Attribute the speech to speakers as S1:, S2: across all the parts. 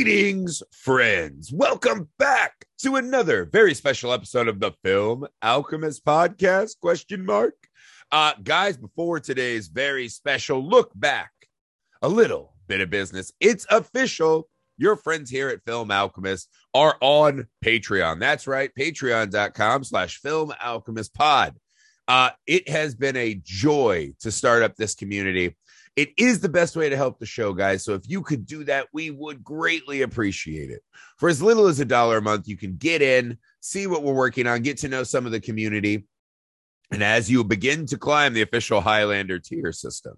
S1: Greetings, friends. Welcome back to another very special episode of the Film Alchemist Podcast. Question mark. Uh, guys, before today's very special look back, a little bit of business. It's official. Your friends here at Film Alchemist are on Patreon. That's right, patreon.com slash film alchemist pod. Uh, it has been a joy to start up this community. It is the best way to help the show, guys. So if you could do that, we would greatly appreciate it. For as little as a dollar a month, you can get in, see what we're working on, get to know some of the community. And as you begin to climb the official Highlander tier system,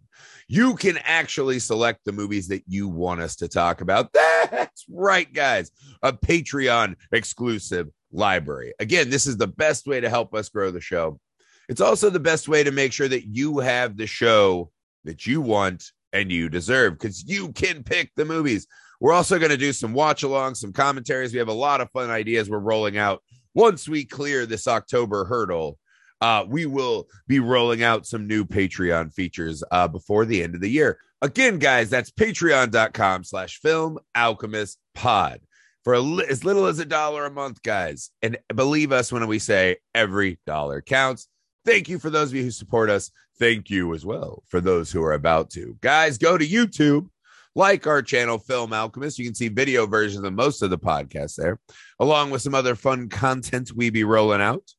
S1: you can actually select the movies that you want us to talk about. That's right, guys. A Patreon exclusive library. Again, this is the best way to help us grow the show. It's also the best way to make sure that you have the show that you want and you deserve because you can pick the movies. We're also going to do some watch alongs, some commentaries. We have a lot of fun ideas we're rolling out. Once we clear this October hurdle, uh, we will be rolling out some new Patreon features uh, before the end of the year. Again, guys, that's patreon.com slash film alchemist pod for a li- as little as a dollar a month, guys. And believe us when we say every dollar counts. Thank you for those of you who support us. Thank you as well for those who are about to. Guys, go to YouTube, like our channel, Film Alchemist. You can see video versions of most of the podcasts there, along with some other fun content we be rolling out.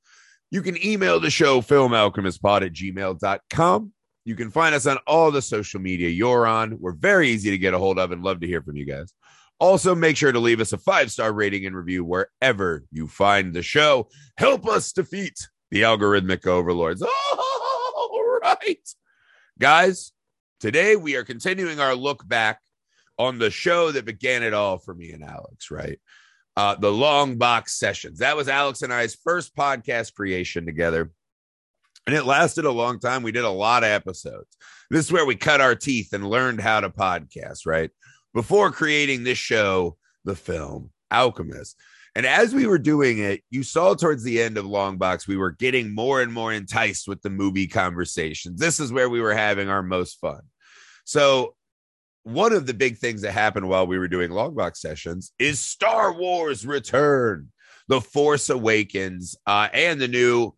S1: You can email the show, filmalchemistpod at gmail.com. You can find us on all the social media you're on. We're very easy to get a hold of and love to hear from you guys. Also, make sure to leave us a five star rating and review wherever you find the show. Help us defeat the algorithmic overlords. All right. Guys, today we are continuing our look back on the show that began it all for me and Alex, right? Uh, the long box sessions. That was Alex and I's first podcast creation together. And it lasted a long time. We did a lot of episodes. This is where we cut our teeth and learned how to podcast, right? Before creating this show, the film Alchemist. And as we were doing it, you saw towards the end of Long Box, we were getting more and more enticed with the movie conversations. This is where we were having our most fun. So, one of the big things that happened while we were doing Long Box sessions is Star Wars Return, The Force Awakens, uh, and the new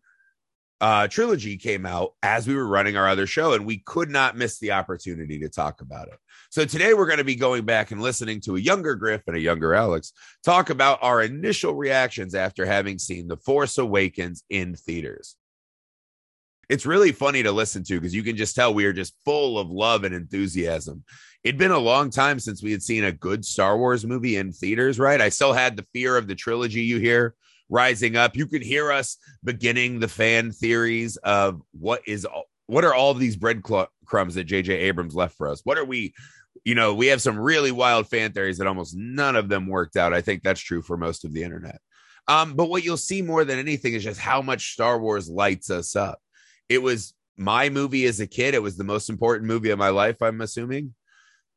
S1: uh, trilogy came out as we were running our other show, and we could not miss the opportunity to talk about it. So today we're going to be going back and listening to a younger Griff and a younger Alex talk about our initial reactions after having seen The Force Awakens in theaters. It's really funny to listen to because you can just tell we are just full of love and enthusiasm. It'd been a long time since we had seen a good Star Wars movie in theaters, right? I still had the fear of the trilogy you hear rising up. You can hear us beginning the fan theories of what is what are all these breadcrumbs that JJ Abrams left for us? What are we you know, we have some really wild fan theories that almost none of them worked out. I think that's true for most of the internet. Um, but what you'll see more than anything is just how much Star Wars lights us up. It was my movie as a kid. It was the most important movie of my life, I'm assuming.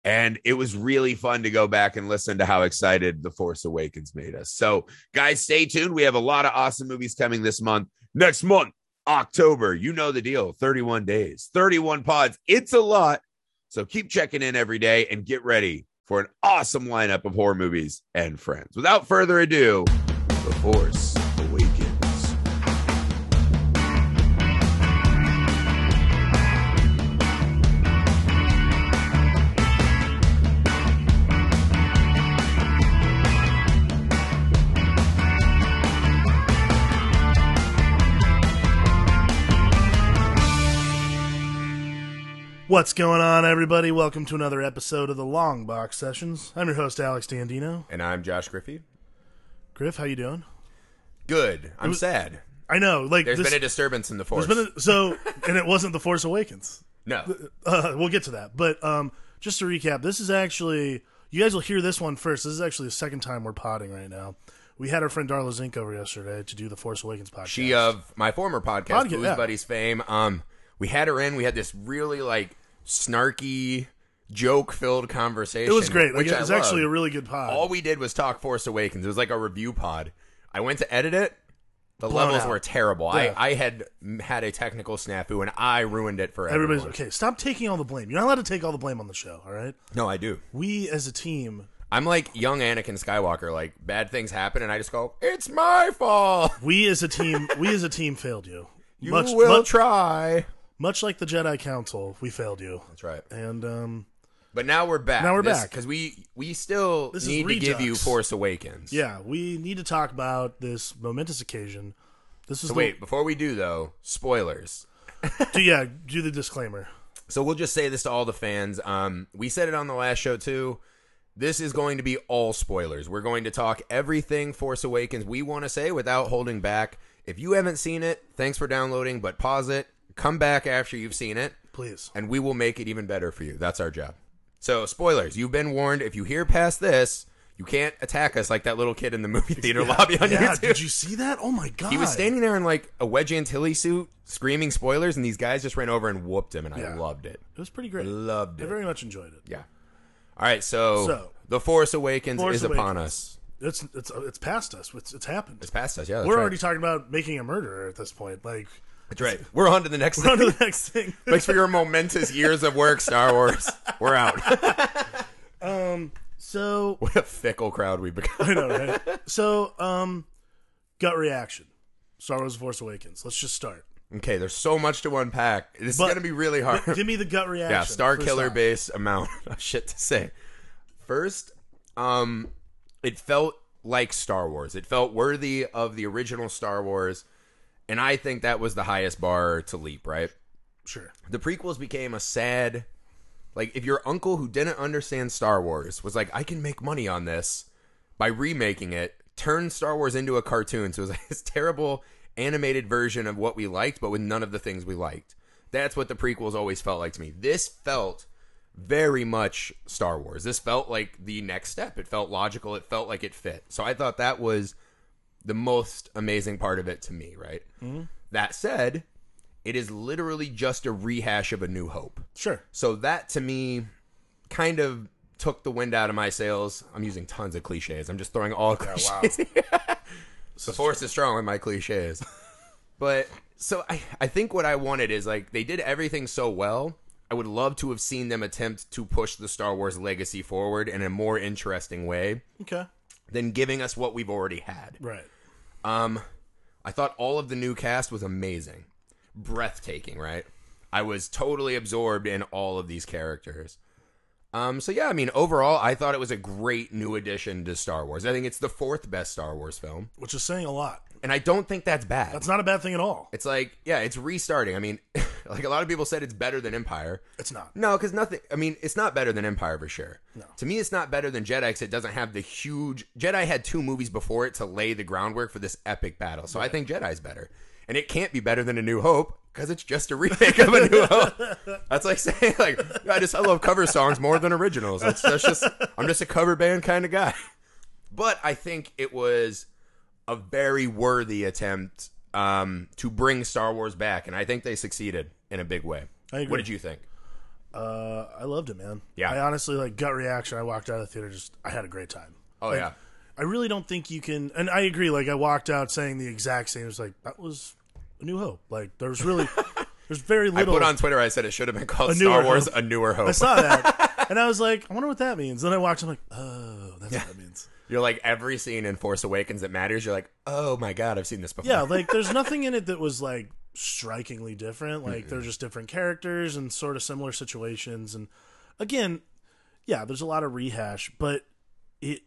S1: And it was really fun to go back and listen to how excited The Force Awakens made us. So, guys, stay tuned. We have a lot of awesome movies coming this month. Next month, October, you know the deal 31 days, 31 pods. It's a lot. So, keep checking in every day and get ready for an awesome lineup of horror movies and friends. Without further ado, The Force Awakens.
S2: What's going on, everybody? Welcome to another episode of the Long Box Sessions. I'm your host, Alex Dandino.
S3: And I'm Josh Griffey.
S2: Griff, how you doing?
S3: Good. I'm sad.
S2: I know, like
S3: There's
S2: this,
S3: been a disturbance in the force.
S2: there's been a- so, and it wasn't the Force Awakens.
S3: no.
S2: Uh, we'll get to that, but um, just to recap, this is actually you guys will hear this one first. This is actually the second time we're potting right now. We had our friend Darla Zink over yesterday to do the Force Awakens podcast.
S3: She uh, of my former podcast,
S2: Podca-
S3: Blues
S2: yeah.
S3: Buddies fame. Um, we had her in. We had this really like snarky, joke-filled conversation.
S2: it was great. Like,
S3: which
S2: it
S3: I
S2: was actually a
S3: loved.
S2: really good pod.
S3: all we did was talk Force Awakens. It was like a review pod. I went to edit it. The
S2: Blown
S3: levels
S2: out.
S3: were terrible.
S2: Yeah.
S3: I, I had had a technical snafu and I ruined it for everyone.
S2: Everybody's okay. Stop taking all the blame. You're not allowed to take all the blame on the show. All right,
S3: No, I do.
S2: we as a team
S1: I'm like young Anakin Skywalker. Like bad things happen, and I just go, "It's my fault."
S2: We as a team, we as a team failed you.
S1: You
S2: much,
S1: will
S2: much,
S1: try.
S2: much like the Jedi Council, we failed you.
S1: That's right.
S2: And um,
S1: But now we're back.
S2: Now we're back.
S1: because we we still
S2: This is
S1: need to give you
S2: Redux.
S1: Force Awakens.
S2: yeah, we need to talk about this momentous occasion. This is
S1: So
S2: the,
S1: wait, before we do though, spoilers.
S2: do, yeah, do the disclaimer.
S1: So we'll just say this to all the fans. Um, we said it on the last show too. This is going to be all spoilers. We're going to talk everything Force Awakens we want to say without holding back. If you haven't seen it, thanks for downloading, but pause it. Come back after you've seen it,
S2: Please.
S1: and we will make it even better for you. That's our job. So spoilers, you've been warned. If you hear past this, you can't attack us like that little kid in the movie theater lobby on
S2: Yeah,
S1: YouTube.
S2: did you see that? Oh my god.
S1: He was standing there in like a Wedge Antilles suit, screaming spoilers, and these guys just ran over and whooped him, and I
S2: Yeah.
S1: loved it.
S2: It was pretty great.
S1: Loved
S2: I
S1: it.
S2: very much enjoyed it.
S1: Yeah. All right, so,
S2: So-
S1: the Force Awakens
S2: Force
S1: is upon us.
S2: It's it's it's past us. It's it's happened.
S1: It's past us. Yeah, that's
S2: We're
S1: right.
S2: already talking about making a murderer at this point. Like
S1: That's right. We're on to the next.
S2: on
S1: thing.
S2: to the next thing.
S1: Thanks for your momentous years of work, Star Wars. We're out.
S2: So
S1: what a fickle crowd we become.
S2: I know, right? So, um, gut reaction. Star Wars: The Force Awakens. Let's just start.
S1: Okay, there's so much to unpack. This
S2: But-
S1: is gonna be really hard.
S2: Give me the gut reaction.
S1: yeah, Star
S2: first
S1: Killer
S2: off.
S1: base amount of shit to say. First, um, it felt like Star Wars. It felt worthy of the original Star Wars, and I think that was the highest bar to leap. Right,
S2: Sure.
S1: the prequels became a sad, like if your uncle who didn't understand Star Wars was like, I can make money on this by remaking it, turn Star Wars into a cartoon. So it was like this terrible animated version of what we liked, but with none of the things we liked. That's what the prequels always felt like to me. This felt very much Star Wars. This felt like the next step. It felt logical. It felt like it fit. So I thought that was the most amazing part of it to me, right? That said, it is literally just a rehash of A New Hope.
S2: Sure.
S1: So that to me kind of took the wind out of my sails. I'm using tons of cliches. I'm just throwing all cliches. the force is strong with my cliches. but so I, I think what I wanted is like they did everything so well. I would love to have seen them attempt to push the Star Wars legacy forward in a more interesting way
S2: Okay.
S1: than giving us what we've already had.
S2: Right.
S1: Um, I thought all of the new cast was amazing, breathtaking. Right, I was totally absorbed in all of these characters. Um, so yeah, I mean, overall, I thought it was a great new addition to Star Wars. I think it's the fourth best Star Wars film,
S2: Which is saying a lot.
S1: and I don't think that's bad.
S2: That's not a bad thing at all.
S1: it's like, yeah, it's restarting. I mean, like a lot of people said, it's better than Empire.
S2: It's not.
S1: No, because nothing. I mean, it's not better than Empire for sure. To me, it's not better than Jedi because it doesn't have the huge. Jedi had two movies before it to lay the groundwork for this epic battle, so I think Jedi's better, and it can't be better than A New Hope because it's just a remake of A New Hope. That's like saying like I just I love cover songs more than originals. That's, that's just I'm just a cover band kind of guy. But I think it was a very worthy attempt um, to bring Star Wars back, and I think they succeeded in a big way.
S2: I agree.
S1: What did you think?
S2: Uh, I loved it, man.
S1: Yeah.
S2: I honestly like gut reaction. I walked out of the theater. Just I had a great time.
S1: Oh
S2: Like,
S1: yeah.
S2: I really don't think you can. And I agree. Like I walked out saying the exact same. It was like that was a new hope. Like there was really there's very
S1: I
S2: little.
S1: put on Twitter. I said it should have been called
S2: A
S1: Star
S2: Newer
S1: Wars:
S2: Hope.
S1: A Newer Hope.
S2: I saw that, and I was like, I wonder what that means. Then I watched. I'm like, oh, that's what that means.
S1: You're like every scene in Force Awakens that matters. You're like, oh my god, I've seen this before.
S2: Yeah, like there's nothing in it that was like strikingly different. Like they're just different characters and sort of similar situations. And again, yeah, there's a lot of rehash, but it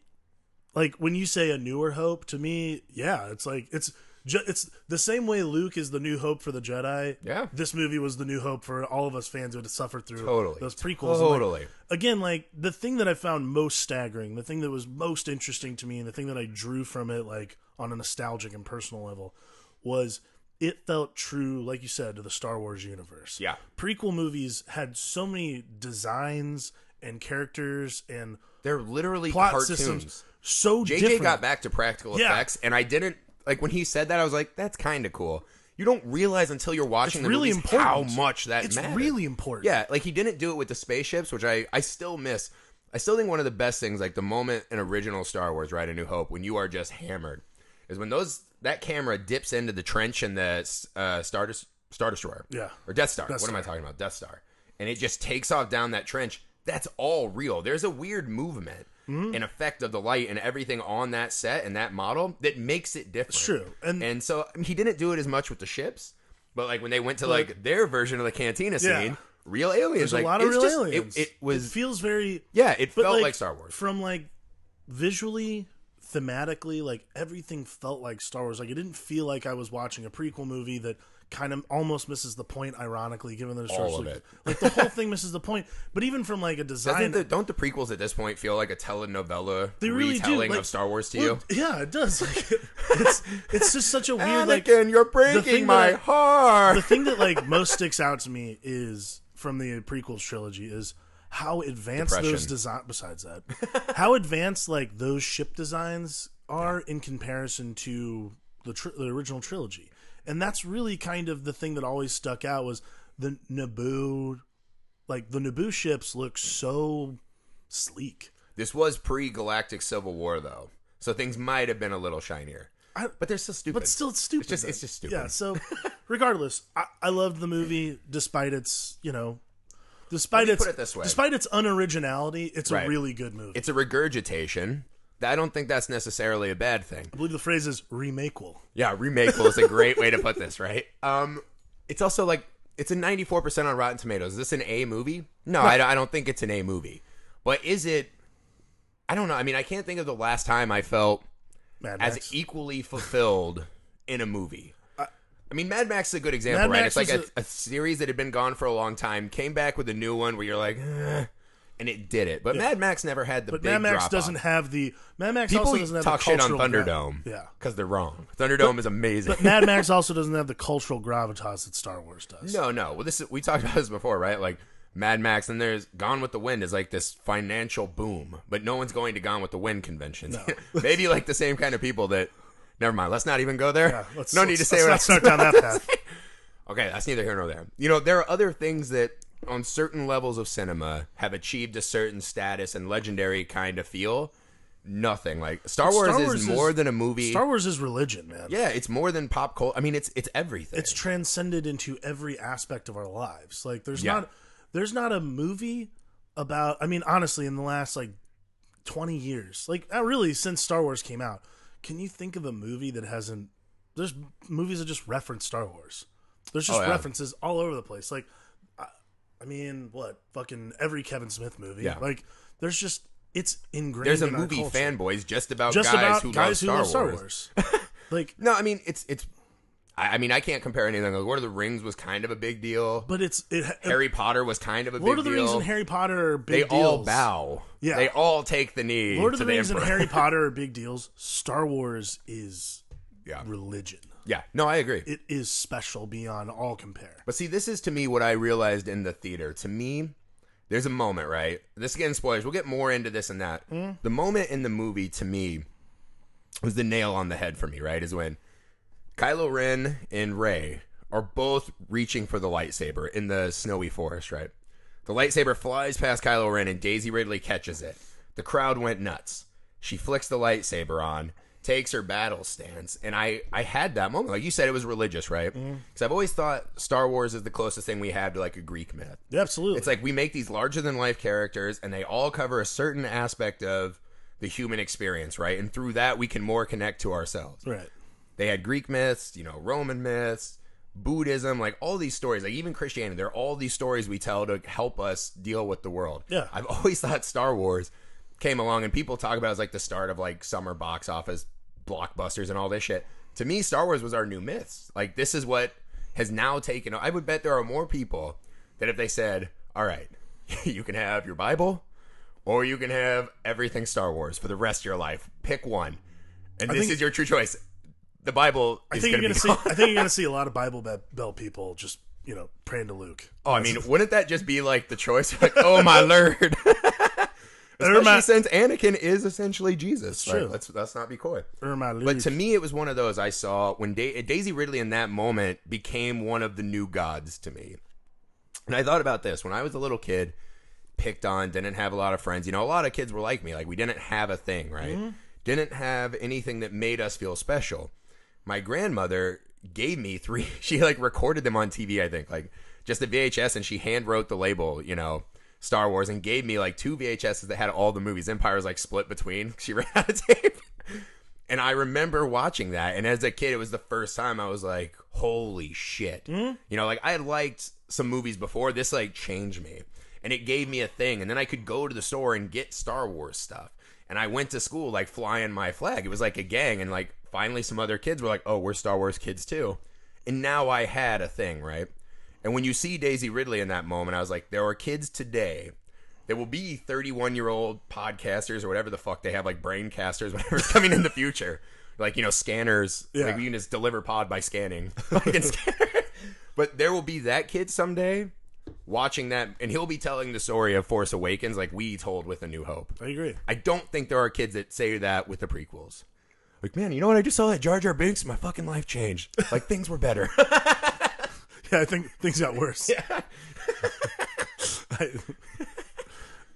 S2: like when you say a newer hope to me, yeah, it's like it's ju- it's the same way Luke is the new hope for the Jedi.
S1: Yeah.
S2: this movie was the new hope for all of us fans who had to suffer through
S1: Totally.
S2: those prequels. And, like,
S1: totally.
S2: again, like the thing that I found most staggering, the thing that was most interesting to me, and the thing that I drew from it, like on a nostalgic and personal level, was it felt true, like you said, to the Star Wars universe.
S1: Yeah.
S2: Prequel movies had so many designs and characters and
S1: They're literally
S2: plot
S1: cartoons.
S2: systems so
S1: JJ
S2: different.
S1: got back to practical
S2: Yeah.
S1: effects, and I didn't like when he said that. I was like, that's kind of cool. You don't realize until you're watching
S2: It's
S1: the
S2: really
S1: movies
S2: important.
S1: how much that
S2: it's
S1: mattered.
S2: really important.
S1: Yeah, like he didn't do it with the spaceships, which I I still miss. I still think one of the best things, like the moment in original Star Wars, right, A New Hope, when you are just hammered, is when those that camera dips into the trench in the uh, Star Des- Star Destroyer,
S2: Yeah.
S1: or Death Star.
S2: Death
S1: what am I talking about? Death Star, and it just takes off down that trench. That's all real. There's a weird movement.
S2: Mm-hmm.
S1: an effect of the light and everything on that set and that model that makes it different.
S2: It's true. And,
S1: And so I mean, he didn't do it as much with the ships, but like when they went to like their version of the cantina
S2: Yeah.
S1: scene, real aliens.
S2: there's
S1: like,
S2: a lot of
S1: it's
S2: real
S1: just- it-
S2: aliens.
S1: It, was
S2: feels very
S1: yeah, it
S2: but
S1: felt like, Star Wars.
S2: From like visually, thematically, like everything felt like Star Wars. Like it didn't feel like I was watching a prequel movie that kind of almost misses the point, ironically, given the
S4: All of
S2: like,
S4: it.
S2: like the whole thing misses the point. But even from like a design
S1: Doesn't the, don't the prequels at this point feel like a telenovela
S2: they really do,
S1: retelling
S2: like-
S1: of Star Wars to
S2: well,
S1: you?
S2: Yeah, it does. Like, it's it's just such a weird like
S1: Anakin, you're
S2: thing
S1: breaking my
S2: that I-
S1: heart.
S2: the thing that like most sticks out to me is from the prequels trilogy is how advanced those
S1: Depression.
S2: design besides that how advanced like those ship designs are in comparison to the tr- the original trilogy and that's really kind of the thing that always stuck out was the Naboo like the Naboo ships look so sleek
S1: This was pre-Galactic Civil War though, so things might have been a little shinier.
S2: I-
S1: but they're still stupid.
S2: but still it's stupid
S1: It's just-
S2: though.
S1: it's just stupid.
S2: yeah so regardless I, I loved the movie despite its you know despite
S1: me
S2: its
S1: put it this way.
S2: despite its unoriginality it's a
S1: Right.
S2: really good movie
S1: it's a regurgitation. I don't think that's necessarily a bad thing.
S2: i believe the phrase is remakeable
S1: Yeah, remakeable is a great way to put this, right? Um, it's also like it's a 94% on Rotten Tomatoes. Is this an A movie? No, I, don't- I don't think it's an A movie. But is it? I don't know. I mean, I can't think of the last time I felt
S2: Mad
S1: as
S2: Max.
S1: equally fulfilled in a movie. I mean, Mad Max is a good example,
S2: Mad
S1: right?
S2: Max
S1: it's like
S2: is
S1: a, a series that had been gone for a long time, came back with a new one where you're like, "Ugh," and it did it. But Mad Max never had the
S2: but
S1: big
S2: Mad Max
S1: drop-off.
S2: doesn't have the Mad Max
S1: People
S2: also doesn't have
S1: talk
S2: the
S1: shit on
S2: cultural
S1: Thunderdome,
S2: grav- yeah
S1: because they're wrong. Thunderdome is amazing.
S2: but Mad Max also doesn't have the cultural gravitas that Star Wars does
S1: No, no. Well, this is, we talked about this before, right? Like Mad Max, and there's Gone with the Wind is like this financial boom, but no one's going to Gone with the Wind conventions. Maybe like the same kind of people that. Never mind. Let's not even go there.
S2: Yeah, let's,
S1: no need
S2: let's-
S1: to say
S2: let's
S1: what I
S2: not start down that path
S1: Okay, that's neither here nor there. You know, there are other things that on certain levels of cinema have achieved a certain status and legendary kind of feel. Nothing like Star Wars,
S2: Star
S1: is
S2: Wars
S1: more
S2: is-
S1: than a movie.
S2: Star Wars is religion man
S1: yeah, it's more than pop culture. I mean, it's it's everything.
S2: it's transcended into every aspect of our lives. Like there's
S1: Yeah.
S2: not there's not a movie about I mean honestly in the last like 20 years. Like uh, really since Star Wars came out, can you think of a movie that hasn't there's movies that just reference Star Wars. There's just
S1: Oh, yeah.
S2: references all over the place. Like I, I mean, what? Fucking every Kevin Smith movie.
S1: Yeah.
S2: Like there's just it's ingrained
S1: There's a
S2: in our
S1: movie
S2: culture.
S1: fanboys just about
S2: just
S1: guys
S2: about
S1: who love
S2: guys
S1: Star
S2: who love Star
S1: Wars.
S2: Wars. like
S1: No, I mean it's it's. I, I mean I can't compare anything. Like Lord of the Rings was kind of a big deal.
S2: but it's it
S1: Harry Potter was kind of a
S2: Lord
S1: big
S2: of the
S1: deal.
S2: Rings and Harry Potter are
S1: they
S2: big
S1: all
S2: deals.
S1: bow.
S2: Yeah.
S1: they all take the knee.
S2: Lord of
S1: to
S2: the Rings and
S1: Emperor.
S2: Harry Potter are big deals. Star Wars is
S1: Yeah.
S2: religion.
S1: Yeah, no, I agree.
S2: It is special beyond all compare.
S1: But see, this is to me what I realized in the theater. To me, there's a moment, right? This again, spoilers. We'll get more into this and that.
S2: Mm-hmm.
S1: The moment in the movie to me was the nail on the head for me, right? Is when Kylo Ren and Rey are both reaching for the lightsaber in the snowy forest, right? The lightsaber flies past Kylo Ren and Daisy Ridley catches it. The crowd went nuts. She flicks the lightsaber on, takes her battle stance, and I I had that moment. Like you said, it was religious, right? Because I've always thought Star Wars is the closest thing we have to like a Greek myth.
S2: Yeah, absolutely.
S1: It's like we make these larger than life characters, and they all cover a certain aspect of the human experience, right? And through that, we can more connect to ourselves
S2: right.
S1: they had greek myths you know roman myths buddhism like all these stories like even christianity there are all these stories we tell to help us deal with the world
S2: Yeah.
S1: i've always thought star wars came along and people talk about it as like the start of like summer box office blockbusters and all this shit to me star wars was our new myths like this is what has now taken i would bet there are more people that if they said all right you can have your bible or you can have everything star wars for the rest of your life pick one and this
S2: think-
S1: is your true choice the Bible
S2: I
S1: is
S2: think
S1: going
S2: you're
S1: to be
S2: gonna see.
S1: gone.
S2: I think you're gonna see a lot of Bible Be- Belt people just you know praying to Luke.
S1: Oh, I mean, wouldn't that just be like the choice? Like, oh my lord! Especially
S2: my-
S1: since Anakin is essentially Jesus. Like,
S2: true.
S1: let's let's not be coy.
S2: Or my Luke.
S1: But to me, it was one of those I saw when da- Daisy Ridley in that moment became one of the new gods to me. And I thought about this when I was a little kid, picked on, didn't have a lot of friends. You know, a lot of kids were like me. Like, we didn't have a thing, right? Didn't have anything that made us feel special. My grandmother gave me three, she like recorded them on TV, I think, like just a VHS, and she hand wrote the label, you know, Star Wars and gave me like two VHSs that had all the movies. Empire was like split between. She ran out of tape. And I remember watching that. And as a kid, it was the first time I was like, holy shit. You know, like I had liked some movies before. This like changed me. And it gave me a thing. And then I could go to the store and get Star Wars stuff. And I went to school like flying my flag. It was like a gang. And like finally, some other kids were like, oh, we're Star Wars kids too. And now I had a thing, right? And when you see Daisy Ridley in that moment, I was like, there are kids today that will be 31 year old podcasters or whatever the fuck they have, like braincasters, whatever's coming in the future. Like, you know, scanners.
S2: Yeah.
S1: Like, you can just deliver pod by scanning. Fucking scanner. But there will be that kid someday watching that, and he'll be telling the story of Force Awakens like we told with A New Hope.
S2: I agree.
S1: I don't think there are kids that say that with the prequels. Like, man, you know what? I just saw that Jar Jar Binks, and my fucking life changed. Like, things were better.
S2: Yeah, I think things got worse. I,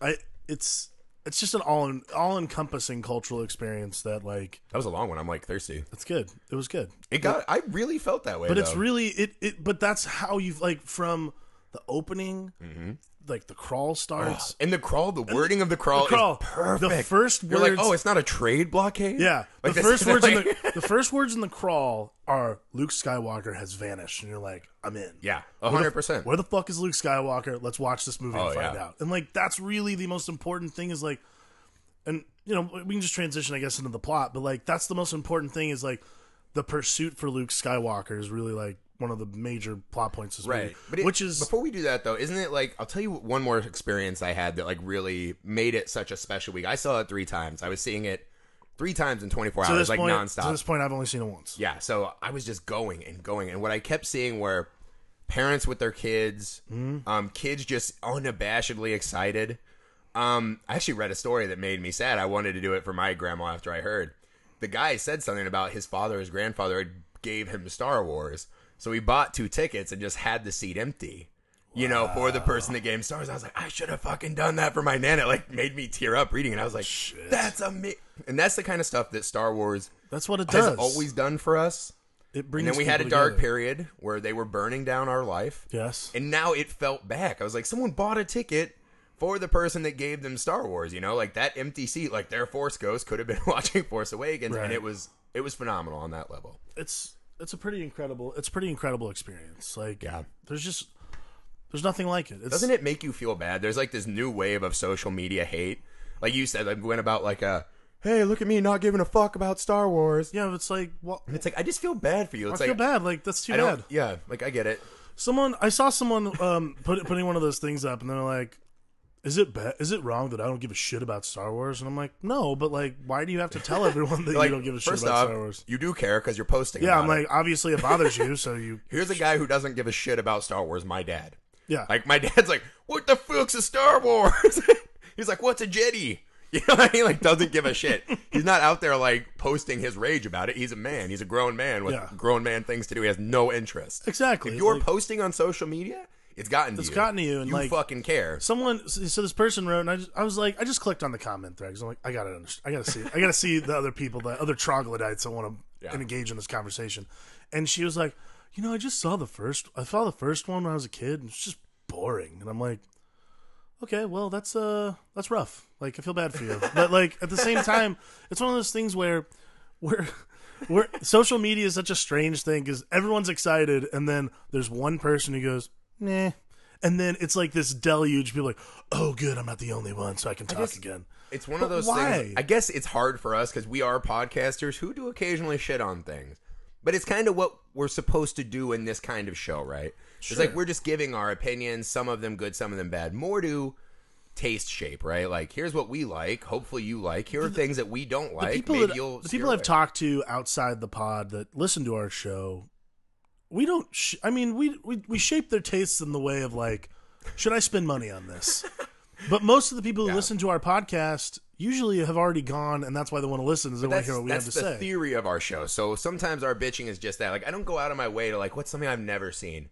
S2: I, it's it's just an all all encompassing cultural experience that like
S1: That was a long one. I'm like thirsty.
S2: it's good. It was good.
S1: It got. I really felt that way.
S2: But it's
S1: though.
S2: really it, it but that's how you've like from the opening
S1: Mm-hmm.
S2: like the crawl starts.
S1: and the crawl. The wording of the crawl,
S2: the crawl.
S1: is Oh, perfect.
S2: The first
S1: You're
S2: words-
S1: like, oh, it's not a trade blockade.
S2: Yeah.
S1: Like this-
S2: the first words in
S1: like-
S2: the the first words in the crawl are Luke Skywalker has vanished and you're like, I'm in.
S1: Yeah, a hundred percent.
S2: Where the fuck is Luke Skywalker? Let's watch this movie
S1: Oh,
S2: and find
S1: yeah.
S2: out. And like that's really the most important thing is like and you know, we can just transition I guess into the plot, but like that's the most important thing is like the pursuit for Luke Skywalker is really like one of the major plot points of this
S1: Right,
S2: movie,
S1: but it,
S2: which is
S1: before we do that though, isn't it like I'll tell you one more experience I had that like really made it such a special week. I saw it three times. I was seeing it three times in 24
S2: to
S1: hours,
S2: this
S1: like
S2: point
S1: nonstop.
S2: to this point I've only seen it once.
S1: Yeah, so I was just going and going, and what I kept seeing were parents with their kids, um, kids just unabashedly excited. Um, I actually read a story that made me sad. I wanted to do it for my grandma after I heard the guy said something about his father, his grandfather had gave him Star Wars, so he bought two tickets and just had the seat empty. You know, for the person that gave him stars, I was like, I should have fucking done that for my nana. It, Like, made me tear up reading it. I was like, that's amazing. And that's the kind of stuff that Star Wars
S2: That's what it
S1: has
S2: does.
S1: always done for us.
S2: it brings
S1: And then we had a
S2: people
S1: dark
S2: together.
S1: period where they were burning down our life.
S2: Yes.
S1: And now it felt back. I was like, someone bought a ticket for the person that gave them Star Wars, you know, like that empty seat, like their Force Ghost could have been watching Force Awakens,
S2: Right.
S1: and it was it was phenomenal on that level.
S2: it's it's a pretty incredible it's a pretty incredible experience. Like
S1: Yeah.
S2: there's just there's nothing like it. It's,
S1: Doesn't it make you feel bad? There's like this new wave of social media hate. Like you said, like went about like a hey, look at me not giving a fuck about Star Wars.
S2: Yeah, but it's like well,
S1: And it's like I just feel bad for you. It's
S2: I feel
S1: like
S2: bad. Like that's too
S1: I don't
S2: bad.
S1: yeah, like I get it.
S2: Someone I saw someone um put, putting one of those things up, and they're like, "Is it ba- is it wrong that I don't give a shit about Star Wars?" And I'm like, "No, but like, why do you have to tell everyone that
S1: Like,
S2: you don't give a shit
S1: first
S2: about
S1: off,
S2: Star Wars?"
S1: You do care because you're posting.
S2: Yeah, I'm
S1: about it.
S2: like, obviously it bothers you, so you
S1: Here's a guy who doesn't give a shit about Star Wars, my dad.
S2: yeah.
S1: Like my dad's like, what the fuck's a Star Wars? He's like, what's a Jedi? You know what I mean? Like doesn't give a shit. He's not out there like posting his rage about it. He's a man. He's a grown man with
S2: Yeah.
S1: grown man things to do. He has no interest.
S2: exactly.
S1: If
S2: It's
S1: you're
S2: like-
S1: posting on social media, it's gotten to
S2: It's
S1: you.
S2: gotten to you, and,
S1: you
S2: like-
S1: fucking care.
S2: Someone, so this person wrote, and I, just, I was like, I just clicked on the comment thread 'cause I'm like, I gotta, underst- I gotta see, I gotta see the other people, the other troglodytes that want to
S1: Yeah.
S2: engage in this conversation. And she was like, you know, I just saw the first, I saw the first one when I was a kid, and it's just boring. And I'm like, okay, well, that's uh, that's rough. Like, I feel bad for you, but like at the same time, it's one of those things where we're we're social media is such a strange thing because everyone's excited, and then there's one person who goes, nah. And then it's like this deluge. People are like, oh, good, I'm not the only one, so I can talk again.
S1: It's one
S2: But
S1: of those
S2: why?
S1: things. I guess it's hard for us because we are podcasters who do occasionally shit on things. But it's kind of what we're supposed to do in this kind of show, right? It's like we're just giving our opinions, some of them good, some of them bad, more to taste shape, right? Like, here's what we like. Hopefully, you like. Here are things that we don't like.
S2: people
S1: Maybe
S2: that,
S1: you'll.
S2: the
S1: steer
S2: people I've
S1: away.
S2: talked to outside the pod that listen to our show, we don't. Sh- I mean, we, we we shape their tastes in the way of like, should I spend money on this? but most of the people who listen to our podcast usually have already gone, and that's why they want to listen. Is they want to
S1: That's,
S2: hear what we have
S1: that's
S2: to
S1: the
S2: say.
S1: theory of our show. So sometimes our bitching is just that. Like, I don't go out of my way to like what's something I've never seen.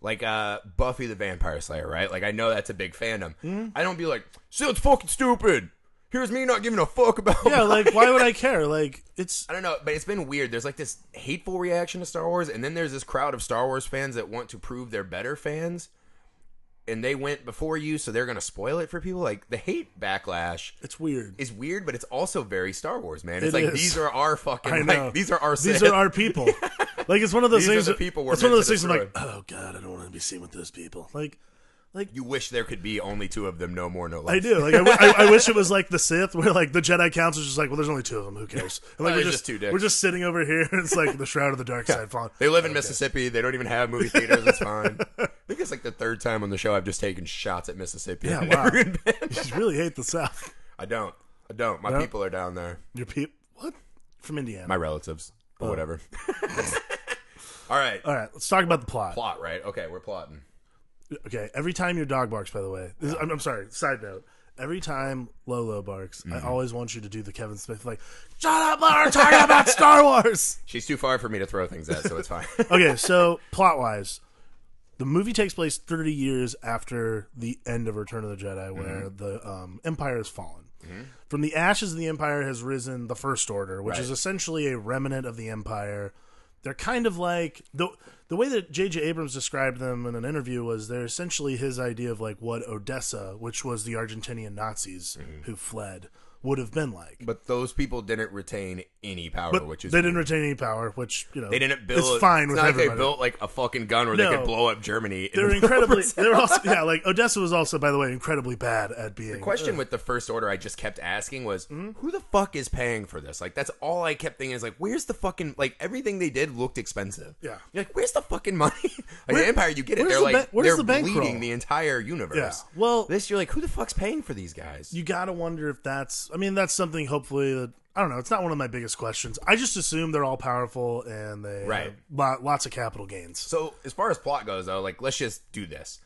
S1: Like uh, Buffy the Vampire Slayer, right? Like I know that's a big fandom.
S2: Hmm?
S1: I don't be like, "Sounds fucking stupid." Here's me not giving a fuck about.
S2: yeah, like why would I care? Like it's
S1: I don't know, but it's been weird. There's like this hateful reaction to Star Wars, and then there's this crowd of Star Wars fans that want to prove they're better fans. and they went before you, so they're going to spoil it for people. Like the hate backlash
S2: It's weird.
S1: is weird, but it's also very Star Wars, man. It's
S2: It
S1: like
S2: is.
S1: these are our fucking
S2: I know.
S1: like these are our
S2: These
S1: Sith.
S2: are our people. Like it's one of those
S1: These are
S2: things.
S1: the people we're
S2: it's one of
S1: meant
S2: those
S1: to
S2: things. I'm like, oh god, I don't want to be seen with those people. Like, like
S1: you wish there could be only two of them, no more, no less.
S2: I do. Like I, w- I- I wish it was like the Sith, where like the Jedi Council's just like, well, there's only two of them. Who cares? And like
S1: Oh,
S2: we're
S1: there's
S2: just
S1: just two dicks.
S2: we're just sitting over here. And it's like the shroud of the dark side falling.
S1: They live in Mississippi. They don't even have movie theaters. It's fine. I think it's like the third time on the show I've just taken shots at Mississippi.
S2: Yeah,
S1: I've
S2: wow.
S1: never been.
S2: You really hate the South.
S1: I don't. I don't. My
S2: No?
S1: people are down there.
S2: Your people. What? From Indiana.
S1: My relatives.
S2: Oh.
S1: But whatever. All right.
S2: All right, let's talk about the plot.
S1: Plot, right? Okay, we're plotting.
S2: Okay, every time your dog barks, by the way, this, I'm, I'm sorry. Side note: every time Lolo barks, I always want you to do the Kevin Smith like, "Shut up, we're talking about Star Wars."
S1: She's too far for me to throw things at, so it's fine.
S2: okay, so plot wise, the movie takes place 30 years after the end of Return of the Jedi, where
S1: Mm-hmm.
S2: the um, Empire has fallen. From the ashes of the Empire has risen the First Order, which is
S1: Right.
S2: essentially a remnant of the Empire. They're kind of like the the way that J.J. Abrams described them in an interview was they're essentially his idea of like what Odessa, which was the Argentinian Nazis
S1: Mm-hmm.
S2: who fled, would have been like.
S1: but those people didn't retain any power, which is
S2: they didn't retain any power, which you know
S1: They didn't build.
S2: It's fine
S1: it's
S2: with
S1: not like
S2: everybody.
S1: they built like a fucking gun where they
S2: No.
S1: could blow up Germany.
S2: They're incredibly. They're also yeah. Like Odessa was also, by the way, incredibly bad at being.
S1: The question with the first order I just kept asking was,
S2: Mm-hmm.
S1: who the fuck is paying for this? Like, that's all I kept thinking is like, where's the fucking like everything they did looked expensive.
S2: Yeah.
S1: You're like, where's the fucking money? like
S2: Where-
S1: the Empire, you get it.
S2: where's
S1: They're
S2: the
S1: like,
S2: ba- where's
S1: they're
S2: the
S1: bleeding
S2: bankroll?
S1: the entire universe.
S2: Yeah. Well-
S1: this you're like, who the fuck's paying for these guys?
S2: you gotta wonder if that's. I mean, that's something. Hopefully, that I don't know. It's not one of my biggest questions. I just assume they're all powerful and they have
S1: Right.
S2: lo- lots of capital gains.
S1: so as far as plot goes, though, like let's just do this.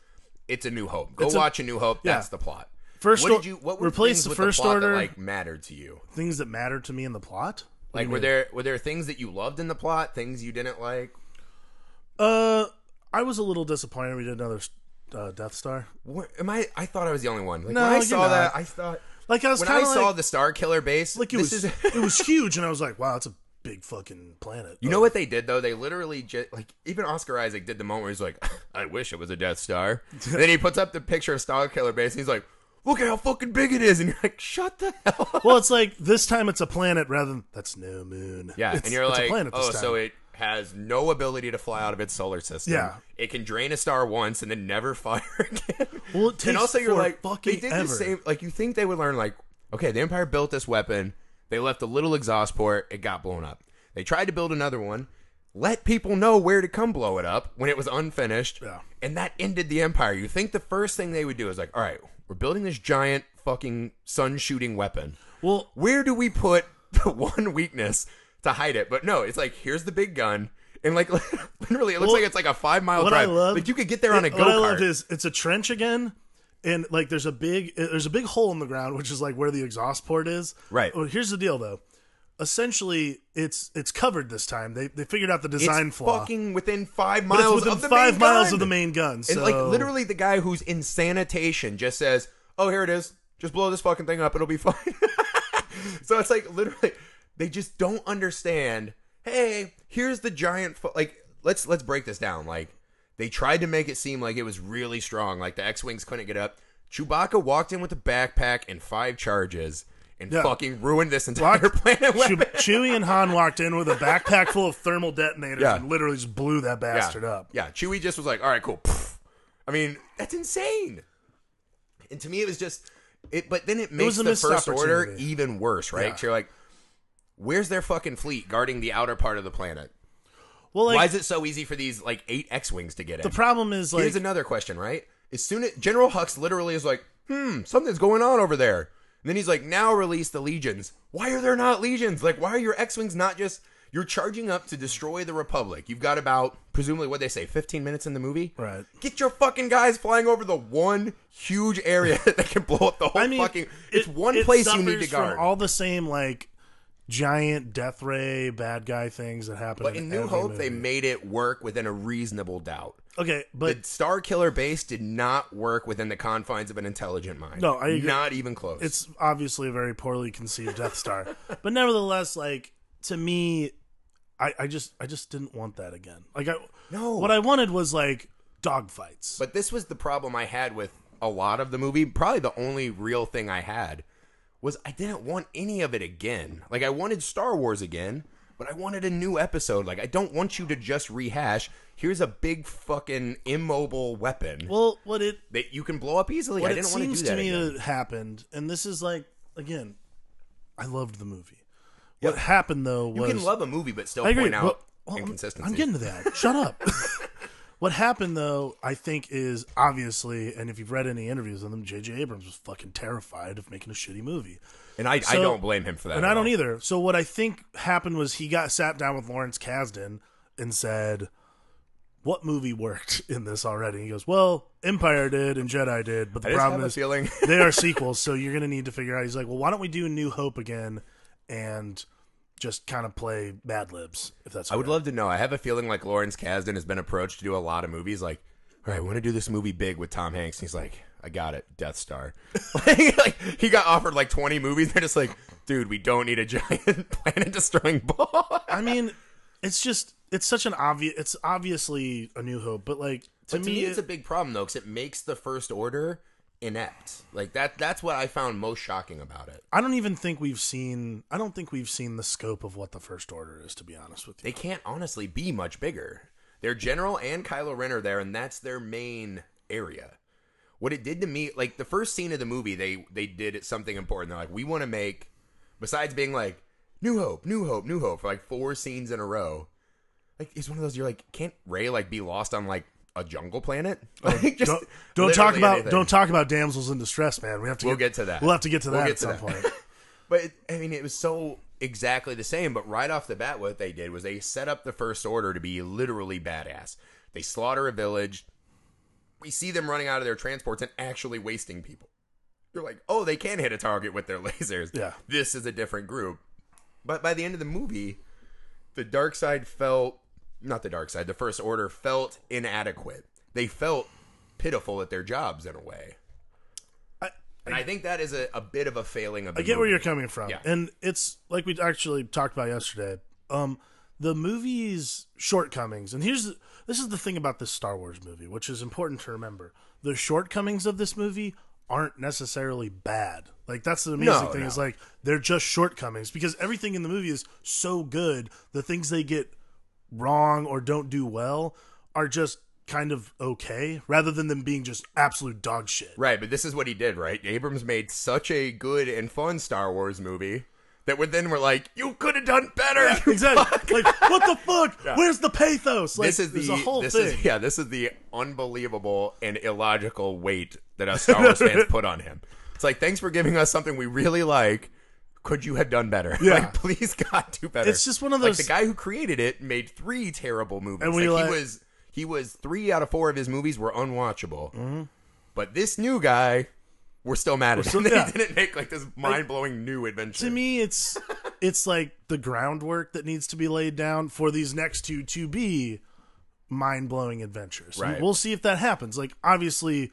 S1: It's a New Hope. Go
S2: It's a-
S1: watch a, New Hope.
S2: yeah.
S1: That's the plot.
S2: First
S1: what
S2: or-
S1: did you? What were
S2: replace
S1: things
S2: the
S1: with
S2: First
S1: plot that,
S2: Order-
S1: like mattered to you?
S2: Things that matter to me in the plot.
S1: Like were there were there things that you loved in the plot? Things you didn't like?
S2: Uh, I was a little disappointed we did another uh, Death Star.
S1: What, am I? I thought I was the only one. Like,
S2: No,
S1: when I
S2: you're
S1: saw
S2: not.
S1: that, I thought
S2: Like I was
S1: when I
S2: kind of
S1: saw
S2: like,
S1: the Star Killer base,
S2: like it
S1: this
S2: was
S1: is.
S2: it was huge, and I was like, wow, it's a big fucking planet.
S1: You know what they did though? They literally just like even Oscar Isaac did the moment where he's like, "I wish it was a Death Star." And then he puts up the picture of Star Killer base, and he's like, "Look at how fucking big it is!" And you're like, "Shut the hell up!"
S2: Well, it's like this time it's a planet rather than that's no moon.
S1: Yeah,
S2: It's-
S1: and you're
S2: it's a
S1: like,
S2: planet this
S1: "Oh,
S2: time.
S1: so it has no ability to fly out of its solar system.
S2: Yeah.
S1: it can drain a star once and then never fire again."
S2: Well, it takes
S1: and also you're like
S2: fucking
S1: they did
S2: ever.
S1: the same like you think they would learn like okay the empire built this weapon they left a little exhaust port it got blown up they tried to build another one let people know where to come blow it up when it was unfinished
S2: Yeah.
S1: and that ended the empire you think the first thing they would do is like all right we're building this giant fucking sun shooting weapon
S2: Well,
S1: where do we put the one weakness to hide it but no it's like here's the big gun and like literally it looks
S2: Well,
S1: like it's like a five mile
S2: what
S1: drive
S2: I love,
S1: like you could get there on a
S2: it- What I
S1: go-kart
S2: loved is it's a trench again, and like there's a big there's a big hole in the ground, which is like where the exhaust port is.
S1: Right.
S2: Well, here's the deal though. Essentially, it's it's covered this time. They they figured out the design
S1: it's
S2: flaw.
S1: fucking within five
S2: but it's
S1: miles
S2: within
S1: of the
S2: five
S1: main
S2: miles
S1: gun.
S2: of the main gun. So
S1: And like literally, the guy who's in sanitation just says, "Oh, here it is. Just blow this fucking thing up. It'll be fine." so it's like literally, they just don't understand. Hey, here's the giant. Fu- like, let's let's break this down. Like, they tried to make it seem like it was really strong. Like the X wings couldn't get up. Chewbacca walked in with a backpack and five charges and
S2: Yeah.
S1: fucking ruined this entire
S2: Locked-
S1: planet.
S2: Chew-
S1: weapon.
S2: Chewie and Han walked in with a backpack full of thermal detonators
S1: Yeah.
S2: and literally just blew that bastard
S1: yeah.
S2: up.
S1: Yeah, Chewie just was like, "All right, cool." Pff. I mean, that's insane. And to me, it was just it. But then it makes
S2: was a
S1: the
S2: missed
S1: first order
S2: opportunity.
S1: even worse, right? 'Cause You're like, where's their fucking fleet guarding the outer part of the planet?
S2: Well, like
S1: Why is it so easy for these like eight X wings to get in?
S2: the problem is like
S1: Here's another question, right? As soon as General Hux literally is like, "Hmm, something's going on over there," and then he's like, "Now release the legions." Why are there not legions? Like, why are your X-wings not just? You're charging up to destroy the Republic. You've got about presumably what they say, 15 minutes in the movie.
S2: Right.
S1: Get your fucking guys flying over the one huge area that can blow up the whole
S2: I mean,
S1: fucking.
S2: it-
S1: It's one
S2: it
S1: place you need to
S2: suffers from
S1: guard.
S2: all the same like giant death ray bad guy things that happen.
S1: but in New
S2: every
S1: Hope, they
S2: movie.
S1: made it work within a reasonable doubt.
S2: okay, but
S1: The Star Killer base did not work within the confines of an intelligent mind.
S2: No, I agree.
S1: not even close.
S2: it's obviously a very poorly conceived Death Star. but nevertheless, like to me, I, I just I just didn't want that again. Like I
S1: No.
S2: what I wanted was like dogfights.
S1: But this was the problem I had with a lot of the movie. Probably the only real thing I had was I didn't want any of it again. Like I wanted Star Wars again, but I wanted a new episode. Like I don't want you to just rehash. Here's a big fucking immobile weapon
S2: well, what it
S1: that you can blow up easily.
S2: what
S1: I
S2: it
S1: didn't want to do
S2: seems
S1: that.
S2: to me
S1: again.
S2: that happened, and this is like again, I loved the movie. What happened though
S1: you
S2: was
S1: can love a movie but still
S2: I agree.
S1: point out
S2: well- well, I'm-
S1: inconsistency.
S2: I'm getting to that. Shut up. what happened though, I think, is obviously, and if you've read any interviews on them, J.J. Abrams was fucking terrified of making a shitty movie.
S1: and I, I
S2: So-
S1: don't blame him for that.
S2: And
S1: at
S2: I don't
S1: all.
S2: either. So what I think happened was he got sat down with Lawrence Kasdan and said, "What movie worked in this already?" He goes, "Well, Empire did and Jedi did, but the
S1: I just
S2: problem
S1: have a
S2: is
S1: feeling.
S2: they are sequels, so you're gonna need to figure out." He's like, "Well, why don't we do New Hope again and just kind of play Mad Libs if that's
S1: I would
S2: okay."
S1: love to know. I have a feeling like Lawrence Kasdan has been approached to do a lot of movies. Like, all right, I want to do this movie big with Tom Hanks. And he's like, I got it, Death Star. like, like, he got offered like 20 movies. They're just like, dude, we don't need a giant planet destroying ball.
S2: I mean, it's just it's such an obvious. It's obviously a New Hope, but like to
S1: But to me,
S2: it-
S1: it's a big problem though, because it makes the First Order inept. Like that. That's what I found most shocking about it.
S2: I don't even think we've seen. I don't think we've seen the scope of what the First Order is. To be honest with you,
S1: They can't honestly be much bigger. Their general and Kylo Ren are there, and that's their main area. What it did to me, like the first scene of the movie, they they did something important. They're like, we want to make, besides being like, New Hope, New Hope, New Hope for like four scenes in a row. Like it's one of those you're like, can't Ray like be lost on like a jungle planet? Like, just
S2: don't, don't talk
S1: literally
S2: about
S1: anything.
S2: don't talk about damsels in distress, man. We have to.
S1: We'll get to that.
S2: We'll have to get to
S1: We'll
S2: that
S1: get
S2: at
S1: to
S2: some
S1: that.
S2: point.
S1: But it, I mean, it was so exactly the same. But right off the bat, what they did was they set up the First Order to be literally badass. They slaughter a village. We see them running out of their transports and actually wasting people. You're like, oh, they can hit a target with their lasers.
S2: Yeah.
S1: This is a different group. But by the end of the movie, the dark side felt not the dark side, the first order felt inadequate. They felt pitiful at their jobs in a way.
S2: I-
S1: and I think that is a, a bit of a failing of the
S2: I get where
S1: movie.
S2: you're coming from,
S1: Yeah.
S2: and it's like we actually talked about yesterday. Um, the movie's shortcomings, and here's this is the thing about this Star Wars movie, which is important to remember: the shortcomings of this movie aren't necessarily bad. Like that's the amazing
S1: No,
S2: thing
S1: no.
S2: is like they're just shortcomings because everything in the movie is so good. The things they get wrong or don't do well are just kind of okay, rather than them being just absolute dog shit.
S1: Right, but this is what he did, right? Abrams made such a good and fun Star Wars movie that we then we're like, you could have done better. you fuck."
S2: Exactly. like, what the fuck? Where's the pathos? Like,
S1: this is
S2: there's
S1: the
S2: a whole
S1: this
S2: thing.
S1: is yeah, this is the unbelievable and illogical weight that us Star Wars fans put on him. It's like, thanks for giving us something we really like. Could you have done better?
S2: Yeah.
S1: Like, please God, do better.
S2: It's just one of
S1: like
S2: those-
S1: the guy who created it made three terrible movies.
S2: And we
S1: like,
S2: like-
S1: he was he was three out of four of his movies were unwatchable. But this new guy, we're still mad at him.
S2: Mm-hmm. still-
S1: that
S2: yeah.
S1: He didn't make like this mind blowing new adventure.
S2: to me, it's it's like the groundwork that needs to be laid down for these next two to be mind blowing adventures. And
S1: Right.
S2: we'll see if that happens. Like, obviously,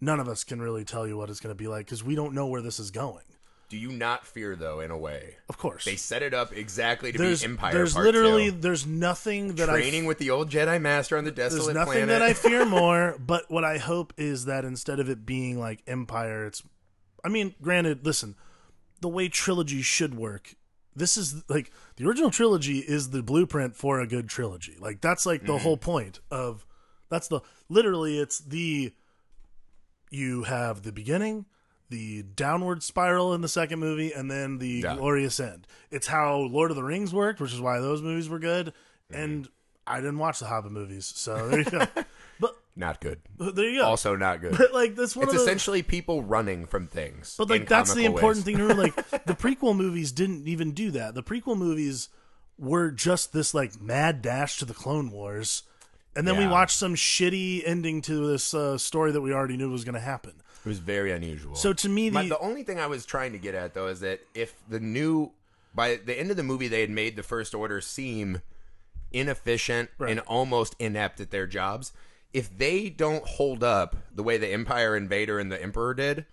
S2: none of us can really tell you what it's going to be like because we don't know where this is going.
S1: do you not fear though? In a way,
S2: Of course,
S1: they set it up exactly to
S2: there's
S1: be Empire.
S2: there's
S1: Part
S2: literally
S1: Two.
S2: there's nothing that I
S1: training with the old Jedi Master on the
S2: There's
S1: desolate
S2: nothing
S1: planet.
S2: that I fear more, but what I hope is that instead of it being like Empire, it's. I mean, granted, listen, the way trilogies should work, this is like the original trilogy is the blueprint for a good trilogy. Like, that's like
S1: Mm-hmm.
S2: the whole point of. That's the. Literally, it's the. You have the beginning, the downward spiral in the second movie, and then the
S1: Yeah.
S2: glorious end. It's how Lord of the Rings worked, which is why those movies were good.
S1: Mm-hmm.
S2: And I didn't watch the Hobbit movies, so there you go. but
S1: not good.
S2: but there you go.
S1: Also not good.
S2: but like that's one
S1: it's
S2: of the
S1: essentially people running from things.
S2: but
S1: in
S2: like that's the
S1: comical
S2: important
S1: ways.
S2: thing to remember. Like the prequel movies didn't even do that. The prequel movies were just this like mad dash to the Clone Wars, and then we
S1: Yeah.
S2: watched some shitty ending to this uh, story that we already knew was going to happen.
S1: It was very unusual.
S2: So to me, the,
S1: My, the only thing I was trying to get at though is that if the new by the end of the movie they had made the first order seem inefficient and almost inept at their jobs, if they don't hold up the way the Empire Invader and the Emperor did,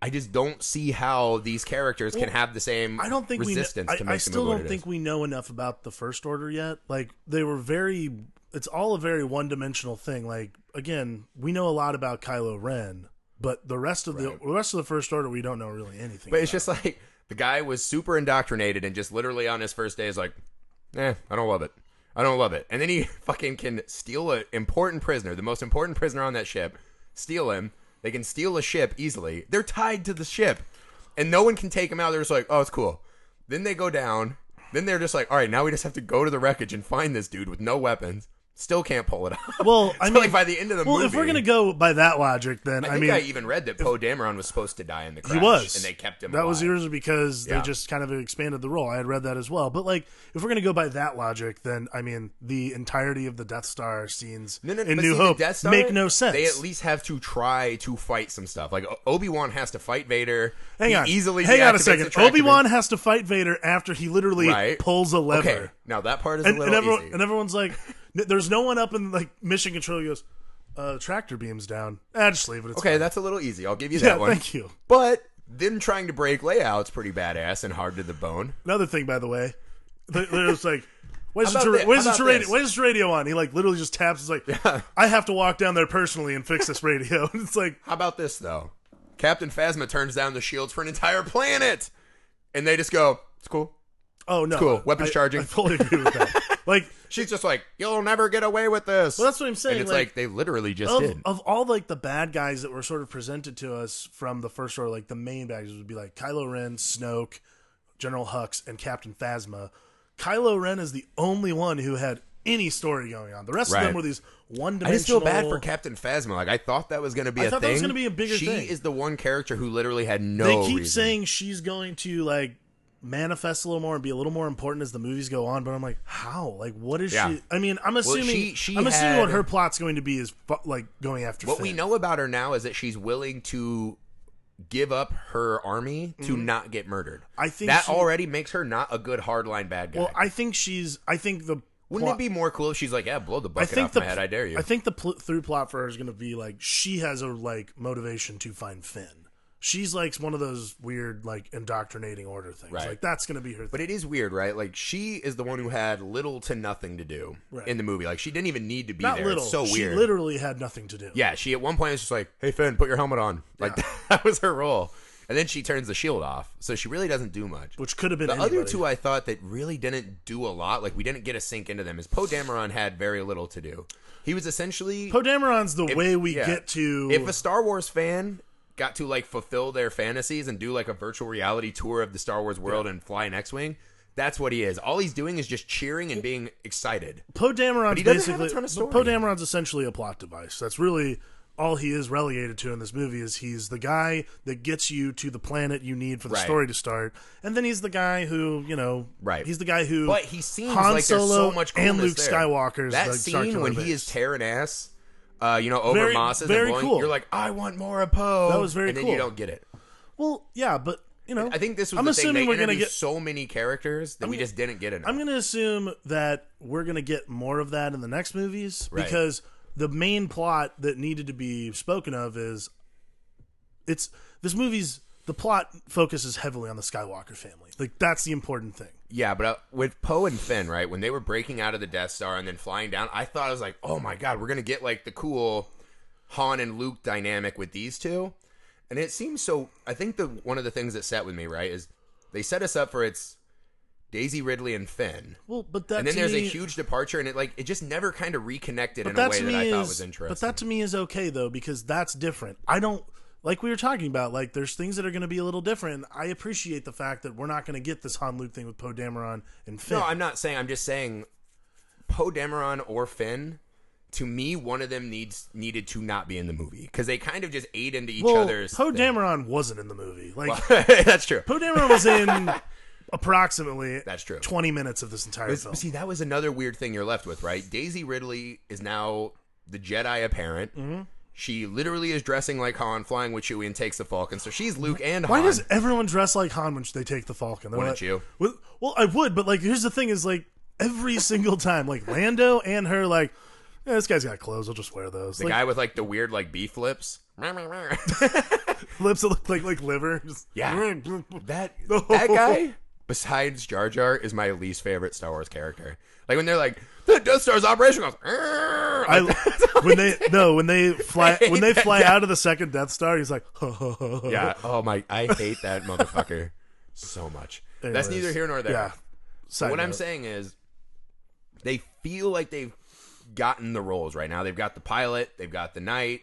S1: I just don't see how these characters can have the same
S2: I don't think
S1: resistance
S2: we. kn-
S1: to
S2: I,
S1: make
S2: I
S1: the
S2: still
S1: movie what
S2: don't
S1: it
S2: think
S1: is.
S2: we know enough about the first order yet. Like they were very it's all a very one dimensional thing. Like again, we know a lot about Kylo Ren, but the rest of
S1: Right.
S2: the, the rest of the First Order, we don't know really anything.
S1: But it's
S2: about.
S1: just like the guy was super indoctrinated and just literally on his first day is like, eh, I don't love it. I don't love it. And then he fucking can steal an important prisoner, the most important prisoner on that ship, steal him. They can steal a ship easily. They're tied to the ship. And no one can take him out. They're just like, oh, it's cool. Then they go down. Then they're just like, all right, now we just have to go to the wreckage and find this dude with no weapons. Still can't pull it off.
S2: well, I
S1: So,
S2: mean,
S1: like by the end of the
S2: well,
S1: movie,
S2: if we're gonna go by that logic, then
S1: I
S2: I,
S1: think I,
S2: mean,
S1: even read that Poe Dameron was supposed to die in the crash,
S2: he was,
S1: and they kept him.
S2: That was
S1: alive.
S2: yours because
S1: Yeah.
S2: they just kind of expanded the role. I had read that as well. But like, if we're gonna go by that logic, then I mean, the entirety of the Death Star scenes
S1: No, no,
S2: in
S1: but
S2: New
S1: see, the
S2: Hope
S1: Death Star,
S2: make no sense.
S1: They at least have to try to fight some stuff. Like Obi Wan has to fight Vader.
S2: Hang
S1: He
S2: on,
S1: easily
S2: hang on a
S1: deactivates the
S2: second.
S1: tractor
S2: Obi Wan
S1: beam.
S2: has to fight Vader after he literally
S1: Right.
S2: pulls a lever.
S1: Okay, now that part is
S2: and,
S1: a
S2: and
S1: little
S2: everyone
S1: easy.
S2: and everyone's like, n- there's no one up in like mission control. He goes, uh, tractor beams down. I just leave it. It's
S1: okay,
S2: fine."
S1: that's a little easy. I'll give you
S2: yeah,
S1: that one.
S2: thank you.
S1: But them trying to break layout's pretty badass and hard to the bone.
S2: Another thing, by the way, they- they're just like, where's the
S1: How about
S2: ter-
S1: thi-
S2: where's
S1: how
S2: the
S1: about
S2: radio?
S1: this?
S2: Where's the radio on? He like literally just taps. It's like, I have to walk down there personally and fix this radio. And it's like,
S1: How about this though? Captain Phasma turns down the shields for an entire planet, and they just go, "It's cool."
S2: oh no,
S1: cool. Weapons
S2: I-
S1: charging.
S2: I fully agree with that. like,
S1: She's just like, "You'll never get away with this."
S2: well, that's what I'm saying.
S1: and it's
S2: like
S1: like, they literally just
S2: of,
S1: did.
S2: of all like the bad guys that were sort of presented to us from the first order, like the main bad guys would be like Kylo Ren, Snoke, General Hux, and Captain Phasma. Kylo Ren is the only one who had any story going on. The rest of
S1: Right.
S2: them were these one
S1: I
S2: dimensional.
S1: just feel bad for Captain Phasma. Like I thought that was going to be
S2: I
S1: a
S2: thought that
S1: thing.
S2: was gonna be a bigger
S1: she
S2: thing.
S1: is the one character who literally had no.
S2: They keep
S1: reason.
S2: saying she's going to like manifest a little more and be a little more important as the movies go on, but I'm like, how? Like, what is
S1: Yeah.
S2: she? I mean, I'm assuming
S1: she- she
S2: I'm assuming what
S1: had-
S2: her plot's going to be is fu- like going after
S1: What
S2: Finn.
S1: we know about her now is that she's willing to give up her army to not get murdered.
S2: Mm. I think
S1: that
S2: she-
S1: already makes her not a good hardline bad guy.
S2: Well, I think she's. I think the
S1: Wouldn't
S2: plot-
S1: it be more cool if she's like, "Yeah, blow the
S2: I
S1: bucket
S2: think
S1: off
S2: the
S1: my head. I dare you."
S2: I think the pl- through plot for her is going to be like she has a like motivation to find Finn. She's like one of those weird like indoctrinating order things.
S1: Right.
S2: Like that's going to be her.
S1: but
S2: thing.
S1: it is weird, right? Like she is the one who had little to nothing to do
S2: Right.
S1: in the movie. Like she didn't even need to be
S2: Not
S1: there.
S2: little.
S1: It's so
S2: she
S1: weird.
S2: literally had nothing to do.
S1: Yeah, she at one point was just like, "Hey Finn, put your helmet on." Like that was her role, and then she turns the shield off, so she really doesn't do much.
S2: Which could have been
S1: the
S2: anybody.
S1: other two, I thought that really didn't do a lot. Like we didn't get a sink into them. Is Poe Dameron had very little to do. He was essentially
S2: Poe Dameron's the way we
S1: yeah.
S2: get to.
S1: if a Star Wars fan got to like fulfill their fantasies and do like a virtual reality tour of the Star Wars world and fly an X-wing. That's what he is. All he's doing is just cheering and being excited.
S2: Poe Dameron's
S1: he doesn't have a
S2: basically
S1: ton of story.
S2: Poe Dameron's essentially a plot device. That's really all he is relegated to in this movie is he's the guy that gets you to the planet you need for the
S1: Right.
S2: story to start, and then he's the guy who you know
S1: Right.
S2: He's the guy who
S1: But he seems
S2: Han
S1: like there's so
S2: Solo
S1: much coolness
S2: and Luke
S1: there.
S2: Skywalker's
S1: that
S2: the Star
S1: scene
S2: Killer
S1: when
S2: base.
S1: he is tearing ass, uh, you know, over
S2: Very-
S1: Moss's and
S2: very
S1: blowing,
S2: cool.
S1: You're like, I want more of Poe.
S2: That was very
S1: and then
S2: cool.
S1: You don't get it.
S2: well, yeah, but you know
S1: I think this was.
S2: I'm
S1: the
S2: assuming
S1: thing. They
S2: we're gonna
S1: introduced
S2: get
S1: so many characters that we just didn't get enough.
S2: I'm going to assume that we're going to get more of that in the next movies
S1: Right.
S2: because the main plot that needed to be spoken of is it's this movie's the plot focuses heavily on the Skywalker family. Like that's the important thing.
S1: yeah, but uh, with Poe and Finn, right when they were breaking out of the Death Star and then flying down, I thought I was like, oh my god, we're gonna get like the cool Han and Luke dynamic with these two. And it seems so. I think the one of the things that set with me right is they set us up for it's Daisy Ridley and Finn.
S2: Well, but that
S1: and then
S2: to
S1: there's
S2: me,
S1: a huge departure, and it like it just never kind of reconnected in
S2: but
S1: a
S2: that
S1: way
S2: to me
S1: that I
S2: is
S1: thought was interesting.
S2: but that to me is okay though because that's different. I don't like we were talking about like there's things that are going to be a little different. And I appreciate the fact that we're not going to get this Han Luke thing with Poe Dameron and Finn.
S1: no, I'm not saying. I'm just saying, Poe Dameron or Finn. To me, one of them needs needed to not be in the movie because they kind of just ate into each
S2: well,
S1: other's.
S2: Poe
S1: thing.
S2: Dameron wasn't in the movie. Like
S1: That's true.
S2: Poe Dameron was in approximately
S1: That's true.
S2: twenty minutes of this entire
S1: But
S2: film.
S1: see, that was another weird thing you're left with, right? Daisy Ridley is now the Jedi apparent.
S2: Mm-hmm.
S1: She literally is dressing like Han, flying with Chewie, and takes the Falcon. So she's Luke and
S2: Mm-hmm. Why
S1: Han.
S2: does everyone dress like Han when they take the Falcon? They're
S1: Wouldn't
S2: like-
S1: you?
S2: Well, well, I would, but like, here's the thing: is like every single time, like Lando and her, like, yeah, this guy's got clothes. I'll just wear those.
S1: the
S2: like,
S1: guy with like the weird like beef lips?
S2: lips that look like like liver. Just-
S1: Yeah. that
S2: The whole-
S1: that guy besides Jar Jar, is my least favorite Star Wars character. Like when they're like, the Death Star's operation goes. "Arr!"
S2: I,
S1: Like,
S2: when they no when they fly
S1: hate
S2: when they
S1: that
S2: fly
S1: guy.
S2: out of the second Death Star, he's like,
S1: yeah. Oh my, I hate that motherfucker so much. That's
S2: Anyways,
S1: neither here nor there.
S2: Yeah. Side
S1: what I'm
S2: note.
S1: saying is, they feel like they've gotten the roles right now. They've got the pilot, they've got the knight,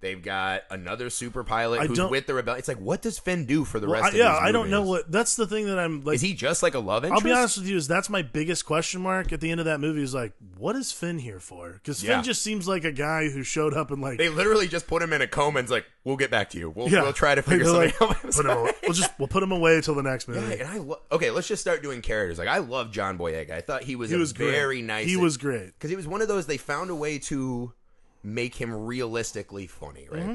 S1: they've got another super pilot
S2: I
S1: who's
S2: don't-
S1: with the rebellion. It's like, what does Finn do for the
S2: Well, I-
S1: rest? of
S2: yeah,
S1: these
S2: I don't know
S1: movies?
S2: what. That's the thing that I'm like.
S1: Is he just like a love
S2: I'll
S1: interest?
S2: be honest with you. Is that's my biggest question mark at the end of that movie? Is like, what is Finn here for? Because
S1: Yeah.
S2: Finn just seems like a guy who showed up and like,
S1: They literally just put him in a coma and's like, "We'll get back to you. We'll,
S2: yeah,
S1: we'll try to
S2: Like,
S1: figure
S2: they're
S1: something
S2: like,
S1: out."
S2: "Put him away. We'll just we'll put him away till the next
S1: Yeah,
S2: movie.
S1: and I lo- okay, let's just start doing characters. Like I love John Boyega. I thought he was
S2: he
S1: a
S2: was great.
S1: very nice.
S2: He was great.
S1: because he was one of those they found a way to make him realistically funny, right?
S2: Mm-hmm.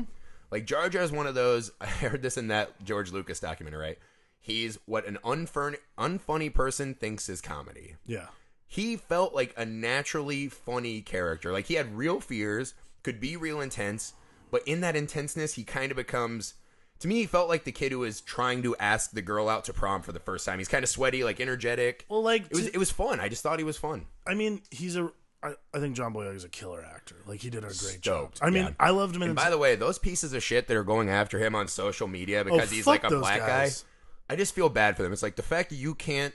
S1: Like Jar Jar is one of those. I heard this in that George Lucas documentary, right? He's what an unfern- unfunny person thinks is comedy.
S2: Yeah.
S1: He felt like a naturally funny character. Like he had real fears, could be real intense, but in that intenseness, he kind of becomes. To me, he felt like the kid who is trying to ask the girl out to prom for the first time. He's kind of sweaty, like energetic.
S2: Well, like
S1: It was it was fun. I just thought he was fun.
S2: I mean, he's a. I, I think John Boyega is a killer actor. Like he did a great job.
S1: Stoked,
S2: I mean,
S1: yeah.
S2: I loved him in.
S1: And by the way, those pieces of shit that are going after him on social media because he's
S2: Oh, fuck
S1: like a
S2: those
S1: black
S2: guys.
S1: guy, I just feel bad for them. It's like the fact that you can't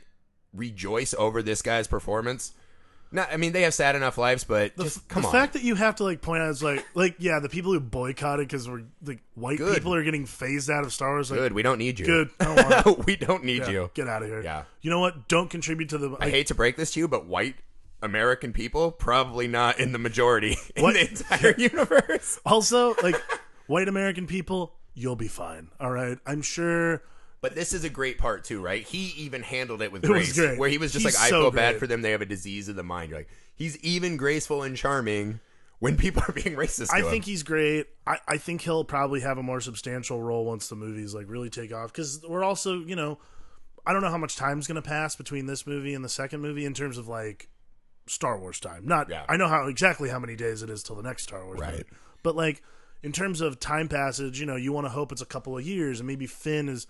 S1: rejoice over this guy's performance. Not, I mean, they have sad enough lives, but
S2: the,
S1: just
S2: f-
S1: come
S2: the
S1: on.
S2: fact that you have to like point out is like like yeah the people who boycotted because we're like white
S1: Good.
S2: people are getting phased out of Star Wars like
S1: good, we don't need you.
S2: good I don't want it.
S1: we don't need
S2: Yeah,
S1: you.
S2: get out of here
S1: Yeah.
S2: you know what don't contribute to the
S1: I
S2: like,
S1: hate to break this to you, but white American people probably not in the majority in
S2: What?
S1: the entire universe.
S2: also like white American people you'll be fine all right I'm sure
S1: But this is a great part too, right? He even handled it with
S2: was
S1: grace,
S2: great.
S1: where he was just
S2: He's
S1: like, "I
S2: so
S1: feel
S2: great.
S1: bad for them; they have a disease of the mind." You're like, he's even graceful and charming when people are being racist. to
S2: I
S1: him.
S2: think he's great I I think he'll probably have a more substantial role once the movies like really take off because we're also you know I don't know how much time's gonna pass between this movie and the second movie in terms of like Star Wars time. Not
S1: Yeah.
S2: I know how exactly how many days it is till the next Star Wars
S1: Right.
S2: movie. But like in terms of time passage, you know, you want to hope it's a couple of years and maybe Finn is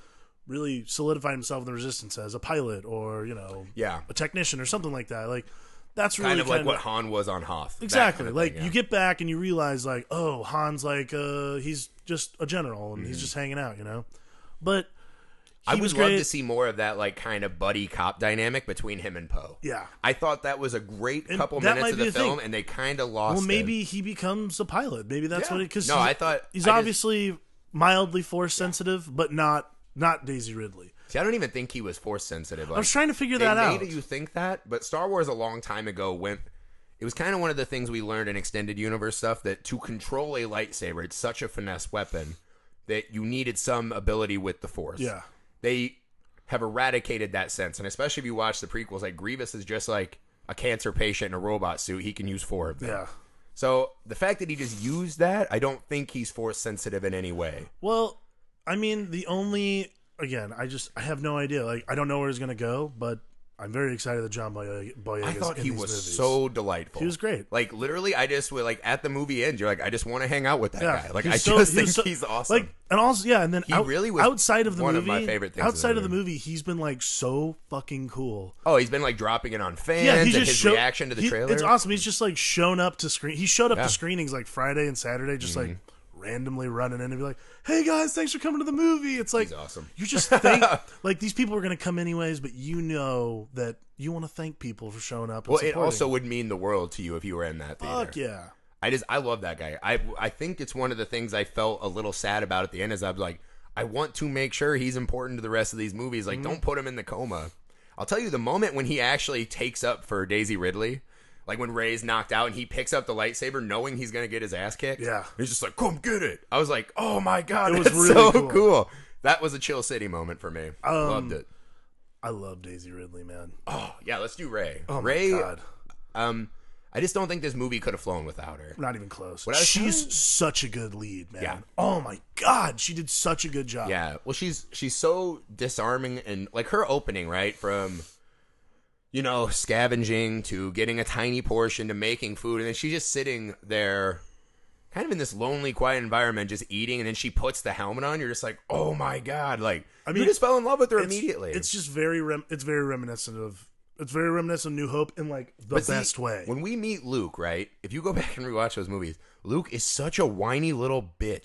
S2: really solidified himself in the resistance as a pilot or, you know,
S1: yeah,
S2: a technician or something like that. Like that's really
S1: kind of like
S2: kinda-
S1: what Han was on Hoth. that
S2: Exactly.
S1: kind of
S2: like
S1: thing, yeah.
S2: you get back and you realize like, oh, Han's like uh he's just a general
S1: Mm-hmm.
S2: and he's just hanging out, you know. But
S1: I
S2: he
S1: would
S2: was
S1: love
S2: great.
S1: to see more of that, like kind of buddy cop dynamic between him and Poe.
S2: Yeah.
S1: I thought that was a great
S2: And
S1: couple
S2: that
S1: minutes
S2: might
S1: of
S2: be
S1: the
S2: the thing.
S1: film, and they kind of lost.
S2: Well,
S1: it.
S2: maybe he becomes a pilot. Maybe that's
S1: Yeah.
S2: what it because
S1: No, I thought-
S2: he's
S1: I just-
S2: obviously mildly force sensitive, but not not Daisy Ridley.
S1: See, I don't even think he was force sensitive.
S2: I was trying to figure
S1: they
S2: that out.
S1: made you think that, but Star Wars a long time ago went. It was kind of one of the things we learned in extended universe stuff that to control a lightsaber, it's such a finesse weapon that you needed some ability with the Force.
S2: Yeah.
S1: they have eradicated that sense, and especially if you watch the prequels, like Grievous is just like a cancer patient in a robot suit. He can use four of them.
S2: yeah.
S1: So the fact that he just used that, I don't think he's force sensitive in any way.
S2: Well, I mean, the only again, I just I have no idea. Like, I don't know where he's gonna go, but I'm very excited that John Boyega. Boyega's
S1: I thought
S2: in
S1: he
S2: these
S1: was
S2: movies.
S1: so delightful.
S2: He was great.
S1: Like literally, I just would like at the movie end. You're like, I just want to hang out with that
S2: Yeah,
S1: guy. Like
S2: he's
S1: I
S2: so-
S1: just
S2: he was
S1: think
S2: so-
S1: he's awesome.
S2: Like, and also, yeah, and then
S1: He
S2: out-
S1: really was
S2: outside of the
S1: one
S2: movie,
S1: of my favorite things in the
S2: outside of the
S1: movie.
S2: movie, he's been like so fucking cool.
S1: oh, he's been like dropping it on fans
S2: yeah, he
S1: and
S2: just
S1: his
S2: show-
S1: reaction to the
S2: he-
S1: trailer.
S2: It's awesome. He's just like shown up to screen. He showed up
S1: Yeah. Mm-hmm.
S2: to screenings like Friday and Saturday, just like randomly running in and be like, "Hey guys, thanks for coming to the movie." It's like
S1: He's awesome.
S2: You just think like these people are gonna come anyways, but you know that you want to thank people for showing up. And
S1: Well, it
S2: supporting.
S1: also would mean the world to you if you were in that theater.
S2: fuck yeah.
S1: I just I love that guy. I I think it's one of the things I felt a little sad about at the end is I was like, I want to make sure he's important to the rest of these movies. Like,
S2: Mhm.
S1: don't put him in the coma. I'll tell you the moment when he actually takes up for Daisy Ridley, like when Ray's knocked out and he picks up the lightsaber knowing he's gonna get his ass kicked.
S2: Yeah.
S1: He's just like, Come get it. I was like, Oh my god,
S2: It
S1: it
S2: was
S1: was
S2: really
S1: so
S2: cool. Um,
S1: cool. That was a chill city moment for me. Loved it.
S2: I love Daisy Ridley, man.
S1: Oh yeah, let's do Ray.
S2: Oh my
S1: Ray
S2: God.
S1: um I just don't think this movie could have flown without her.
S2: Not even close.
S1: I was
S2: She's
S1: telling-
S2: such a good lead, man.
S1: Yeah.
S2: Oh my god, she did such a good job.
S1: Yeah. Well, she's she's so disarming and like her opening right from, you know, scavenging to getting a tiny portion to making food, and then she's just sitting there, kind of in this lonely, quiet environment, just eating, and then she puts the helmet on. You're just like, oh my god! Like I mean,
S2: mean,
S1: you just fell in love with her
S2: It's-
S1: immediately.
S2: It's just very rem- it's very reminiscent of it's very reminiscent of New Hope in like the
S1: But see,
S2: best way.
S1: When we meet Luke, right? If you go back and rewatch those movies, Luke is such a whiny little bitch.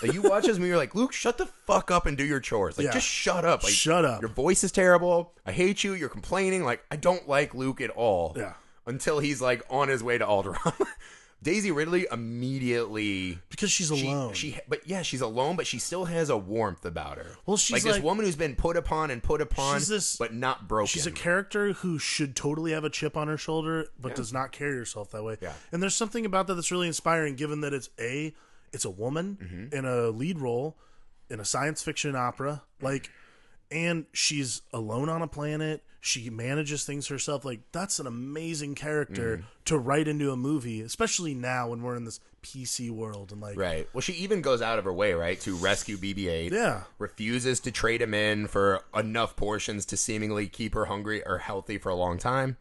S1: like you watch this movie, you're like, Luke, shut the fuck up and do your chores. Like
S2: Yeah.
S1: just shut up. Like
S2: Shut up.
S1: Your voice is terrible. I hate you. You're complaining. Like I don't like Luke at all.
S2: Yeah.
S1: Until he's like on his way to Alderaan. Daisy Ridley immediately
S2: because she's
S1: she-
S2: alone.
S1: She, but yeah, she's alone, but she still has a warmth about her.
S2: Well, she's
S1: like this
S2: like-
S1: woman who's been put upon and put upon,
S2: She's this-
S1: but not broken.
S2: She's a character who should totally have a chip on her shoulder, but does not carry herself that way.
S1: Yeah.
S2: And there's something about that that's really inspiring, given that it's a it's a woman
S1: Mm-hmm.
S2: in a lead role in a science fiction opera, like, and she's alone on a planet. She manages things herself. Like that's an amazing
S1: Mm-hmm.
S2: character to write into a movie, especially now when we're in this PC world and like,
S1: Right. Well, she even goes out of her way, right, to rescue BB-8.
S2: yeah,
S1: Refuses to trade him in for enough portions to seemingly keep her hungry or healthy for a long time.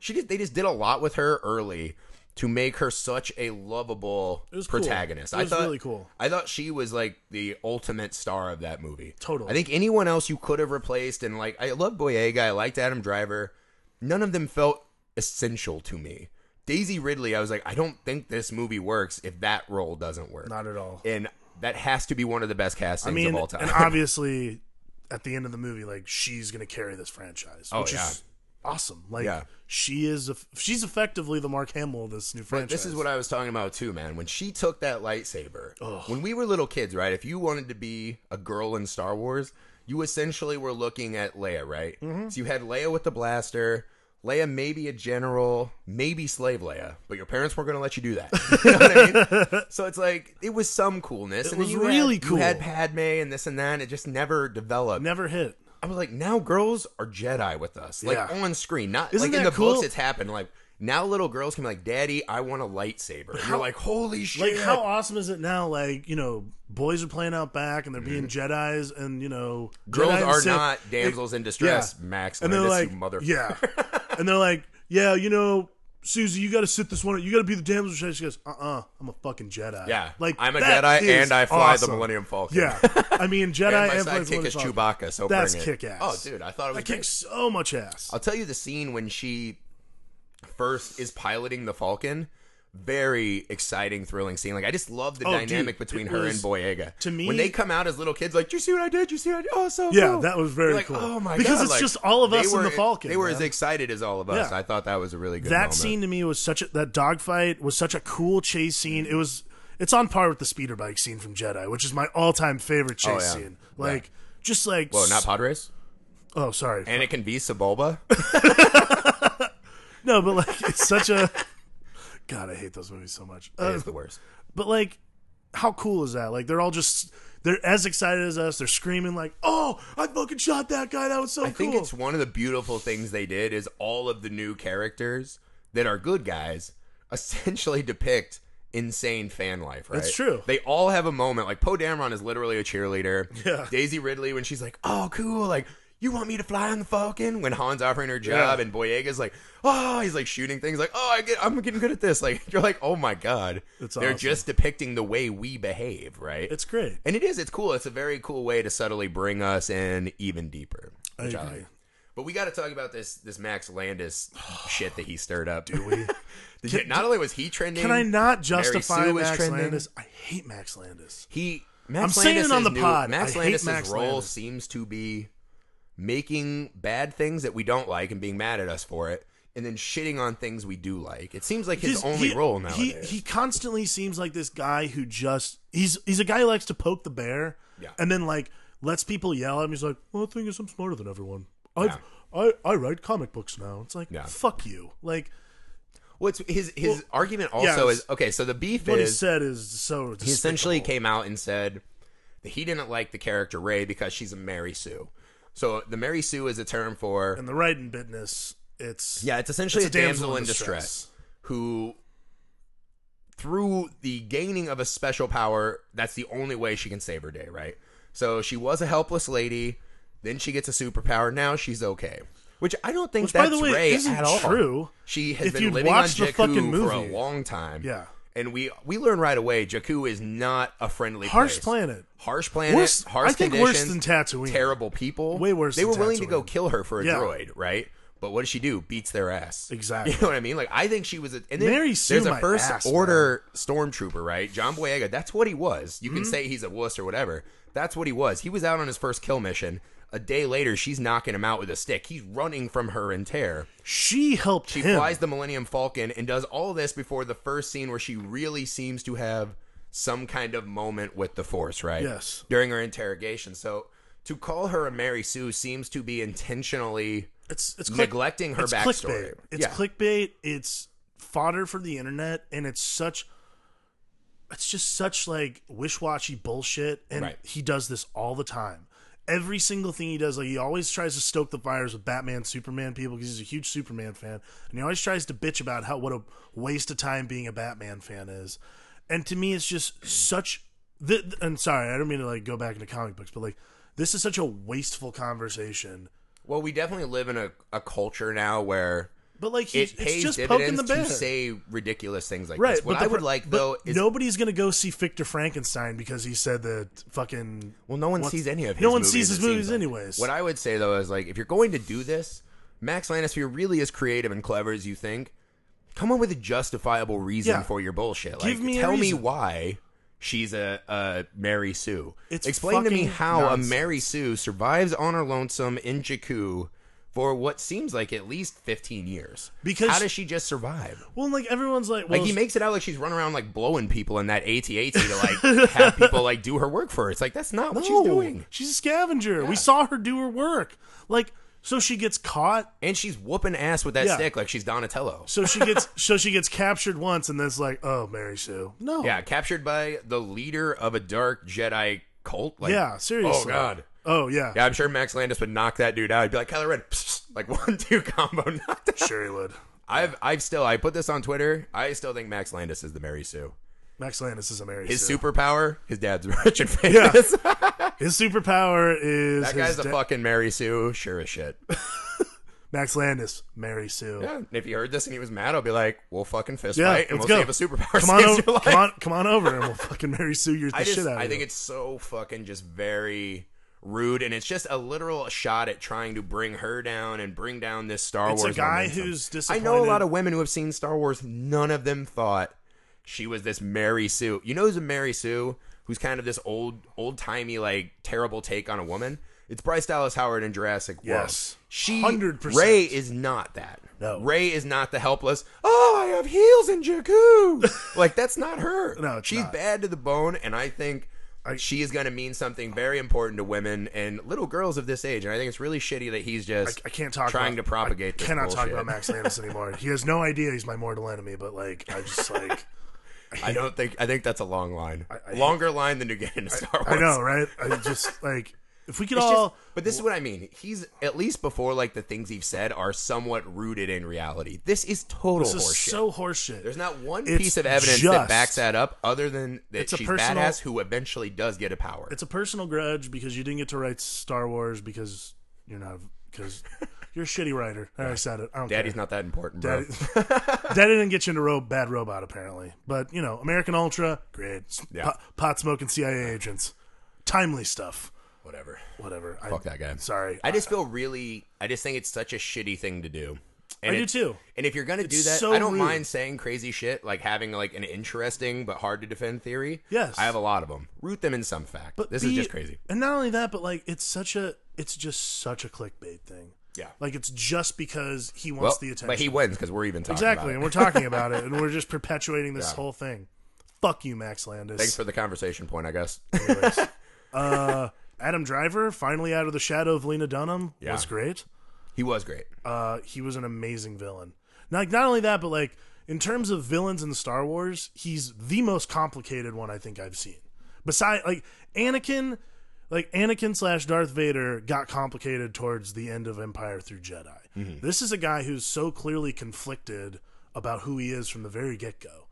S1: She just, they just did a lot with her early to make her such a lovable
S2: was cool.
S1: protagonist.
S2: It was
S1: I thought
S2: really cool.
S1: I thought she was like the ultimate star of that movie.
S2: Totally.
S1: I think anyone else you could have replaced and like I love Boyega, I liked Adam Driver. None of them felt essential to me. Daisy Ridley, I was like, I don't think this movie works if that role doesn't work
S2: not at all.
S1: and that has to be one of the best castings
S2: I mean,
S1: of all time.
S2: and obviously, at the end of the movie, like she's gonna carry this franchise,
S1: Oh,
S2: which
S1: yeah.
S2: is awesome. Like
S1: Yeah.
S2: she is, a, she's effectively the Mark Hamill of this new
S1: But
S2: franchise.
S1: this is what I was talking about too, man. When she took that lightsaber, when we were little kids, right? If you wanted to be a girl in Star Wars, you essentially were looking at Leia, right?
S2: Mm-hmm.
S1: So you had Leia with the blaster. Leia, maybe a general, maybe slave Leia, but your parents weren't going to let you do that. You know what I mean? So it's like it was some coolness. It and then
S2: was
S1: you had-
S2: really
S1: You
S2: cool.
S1: had Padme and this and that. And it just never developed.
S2: never hit.
S1: I was like, now girls are Jedi with us, like
S2: Yeah.
S1: on screen, not
S2: Isn't
S1: like in
S2: that
S1: the
S2: cool?
S1: books. It's happened. Like now, little girls can be like, "Daddy, I want a lightsaber." And you're like, "Holy
S2: Like
S1: shit!"
S2: how awesome is it now? Like you know, boys are playing out back and they're being Jedi's, and you know,
S1: Mm-hmm. girls
S2: Jedi and
S1: are
S2: Sith.
S1: not damsels in distress, Max.
S2: and they're
S1: Landis,
S2: like,
S1: you mother.
S2: yeah, and they're like, yeah, you know. Susie, you got to sit this one. You got to be the damsel. in distress." She goes, "Uh, uh-uh, uh, i am a fucking Jedi.
S1: yeah.
S2: like
S1: I'm a
S2: that
S1: Jedi
S2: is
S1: and I fly
S2: awesome.
S1: the Millennium Falcon.
S2: Yeah, I mean Jedi
S1: and my
S2: and Black
S1: sidekick
S2: Widow
S1: is
S2: Falcon.
S1: Chewbacca. So
S2: That's
S1: bring it.
S2: kick ass.
S1: Oh, dude, I thought it was
S2: That
S1: great.
S2: kicks so much ass.
S1: I'll tell you the scene when she first is piloting the Falcon. Very exciting, thrilling scene. Like I just love the
S2: Oh, dude,
S1: dynamic between
S2: it
S1: her
S2: was-
S1: and Boyega.
S2: to me-
S1: when they come out as little kids, like, "Do you see what I did? Do you see what I did? Oh, so
S2: Yeah,
S1: cool."
S2: that was very
S1: You're like,
S2: cool.
S1: Oh my
S2: Because
S1: God,
S2: it's
S1: like,
S2: just all of
S1: they
S2: us in
S1: were-
S2: the Falcon,
S1: They were
S2: man.
S1: as excited as all of us.
S2: Yeah.
S1: I thought that was a really good.
S2: that
S1: moment.
S2: scene to me was such a that dogfight was such a cool chase scene. It was it's on par with the speeder bike scene from Jedi, which is my all time favorite chase
S1: Oh, yeah.
S2: scene. Like just like
S1: Whoa, not Padres.
S2: oh sorry
S1: Anakin v Sebulba.
S2: no, but like it's such a God, I hate those movies so much. Uh,
S1: is the worst.
S2: But like, how cool is that? Like, they're all just they're as excited as us. They're screaming like, "Oh, I fucking shot that guy! That was so
S1: I
S2: cool!"
S1: think it's one of the beautiful things they did is all of the new characters that are good guys essentially depict insane fan life, right?
S2: That's true.
S1: They all have a moment. Like Poe Dameron is literally a cheerleader.
S2: Yeah.
S1: Daisy Ridley when she's like, "Oh, cool!" Like. You want me to fly on the Falcon? When Han's offering her job
S2: Yeah.
S1: and Boyega's like, oh, he's like shooting things, like, oh, I get, I'm getting good at this. Like, you're like, oh my god,
S2: It's
S1: they're
S2: awesome.
S1: just depicting the way we behave, right?
S2: it's great.
S1: And it is. It's cool. It's a very cool way to subtly bring us in even deeper.
S2: I
S1: which I
S2: agree.
S1: like. But we got to talk about this this Max Landis shit that he stirred up. Do
S2: we?
S1: Not only was he trending,
S2: Can I not justify
S1: Sue was
S2: Max
S1: trending.
S2: Landis? I hate Max Landis.
S1: He Max
S2: I'm saying it
S1: Landis'
S2: on the
S1: new-
S2: pod.
S1: Max
S2: I hate
S1: Landis'
S2: Max
S1: role
S2: Landis.
S1: seems to be making bad things that we don't like and being mad at us for it, and then shitting on things we do like. It seems like his
S2: He's-
S1: only
S2: he-
S1: role
S2: He
S1: nowadays.
S2: he constantly seems like this guy who just he's he's a guy who likes to poke the bear,
S1: Yeah.
S2: and then like lets people yell at him. He's like, "Well, the thing is, I'm smarter than everyone. I
S1: Yeah.
S2: I I write comic books now." It's like,
S1: Yeah.
S2: fuck you. Like
S1: What's his his
S2: Well,
S1: argument
S2: yeah,
S1: also
S2: it's-
S1: is okay. So the beef
S2: what he
S1: is
S2: said is so.
S1: he essentially came out and said that he didn't like the character Ray because she's a Mary Sue. So the Mary Sue is a term for
S2: in the writing business. It's
S1: yeah, it's essentially
S2: It's
S1: a damsel, in distress. who through the gaining of a special power, that's the only way she can save her day, right? So she was a helpless lady, then she gets a superpower, now she's okay. Which I don't think
S2: Which, by
S1: that's
S2: the way,
S1: Rey
S2: isn't
S1: at all.
S2: true.
S1: She has
S2: If
S1: been
S2: you'd
S1: living on
S2: watched the
S1: Jakku
S2: fucking
S1: for a
S2: movie.
S1: long time.
S2: Yeah.
S1: and we we learn right away Jakku is not a friendly
S2: Harsh
S1: place.
S2: planet.
S1: harsh planet,
S2: Worse-
S1: harsh
S2: I think worse
S1: conditions,
S2: than Tatooine.
S1: terrible people,
S2: Way worse
S1: They
S2: than
S1: were willing to go
S2: Tatooine.
S1: kill her for a
S2: Yeah.
S1: droid, right? But what does she do? Beats their ass.
S2: Exactly.
S1: You know what I mean? Like I think she was a and then
S2: Mary Sue
S1: there's a
S2: my
S1: first
S2: ass,
S1: order stormtrooper, right? John Boyega, that's what he was. You
S2: Mm-hmm.
S1: can say he's a wuss or whatever. That's what he was. He was out on his first kill mission. A day later, she's knocking him out with a stick. He's running from her in terror.
S2: She helped
S1: She
S2: him.
S1: flies the Millennium Falcon and does all this before the first scene where she really seems to have some kind of moment with the Force, right?
S2: Yes.
S1: During her interrogation. So to call her a Mary Sue seems to be intentionally
S2: it's it's click-
S1: neglecting her
S2: it's
S1: backstory.
S2: clickbait. It's clickbait. It's fodder for the internet, and it's such. It's just such like wish-washy bullshit, and
S1: Right.
S2: he does this all the time. Every single thing he does, like he always tries to stoke the fires with Batman, Superman people because he's a huge Superman fan, and he always tries to bitch about how what a waste of time being a Batman fan is. And to me, it's just such. Th- th- and sorry, I don't mean to like go back into comic books, but like this is such a wasteful conversation.
S1: Well, we definitely live in a, a culture now where
S2: But like he,
S1: it
S2: it's
S1: pays
S2: just poking
S1: dividends
S2: the
S1: to
S2: bear.
S1: say ridiculous things like
S2: Right,
S1: this. What
S2: but the
S1: I would
S2: pro-
S1: like
S2: but
S1: though is
S2: nobody's gonna go see Victor Frankenstein because he said that fucking.
S1: Well, no one
S2: What-
S1: sees any of his
S2: no one
S1: movies,
S2: sees his
S1: it seems
S2: movies
S1: like.
S2: anyways.
S1: What I would say though is like if you're going to do this, Max Lannister really is creative and clever as you think. Come up with a justifiable reason
S2: Yeah.
S1: for your bullshit. Like,
S2: Give me a
S1: tell me
S2: reason.
S1: why she's a, a Mary Sue.
S2: It's
S1: Explain to me
S2: fucking
S1: how
S2: nonsense.
S1: a Mary Sue survives on her lonesome in Jakku for what seems like at least 15 years.
S2: Because-
S1: how does she just survive?
S2: well, and, like everyone's like, well,
S1: Like he makes it out like she's running around like blowing people in that AT-AT to like have people like do her work for her. It's like that's not what she's
S2: no,
S1: doing.
S2: She's a scavenger. We saw her do her work. Like so, she gets caught.
S1: And she's whooping ass with that
S2: Yeah.
S1: stick like she's Donatello.
S2: So she gets so she gets captured once, and then it's like, oh, Mary Sue. No.
S1: Yeah, captured by the leader of a dark Jedi cult. Like,
S2: Yeah. Seriously.
S1: Oh god.
S2: Oh yeah.
S1: Yeah, I'm sure Max Landis would knock that dude out. He'd be like Kylo Ren, psst, psst, like one two combo knocked out.
S2: Sure he would.
S1: I've I've still I put this on Twitter. I still think Max Landis is the Mary Sue.
S2: Max Landis is a Mary
S1: His
S2: Sue.
S1: superpower, his dad's rich and famous.
S2: his superpower is
S1: that
S2: his
S1: guy's a
S2: da-
S1: fucking Mary Sue, sure as shit.
S2: Max Landis, Mary Sue.
S1: Yeah, and if he heard this and he was mad, I'll be like, "We'll fucking fist
S2: Yeah,
S1: fight, and we'll
S2: let's
S1: see if
S2: go.
S1: a superpower
S2: come on,
S1: saves
S2: over,
S1: your life."
S2: come on, come on over, and we'll fucking Mary Sue your the
S1: I just,
S2: shit out of
S1: I
S2: you.
S1: think it's so fucking just very rude, and it's just a literal shot at trying to bring her down and bring down this Star
S2: It's a
S1: Wars.
S2: guy
S1: momentum.
S2: who's
S1: I
S2: disappointed.
S1: know a lot of women who have seen Star Wars. None of them thought she was this Mary Sue. You know who's a Mary Sue? Who's kind of this old, old timey, like terrible take on a woman? It's Bryce Dallas Howard in Jurassic World.
S2: Yes.
S1: she
S2: 100%.
S1: Ray is not that.
S2: No.
S1: Ray is not the helpless. Oh, I have heels in Jakku. like that's not her.
S2: No, it's
S1: she's
S2: not.
S1: bad to the bone, and I think.
S2: I-
S1: she is going to mean something very important to women and little girls of this age, and I think it's really shitty that he's just
S2: I can't talk.
S1: trying
S2: about,
S1: to propagate.
S2: I
S1: this
S2: cannot talk
S1: bullshit.
S2: about Max Landis anymore. he has no idea he's my mortal enemy. But like, I just like,
S1: I don't think. I think that's a long line.
S2: I-
S1: Longer line than you get in Star Wars.
S2: I know, right? I just like, if we could
S1: It's
S2: all,
S1: just- but this is what I mean. He's at least before like the things he's said are somewhat rooted in reality. This is total
S2: this is
S1: horseshit.
S2: so horseshit.
S1: There's not one
S2: It's
S1: piece of evidence that
S2: just-
S1: backs that up, other than that
S2: It's a
S1: she's
S2: personal-
S1: badass who eventually does get a power.
S2: it's a personal grudge because you didn't get to write Star Wars because you're not because you're a shitty writer. I already said it. I don't
S1: Daddy's
S2: care.
S1: not that important, bro.
S2: Daddy, Daddy didn't get you into ro- Bad Robot, apparently. But, you know, American Ultra, great. S-
S1: Yeah.
S2: Pot, pot smoking CIA agents. Timely stuff.
S1: Whatever.
S2: Whatever. I,
S1: Fuck that guy.
S2: Sorry.
S1: I just feel really. I just think it's such a shitty thing to do. And
S2: I do
S1: it-
S2: too.
S1: And if you're gonna do that,
S2: so
S1: I don't
S2: rude.
S1: mind saying crazy shit, like having like an interesting but hard to defend theory.
S2: Yes.
S1: I have a lot of them. Root them in some fact. But this is
S2: be-
S1: just crazy.
S2: And not only that, but, like, it's such a, it's just such a clickbait thing.
S1: Yeah.
S2: Like, it's just because he
S1: Well,
S2: wants the attention.
S1: but he wins because we're even talking about
S2: exactly. And
S1: it.
S2: we're talking about it. And we're just perpetuating this
S1: Yeah.
S2: whole thing. Fuck you, Max Landis.
S1: Thanks for the conversation point, I guess.
S2: uh, Adam Driver, finally out of the shadow of Lena Dunham,
S1: Yeah.
S2: was great.
S1: he was great.
S2: uh, he was an amazing villain. Now, like not only that, but like in terms of villains in Star Wars, he's the most complicated one I think I've seen. Beside like Anakin, like Anakin slash Darth Vader got complicated towards the end of Empire through Jedi.
S1: Mm-hmm.
S2: This is a guy who's so clearly conflicted about who he is from the very get go.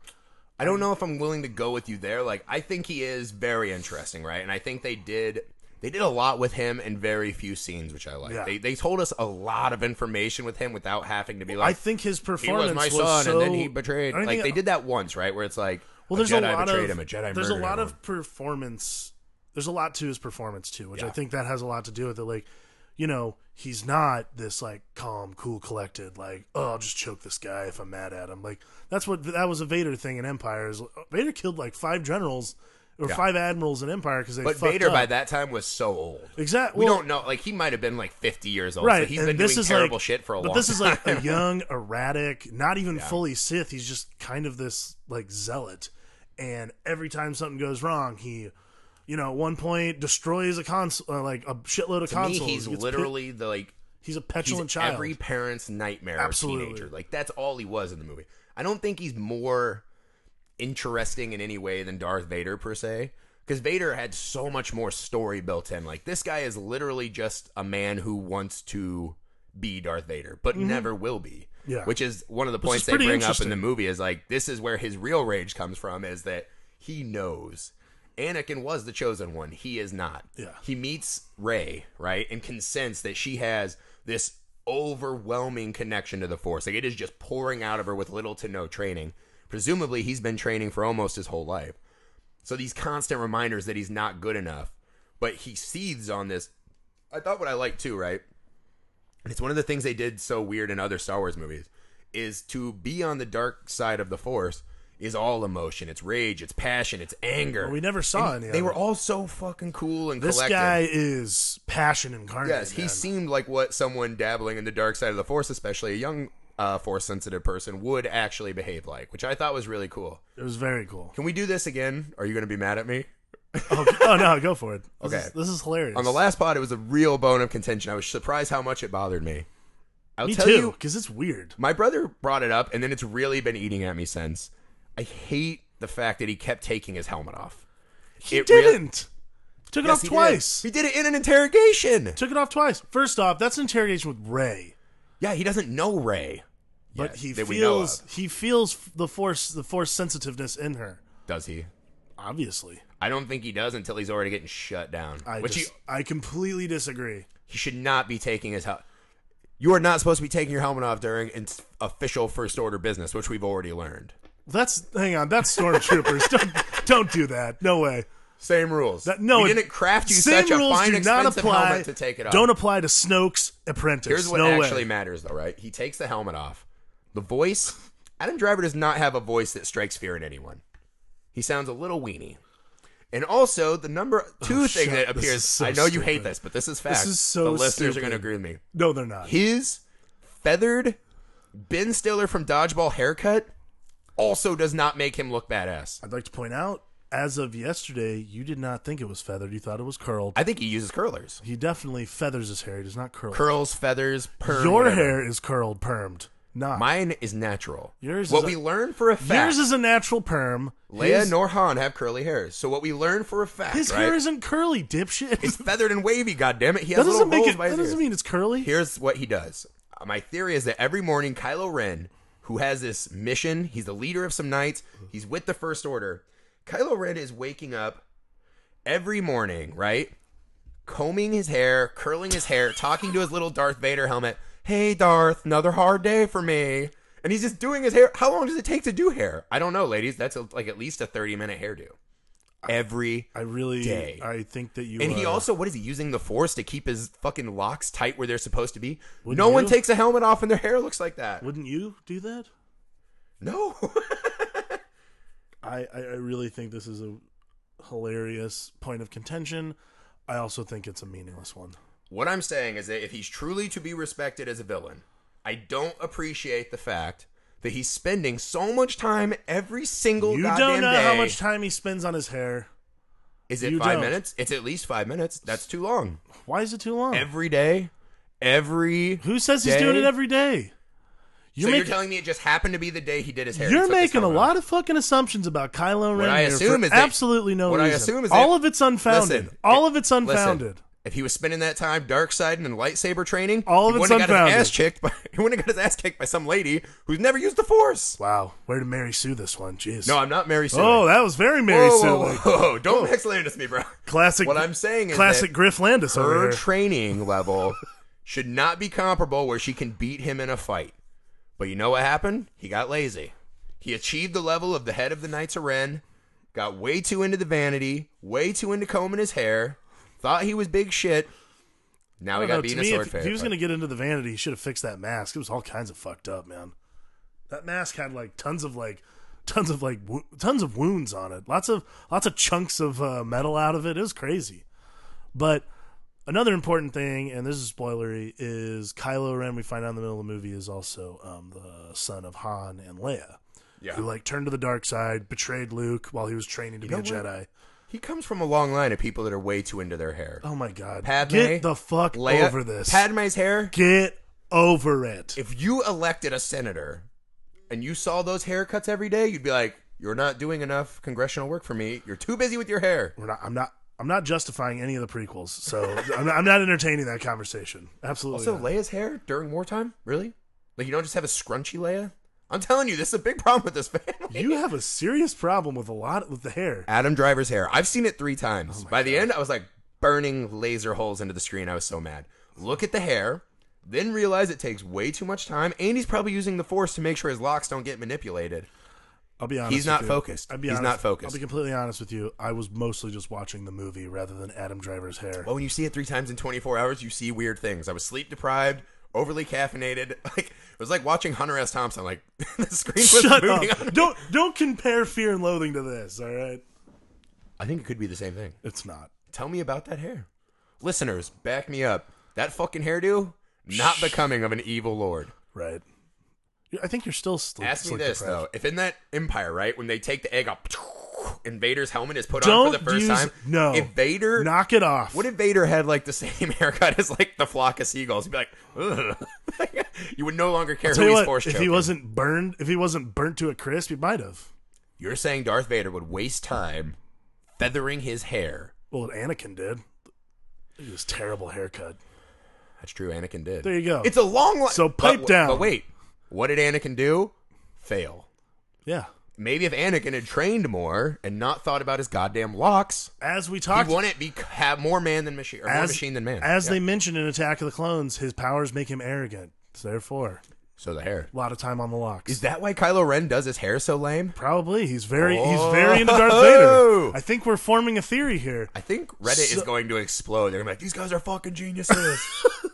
S1: I don't know if I'm willing to go with you there. Like, I think he is very interesting, right? And I think they did. They did a lot with him and very few scenes, which I like.
S2: Yeah.
S1: They they told us a lot of information with him without having to be like
S2: I think his
S1: he
S2: performance
S1: was my son
S2: so,
S1: and then he betrayed.
S2: I
S1: Like
S2: think-
S1: they did that once, right? Where it's like
S2: Well,
S1: a
S2: there's
S1: Jedi
S2: a lot
S1: betrayed
S2: of
S1: him, a Jedi
S2: there's a
S1: murdered
S2: lot
S1: him.
S2: of performance. There's a lot to his performance too, which I
S1: Yeah.
S2: think that has a lot to do with it. Like, you know, he's not this like calm, cool, collected. Like, oh, I'll just choke this guy if I'm mad at him. Like, that's what that was a Vader thing in Empire. Is Vader killed like five generals or
S1: Yeah.
S2: five admirals in Empire because they
S1: But
S2: fucked
S1: Vader
S2: up.
S1: by that time was so old.
S2: exactly.
S1: We don't know. Like he might have been like 50 years old.
S2: right.
S1: So he's
S2: and
S1: been
S2: this
S1: doing
S2: is
S1: terrible
S2: like,
S1: shit for a
S2: but
S1: long
S2: this
S1: time.
S2: is like a young, erratic, not even fully Sith. He's just kind of this like zealot, and every time something goes wrong, he, you know, at one point destroys a console, uh, like a shitload of
S1: To me,
S2: consoles.
S1: he's
S2: He gets
S1: literally the like
S2: pit- he's a
S1: he's
S2: petulant child.
S1: every parent's nightmare
S2: Absolutely.
S1: or teenager. Like that's all he was in the movie. I don't think he's more interesting in any way than Darth Vader per se. Because Vader had so much more story built in. Like this guy is literally just a man who wants to be Darth Vader, but never will be.
S2: Mm-hmm. Yeah.
S1: Which is one of the
S2: is
S1: points they
S2: pretty
S1: bring up
S2: interesting.
S1: in the movie is like this is where his real rage comes from is that he knows Anakin was the chosen one. He is not.
S2: Yeah.
S1: He meets Rey, right, and can sense that she has this overwhelming connection to the Force. Like it is just pouring out of her with little to no training. Presumably, he's been training for almost his whole life. So these constant reminders that he's not good enough, but he seethes on this. I thought what I liked too, right? And it's one of the things they did so weird in other Star Wars movies is to be on the dark side of the Force is all emotion. It's rage, it's passion, it's anger.
S2: Well, we never saw any.
S1: They
S2: of
S1: were
S2: it.
S1: all so fucking cool and
S2: This
S1: collected.
S2: guy is passion incarnate.
S1: yes, he
S2: man.
S1: seemed like what someone dabbling in the dark side of the force, especially a young uh, force sensitive person, would actually behave like, which I thought was really cool.
S2: It was very cool.
S1: Can we do this again? Are you going to be mad at me?
S2: Oh, oh, no, go for it. This
S1: Okay.
S2: is, this is hilarious.
S1: On the last pod, it was a real bone of contention. I was surprised how much it bothered me. I'll
S2: me
S1: tell
S2: too,
S1: you,
S2: because it's weird.
S1: my brother brought it up, and then it's really been eating at me since. I hate the fact that he kept taking his helmet off.
S2: He
S1: It rea-
S2: didn't. Took it
S1: Yes,
S2: off
S1: he did.
S2: twice.
S1: He did it in an interrogation.
S2: Took it off twice. First off, that's interrogation with Ray,
S1: Yeah, he doesn't know Ray.
S2: but
S1: yet
S2: he
S1: that we know
S2: feels
S1: of.
S2: he feels the force the force sensitiveness in her.
S1: Does he?
S2: Obviously,
S1: I don't think he does until he's already getting shut down.
S2: I
S1: which
S2: just,
S1: he,
S2: I completely disagree.
S1: he should not be taking his helmet. You are not supposed to be taking your helmet off during ins- official first order business, which we've already learned.
S2: That's hang on, that's stormtroopers. don't don't do that. No way.
S1: Same rules.
S2: That, no,
S1: we
S2: it-
S1: didn't craft you
S2: same
S1: such a
S2: rules
S1: fine,
S2: do not
S1: expensive
S2: apply.
S1: helmet to take it off.
S2: Don't apply to Snoke's apprentice.
S1: Here's what
S2: no
S1: actually
S2: way.
S1: matters, though, right? He takes the helmet off. The voice. Adam Driver does not have a voice that strikes fear in anyone. He sounds a little weenie. And also, the number two thing
S2: Oh, shut-
S1: that
S2: this
S1: appears.
S2: is so
S1: I know you
S2: stupid.
S1: hate this, but this is fact.
S2: is so
S1: The listeners are
S2: stupid.
S1: going to agree with me.
S2: No, they're not.
S1: His feathered Ben Stiller from Dodgeball haircut also does not make him look badass.
S2: I'd like to point out, as of yesterday, you did not think it was feathered. You thought it was curled.
S1: I think he uses curlers.
S2: he definitely feathers his hair. He does not curl. it.
S1: Curls, feathers, perm.
S2: Your
S1: whatever.
S2: hair is curled, permed. Not
S1: Mine is natural.
S2: Yours
S1: what
S2: is a-
S1: we learn for a fact.
S2: Yours is a natural perm.
S1: Leia
S2: his,
S1: nor Han have curly hairs. So what we learn for a fact,
S2: his
S1: right?
S2: hair isn't curly, dipshit.
S1: it's feathered and wavy. goddammit. it! He has
S2: that
S1: little
S2: doesn't make
S1: rolls
S2: it.
S1: by
S2: That
S1: his
S2: doesn't
S1: ears.
S2: mean it's curly.
S1: Here's what he does. Uh, My theory is that every morning, Kylo Ren, who has this mission, he's the leader of some knights. He's with the First Order. Kylo Ren is waking up every morning, right? Combing his hair, curling his hair, talking to his little Darth Vader helmet. Hey, Darth, another hard day for me. And he's just doing his hair. How long does it take to do hair? I don't know, ladies. That's a, like at least a 30 minute hairdo. Every.
S2: I really.
S1: Day.
S2: I think that you. uh,
S1: And he
S2: are-
S1: also, what is he using the force to keep his fucking locks tight where they're supposed to be?
S2: Wouldn't
S1: no one
S2: you?
S1: takes a helmet off and their hair looks like that.
S2: Wouldn't you do that?
S1: No.
S2: I, I I really think this is a hilarious point of contention. I also think it's a meaningless one.
S1: what I'm saying is that if he's truly to be respected as a villain, I don't appreciate the fact that he's spending so much time every single
S2: You
S1: goddamn
S2: don't know
S1: day.
S2: how much time he spends on his hair.
S1: is it
S2: you
S1: 5
S2: don't.
S1: minutes? It's at least 5 minutes. That's too long.
S2: Why is it too long?
S1: Every day, every
S2: Who says he's
S1: day?
S2: doing it every day?
S1: So
S2: making-
S1: you're telling me it just happened to be the day he did his hair. and
S2: You're
S1: took his
S2: making a
S1: helmet off?
S2: lot of fucking assumptions about Kylo Ren.
S1: I
S2: here
S1: assume
S2: for
S1: is that-
S2: absolutely no
S1: what I
S2: reason.
S1: assume is
S2: all
S1: that-
S2: of it's unfounded.
S1: Listen,
S2: all of it's
S1: Listen,
S2: unfounded.
S1: If he was spending that time dark side and lightsaber training,
S2: All
S1: he
S2: of it's
S1: wouldn't have got his
S2: unfounded.
S1: ass kicked by he wouldn't have got his ass kicked by some lady who's never used the force.
S2: Wow, where did Mary Sue this one? Jeez.
S1: No, I'm not Mary Sue.
S2: oh, that was very Mary
S1: whoa,
S2: Sue. Oh.
S1: whoa,
S2: like,
S1: whoa, whoa, Don't Max Landis me, bro.
S2: Classic.
S1: What I'm saying is
S2: classic
S1: that
S2: Griff Landis over
S1: Her
S2: here.
S1: training level should not be comparable where she can beat him in a fight. But you know what happened? He got lazy. He achieved the level of the head of the Knights of Ren, got way too into the vanity, way too into combing his hair, thought he was big shit. Now
S2: I
S1: he
S2: don't know,
S1: got
S2: to
S1: beaten a
S2: me,
S1: sword
S2: if,
S1: fight.
S2: if he was going to get into the vanity, he should have fixed that mask. It was all kinds of fucked up, man. That mask had like tons of like tons of like wo- tons of wounds on it. Lots of lots of chunks of uh, metal out of it. It was crazy. But another important thing, and this is spoilery, is Kylo Ren. We find out in the middle of the movie is also um, the son of Han and Leia,
S1: Yeah.
S2: who like turned to the dark side, betrayed Luke while he was training to
S1: know
S2: be a
S1: what?
S2: Jedi.
S1: He comes from a long line of people that are way too into their hair.
S2: Oh my god!
S1: Padme,
S2: Get the fuck
S1: Leia,
S2: over this.
S1: Padme's hair.
S2: Get over it.
S1: If you elected a senator and you saw those haircuts every day, you'd be like, "You're not doing enough congressional work for me. You're too busy with your hair."
S2: We're not. I'm not. I'm not justifying any of the prequels, so I'm not, I'm not entertaining that conversation. Absolutely.
S1: Also,
S2: not.
S1: Leia's hair during wartime, really? Like you don't just have a scrunchy Leia? I'm telling you, this is a big problem with this family.
S2: you have a serious problem with a lot with the hair.
S1: Adam Driver's hair. I've seen it three
S2: Oh
S1: times. By the end, I was like burning laser holes into the screen. I was so mad. Look at the hair, then realize it takes way too much time, and he's probably using the force to make sure his locks don't get manipulated.
S2: I'll be honest.
S1: He's not
S2: with you.
S1: focused.
S2: I'll be
S1: He's
S2: honest-
S1: not focused.
S2: I'll be completely honest with you. I was mostly just watching the movie rather than Adam Driver's hair.
S1: Well, when you see it three times in 24 hours, you see weird things. I was sleep deprived, overly caffeinated. Like it was like watching Hunter S. Thompson. Like the screen was
S2: Shut
S1: moving.
S2: up!
S1: On.
S2: Don't don't compare Fear and Loathing to this. All right,
S1: I think it could be the same thing.
S2: it's not.
S1: Tell me about that hair, listeners. Back me up. That fucking hairdo, not becoming of an evil lord.
S2: Right. I think you're still sleep.
S1: Ask me
S2: sleep
S1: this
S2: deprived.
S1: though: if in that Empire, right, when they take the egg up, and Vader's helmet is put on
S2: Don't
S1: for the first
S2: use
S1: time,
S2: no.
S1: if Vader.
S2: Knock it off.
S1: what if Vader had like the same haircut as like the flock of seagulls? You'd be like, Ugh. you would no longer care
S2: Tell
S1: who
S2: you
S1: he's
S2: what,
S1: force
S2: if
S1: choking.
S2: he wasn't burned, if he wasn't burnt to a crisp, he might have.
S1: You're saying Darth Vader would waste time feathering his hair.
S2: Well, what Anakin did. Look at This terrible haircut.
S1: That's true. Anakin did.
S2: There you go.
S1: It's a long line.
S2: So pipe
S1: but,
S2: down.
S1: But wait, what did Anakin do? Fail.
S2: Yeah.
S1: Maybe if Anakin had trained more and not thought about his goddamn locks,
S2: As we
S1: he
S2: talked,
S1: wouldn't be have more man than machine or more
S2: as,
S1: machine than man.
S2: As
S1: Yeah.
S2: they mentioned in Attack of the Clones, his powers make him arrogant. So therefore,
S1: so the hair
S2: a lot of time on the locks.
S1: is that why Kylo Ren does his hair so lame?
S2: Probably he's very
S1: Oh.
S2: he's very into Darth Vader. I think we're forming a theory here.
S1: I think Reddit is
S2: So-
S1: going to explode. They're gonna be like, these guys are fucking geniuses.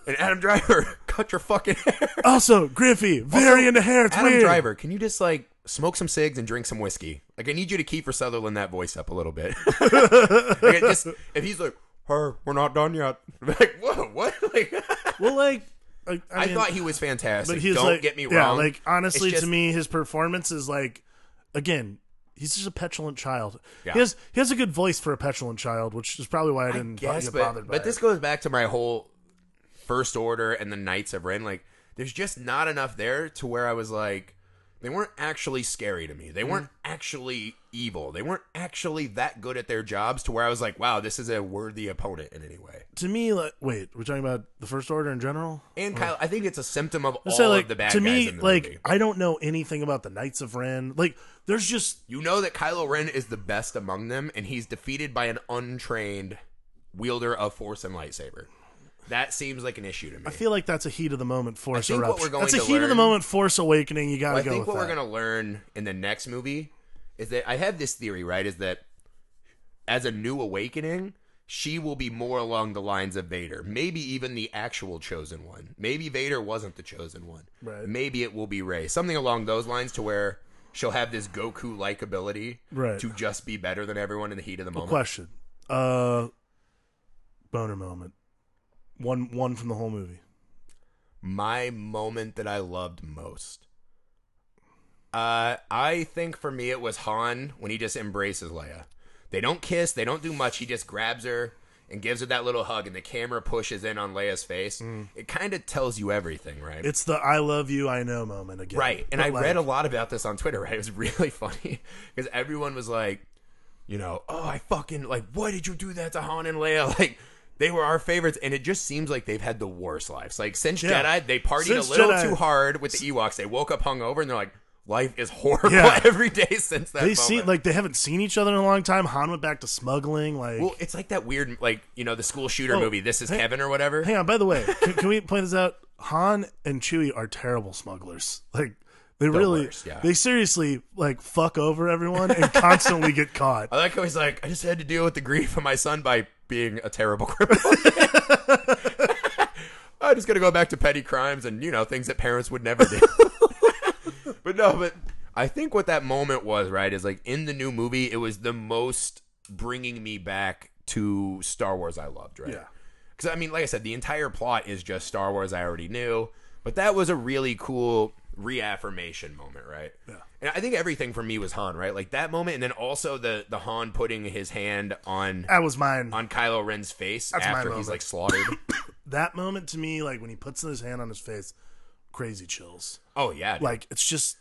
S1: and Adam Driver, cut your fucking hair.
S2: Also, Griffey very
S1: Also,
S2: into hair. It's
S1: Adam
S2: weird.
S1: Driver, can you just like smoke some cigs and drink some whiskey? Like I need you to Kiefer Sutherland that voice up a little bit. like, it just if he's like, "Her, we're not done yet." Like, whoa, what? Like,
S2: Well, like I, I
S1: I,
S2: mean,
S1: thought he was fantastic.
S2: but he's
S1: Don't
S2: like,
S1: get me
S2: yeah,
S1: wrong.
S2: like honestly,
S1: It's just-
S2: to me, his performance is like, again, he's just a petulant child.
S1: Yeah.
S2: He has he has a good voice for a petulant child, which is probably why I didn't bo-
S1: yes,
S2: get
S1: but
S2: bothered by
S1: but this
S2: it.
S1: goes back to my whole First Order and the Knights of Ren. Like, there's just not enough there to where I was like, they weren't actually scary to me. They weren't
S2: Mm-hmm.
S1: actually evil. They weren't actually that good at their jobs to where I was like, wow, this is a worthy opponent in any way.
S2: to me, like, wait, we're talking about the First Order in general.
S1: And Kyle, I think it's a symptom of all
S2: Let's say, Mm. like
S1: of the bad
S2: to
S1: guys
S2: me,
S1: in the
S2: like
S1: movie.
S2: I don't know anything about the Knights of Ren. Like, there's just
S1: You know that Kylo Ren is the best among them, and he's defeated by an untrained wielder of force and lightsaber. That seems like an issue to me.
S2: I feel like that's a heat of the moment Force
S1: think what
S2: eruption.
S1: we're going
S2: that's a
S1: to
S2: heat of the
S1: learn-
S2: moment Force awakening. You gotta
S1: I
S2: go
S1: think
S2: with
S1: what
S2: that.
S1: we're gonna learn in the next movie is that I have this theory, right? Is that as a new awakening, she will be more along the lines of Vader, maybe even the actual chosen one. Maybe Vader wasn't the chosen one.
S2: Right.
S1: Maybe it will be Rey, something along those lines, to where she'll have this Goku like ability
S2: Right.
S1: to just be better than everyone in the heat of the moment.
S2: Question. Uh, boner moment. One one from the whole movie.
S1: my moment that I loved most. Uh, I think for me it was Han when he just embraces Leia. They don't kiss, they don't do much. He just grabs her and gives her that little hug, and the camera pushes in on Leia's face. It kind of tells you everything, right?
S2: It's the I love you, I know moment again.
S1: Right. And
S2: But,
S1: I
S2: like,
S1: read a lot about this on Twitter, right? It was really funny because everyone was like, you know, oh, I fucking, like, why did you do that to Han and Leia? Like, They were our favorites, and it just seems like they've had the worst lives. Like since
S2: Yeah.
S1: Jedi, they partied
S2: Since
S1: a little
S2: Jedi-
S1: too hard with the Ewoks. They woke up hungover, and they're like, "Life is horrible
S2: Yeah.
S1: every day since that."
S2: They
S1: moment.
S2: see like they haven't seen each other in a long time. Han went back to smuggling. Like,
S1: Well, it's like that weird, like you know, the school shooter
S2: Oh,
S1: movie. This is
S2: hey-
S1: Kevin or whatever.
S2: hang on. By the way, can, can we point this out? Han and Chewie are terrible smugglers. Like they really,
S1: worst, yeah.
S2: they seriously like fuck over everyone and constantly get caught.
S1: I like how he's like, I just had to deal with the grief of my son by being a terrible criminal. I just gotta go back to petty crimes and you know things that parents would never do. but no, but I think what that moment was right is like in the new movie, it was the most bringing me back to Star Wars I loved, right?
S2: Yeah.
S1: Because I mean, like I said, the entire plot is just Star Wars I already knew, but that was a really cool reaffirmation moment, right? Yeah. And I think everything for me was Han, right? Like that moment, and then also the the Han putting his hand on
S2: That was mine.
S1: on Kylo Ren's face
S2: That's my
S1: after he's
S2: moment.
S1: like slaughtered.
S2: That moment to me, like when he puts his hand on his face, crazy chills.
S1: oh yeah, dude.
S2: Like it's just,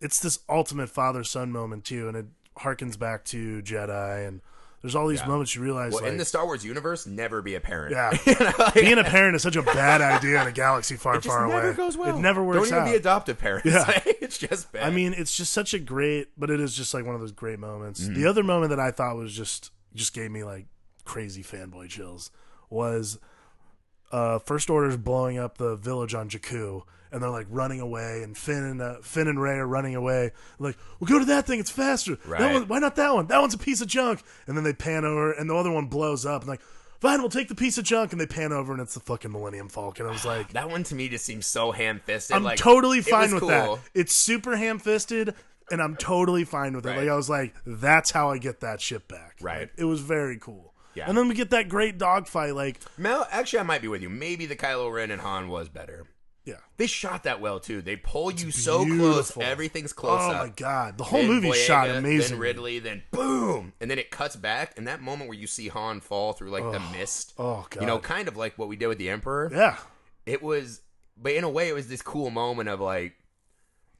S2: it's this ultimate father son moment too, and it harkens back to Jedi. And there's all these moments you realize
S1: well,
S2: like,
S1: in the Star Wars universe, never be a parent.
S2: Yeah.
S1: You know, like,
S2: being a parent is such a bad idea in a galaxy far,
S1: it just
S2: far
S1: never
S2: away.
S1: goes well.
S2: It never works
S1: Don't even
S2: out.
S1: be adoptive parents.
S2: Yeah.
S1: it's just bad.
S2: I mean, it's just such a great, but it is just like one of those great moments.
S1: Mm-hmm.
S2: The other moment that I thought was just just gave me like crazy fanboy chills was uh First Order's blowing up the village on Jakku, and they're like running away, and Finn and uh, Finn and Ray are running away. Like, well, go to that thing; it's faster. That
S1: Right.
S2: one- why not that one? That one's a piece of junk. And then they pan over, and the other one blows up, and like. Fine, we'll take the piece of junk, and they pan over, and it's the fucking Millennium Falcon. I was like,
S1: that one to me just seems so ham fisted.
S2: I'm
S1: like,
S2: totally
S1: it
S2: fine
S1: was
S2: with
S1: cool.
S2: that. It's super ham fisted, and I'm totally fine with it.
S1: Right.
S2: Like I was like, that's how I get that shit back.
S1: Right.
S2: Like, it was very cool.
S1: Yeah.
S2: And then we get that great dogfight. Like,
S1: Mel, actually, I might be with you. Maybe the Kylo Ren and Han was better.
S2: yeah.
S1: They shot that well too. They pull you so close.
S2: beautiful.
S1: Everything's close
S2: Oh
S1: up.
S2: my god, the whole
S1: Then
S2: movie shot
S1: Boyega,
S2: amazing.
S1: Then Ridley, then boom, and then it cuts back. And that moment where you see Han fall through like the mist.
S2: oh, God.
S1: You know, kind of like what we did with the Emperor.
S2: Yeah.
S1: It was, but in a way, it was this cool moment of like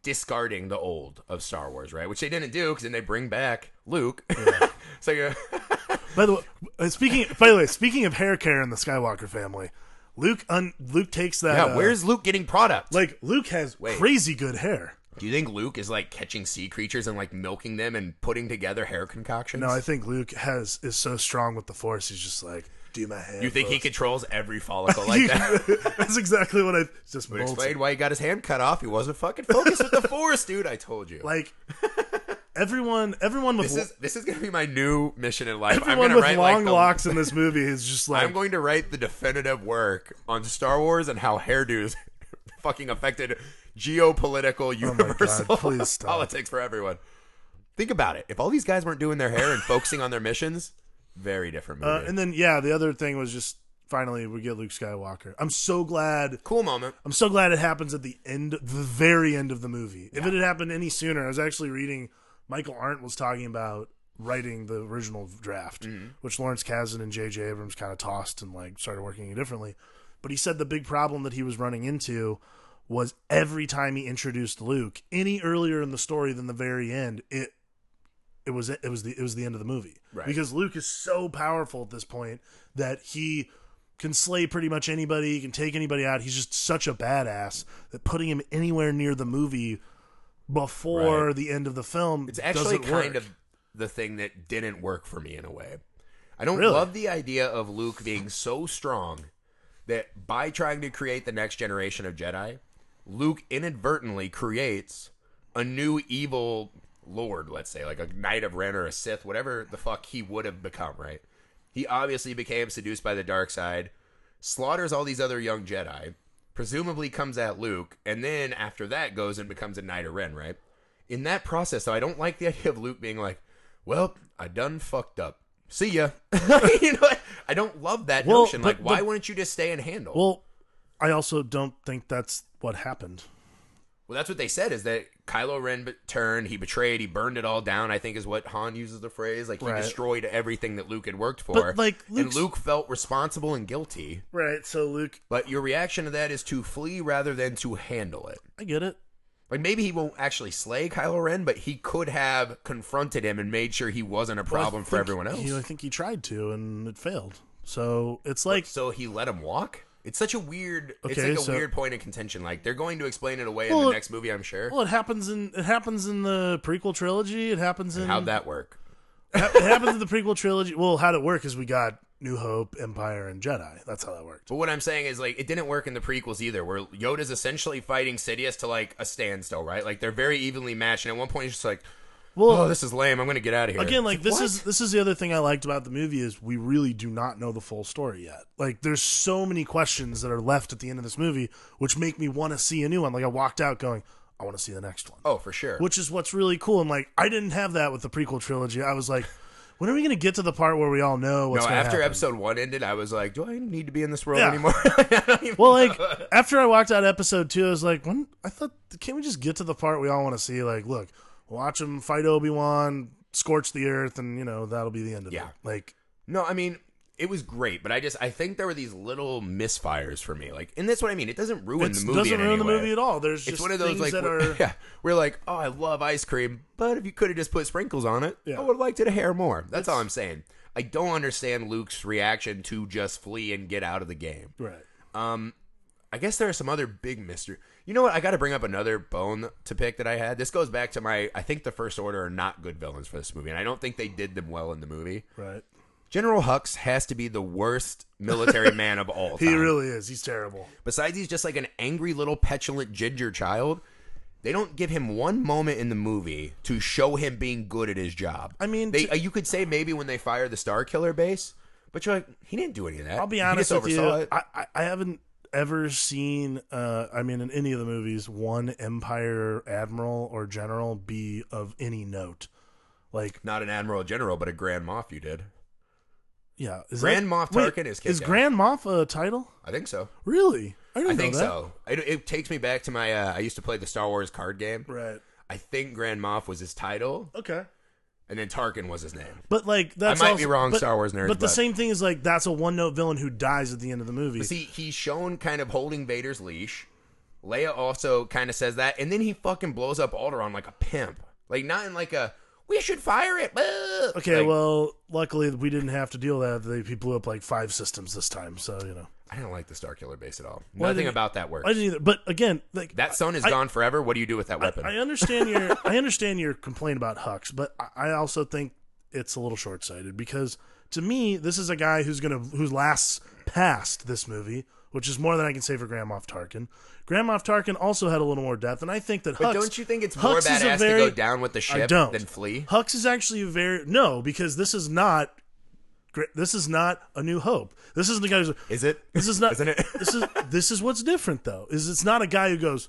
S1: discarding the old of Star Wars, right? Which they didn't do because then they bring back Luke. so you're
S2: By the way, uh, speaking. by the way, speaking of hair care in the Skywalker family, Luke un, Luke takes that.
S1: yeah.
S2: uh,
S1: where's Luke getting product?
S2: like Luke has
S1: Wait.
S2: crazy good hair.
S1: Do you think Luke is like catching sea creatures and like milking them and putting together hair concoctions?
S2: No, I think Luke has is so strong with the Force. He's just like, do my hair.
S1: you think he
S2: folks."
S1: controls every follicle like that?
S2: That's exactly what I it's just
S1: Would
S2: molted.
S1: explain why he got his hand cut off. He wasn't fucking focused with the force, dude. I told you.
S2: like everyone everyone with
S1: this is this is gonna be my new mission in life. I'm
S2: everyone
S1: gonna
S2: with
S1: write
S2: long
S1: like the,
S2: locks in this movie is just like
S1: I'm going to write the definitive work on Star Wars and how hairdos fucking affected geopolitical universal
S2: Oh please stop.
S1: politics for everyone. Think about it. If all these guys weren't doing their hair and focusing on their missions, very different movie.
S2: uh, and then yeah the other thing was just finally we get luke skywalker i'm so glad
S1: cool moment.
S2: i'm so glad it happens at the end the very end of the movie if it had happened any sooner i was actually reading michael arndt was talking about writing the original draft which lawrence kazan and jj abrams kind of tossed and like started working it differently but he said the big problem that he was running into was every time he introduced Luke any earlier in the story than the very end, it it was it was the it was the end of the movie
S1: Right.
S2: because Luke is so powerful at this point that he can slay pretty much anybody, he can take anybody out. He's just such a badass that putting him anywhere near the movie before the end of the film
S1: It's actually
S2: doesn't
S1: kind
S2: work.
S1: of the thing that didn't work for me in a way. I don't
S2: Really?
S1: love the idea of Luke being so strong that by trying to create the next generation of Jedi, Luke inadvertently creates a new evil lord, let's say, like a Knight of Ren or a Sith, whatever the fuck he would have become, right? He obviously became seduced by the dark side, slaughters all these other young Jedi, presumably comes at Luke, and then after that goes and becomes a Knight of Ren, right? In that process, though, I don't like the idea of Luke being like, well, I done fucked up. See ya. you know, I don't love that
S2: Well,
S1: notion. Like,
S2: but
S1: why
S2: the-
S1: wouldn't you just stay and handle? Well,
S2: well I also don't think that's what happened.
S1: that's what they said is that Kylo Ren be- turned, he betrayed, he burned it all down, I think is what Han uses the phrase. Like, he
S2: Right.
S1: destroyed everything that Luke had worked for.
S2: like,
S1: and
S2: Luke's-
S1: Luke felt responsible and guilty.
S2: Right, so Luke,
S1: But your reaction to that is to flee rather than to handle it.
S2: I get it.
S1: Like maybe he won't actually slay Kylo Ren, but he could have confronted him and made sure he wasn't a
S2: Well, I
S1: problem for
S2: think
S1: everyone else.
S2: he- I think he tried to, and it failed. So it's like
S1: so he let him walk. It's such a weird. it's
S2: Okay,
S1: like a
S2: so-
S1: weird point of contention. Like they're going to explain it away in
S2: Well,
S1: the next movie, I'm sure.
S2: well, it happens in it happens in the prequel trilogy. It happens in
S1: How'd that work?
S2: ha- it happens in the prequel trilogy. Well, how'd it work? Is we got New Hope, Empire, and Jedi. That's how that worked.
S1: But what I'm saying is like it didn't work in the prequels either, where Yoda's essentially fighting Sidious to like a standstill, right? Like they're very evenly matched, and at one point he's just like,
S2: Well,
S1: "Oh, this is lame. I'm gonna get out of here."
S2: again like this
S1: is.
S2: is this is the other thing i liked about the movie is we really do not know the full story yet like there's so many questions that are left at the end of this movie which make me want to see a new one like i walked out going i want to see the next one
S1: Oh, for sure.
S2: which is what's really cool and like i didn't have that with the prequel trilogy i was like when are we going to get to the part where we all know
S1: no,
S2: what's going to
S1: after
S2: happen
S1: episode one ended, I was like, "Do I need to be in this world
S2: Yeah.
S1: anymore?" I don't even-
S2: well like after i walked out episode two i was like when i thought can't we just get to the part we all want to see like look watch him fight obi-wan scorch the earth and you know that'll be the end of
S1: Yeah.
S2: it like
S1: no, I mean, it was great, but I just I think there were these little misfires for me. Like, and that's what I mean. It doesn't ruin
S2: It
S1: the movie.
S2: doesn't
S1: in
S2: ruin the
S1: any way.
S2: movie at all. There's just
S1: It's one of those
S2: things
S1: like
S2: that
S1: where-
S2: are
S1: yeah, we're like, oh, I love ice cream, but if you could have just put sprinkles on it,
S2: Yeah.
S1: I would have liked it a hair more. That's all I'm saying. I don't understand Luke's reaction to just flee and get out of the game.
S2: right.
S1: I guess there are some other big mystery. You know what? I got to bring up another bone to pick that I had. This goes back to my. I think the First Order are not good villains for this movie, and I don't think they did them well in the movie.
S2: Right.
S1: General Hux has to be the worst military man of all
S2: He
S1: time.
S2: really is. He's terrible.
S1: Besides, he's just like an angry little petulant ginger child. They don't give him one moment in the movie to show him being good at his job.
S2: I mean,
S1: they,
S2: to-
S1: uh, you could say maybe when they fire the Star Killer base, but you're like, he didn't do any of that.
S2: I'll be honest with you. I, I, I haven't ever seen uh I mean in any of the movies one Empire admiral or general be of any note. Like
S1: Not an admiral general, but a Grand Moff. You did.
S2: yeah, is
S1: Grand Moff
S2: wait,
S1: Tarkin is
S2: Is
S1: Kit-Kat.
S2: Grand Moff a title?
S1: I think so.
S2: Really? I didn't
S1: I
S2: know
S1: think
S2: that.
S1: so. It, it takes me back to my. Uh, I used to play the Star Wars card game.
S2: Right.
S1: I think Grand Moff was his title,
S2: Okay.
S1: and then Tarkin was his name.
S2: But like that's
S1: might
S2: also,
S1: be wrong,
S2: but,
S1: Star Wars nerds,
S2: But the
S1: but-
S2: same thing is like that's a one note villain who dies at the end of the movie.
S1: But see, he's shown kind of holding Vader's leash. Leia also kind of says that, and then he fucking blows up Alderaan like a pimp. Like not in like a we should fire it. blah."
S2: Okay,
S1: Like,
S2: well, luckily we didn't have to deal with that. They he blew up like five systems this time, so you know.
S1: I didn't like the Star Killer base at all.
S2: Well, I
S1: Nothing
S2: didn't-
S1: about that works.
S2: I didn't either. But again, like
S1: that sun is
S2: I-
S1: gone forever. What do you do with that
S2: I,
S1: weapon?
S2: I understand your I understand your complaint about Hux, but I, I also think it's a little short sighted because to me, this is a guy who's gonna who lasts past this movie, which is more than I can say for Grand Moff Tarkin. Grand Moff Tarkin also had a little more depth, and I think that Hux.
S1: but don't you think it's more
S2: Hux is a
S1: badass
S2: very,
S1: to go down with the ship
S2: I don't.
S1: than flee?
S2: Hux is actually a very no because this is not. gr- This is not a New Hope. This isn't the guy who's
S1: Is it?
S2: This is not.
S1: Isn't it?
S2: this is this is what's different though. Is it's not a guy who goes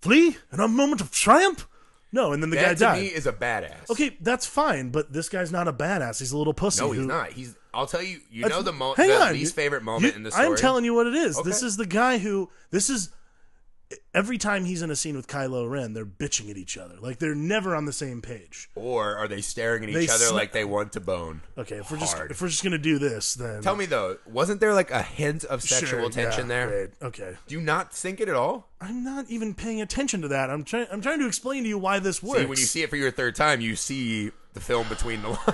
S2: flee in a moment of triumph. No, and then the
S1: that to
S2: guy died.
S1: me is a badass.
S2: okay, that's fine, but this guy's not a badass. He's a little pussy.
S1: No, he's
S2: who-
S1: not. He's. I'll tell you. You
S2: That's-
S1: know the, mo-
S2: hang
S1: the
S2: on,
S1: least
S2: you-
S1: favorite moment
S2: you-
S1: in the story.
S2: I'm telling you what it is. This
S1: Okay.
S2: is the guy who. This is every time he's in a scene with Kylo Ren, they're bitching at each other. Like they're never on the same page.
S1: Or are they staring at each
S2: They
S1: other
S2: sna-
S1: like they want to bone?
S2: Okay, if we're just
S1: Hard.
S2: if we're just gonna do this, then
S1: Tell me though, wasn't there like a hint of sexual
S2: Sure,
S1: tension
S2: yeah,
S1: there?
S2: great. Okay,
S1: Do you not think it at all?
S2: I'm not even paying attention to that. I'm trying. I'm trying to explain to you why this works.
S1: See, when you see it for your third time, you see the film between the lines.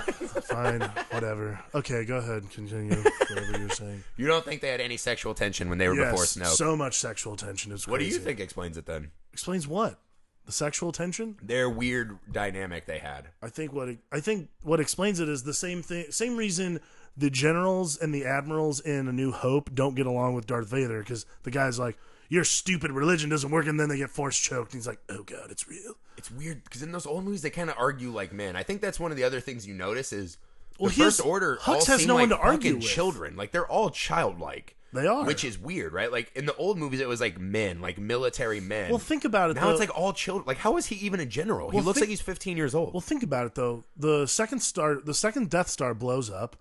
S2: Fine, whatever. Okay, go ahead. Continue whatever you're saying.
S1: you don't think they had any sexual tension when they were before
S2: Yes,
S1: Snoke.
S2: so much sexual tension is crazy.
S1: what do you think explains it then?
S2: Explains what the sexual tension.
S1: Their weird dynamic they had.
S2: I think what it- I think what explains it is the same thing. Same reason the generals and the admirals in A New Hope don't get along with Darth Vader because the guy's like, "Your stupid religion doesn't work," and then they get force choked, and he's like, "Oh God, it's real."
S1: It's weird because in those old movies they kind of argue like men. I think that's one of the other things you notice is
S2: Well,
S1: the
S2: he has-
S1: first order
S2: Hux
S1: all
S2: has
S1: seem
S2: no one
S1: like
S2: to argue
S1: fucking
S2: with.
S1: children. Like they're all childlike.
S2: They are.
S1: which is weird, right? Like in the old movies, it was like men, like military men.
S2: well, think about it.
S1: now
S2: though.
S1: it's like all children. Like, how is he even a general?
S2: Well,
S1: he looks
S2: think-
S1: like he's 15 years old.
S2: Well, think about it though. The second star, the second Death Star blows up.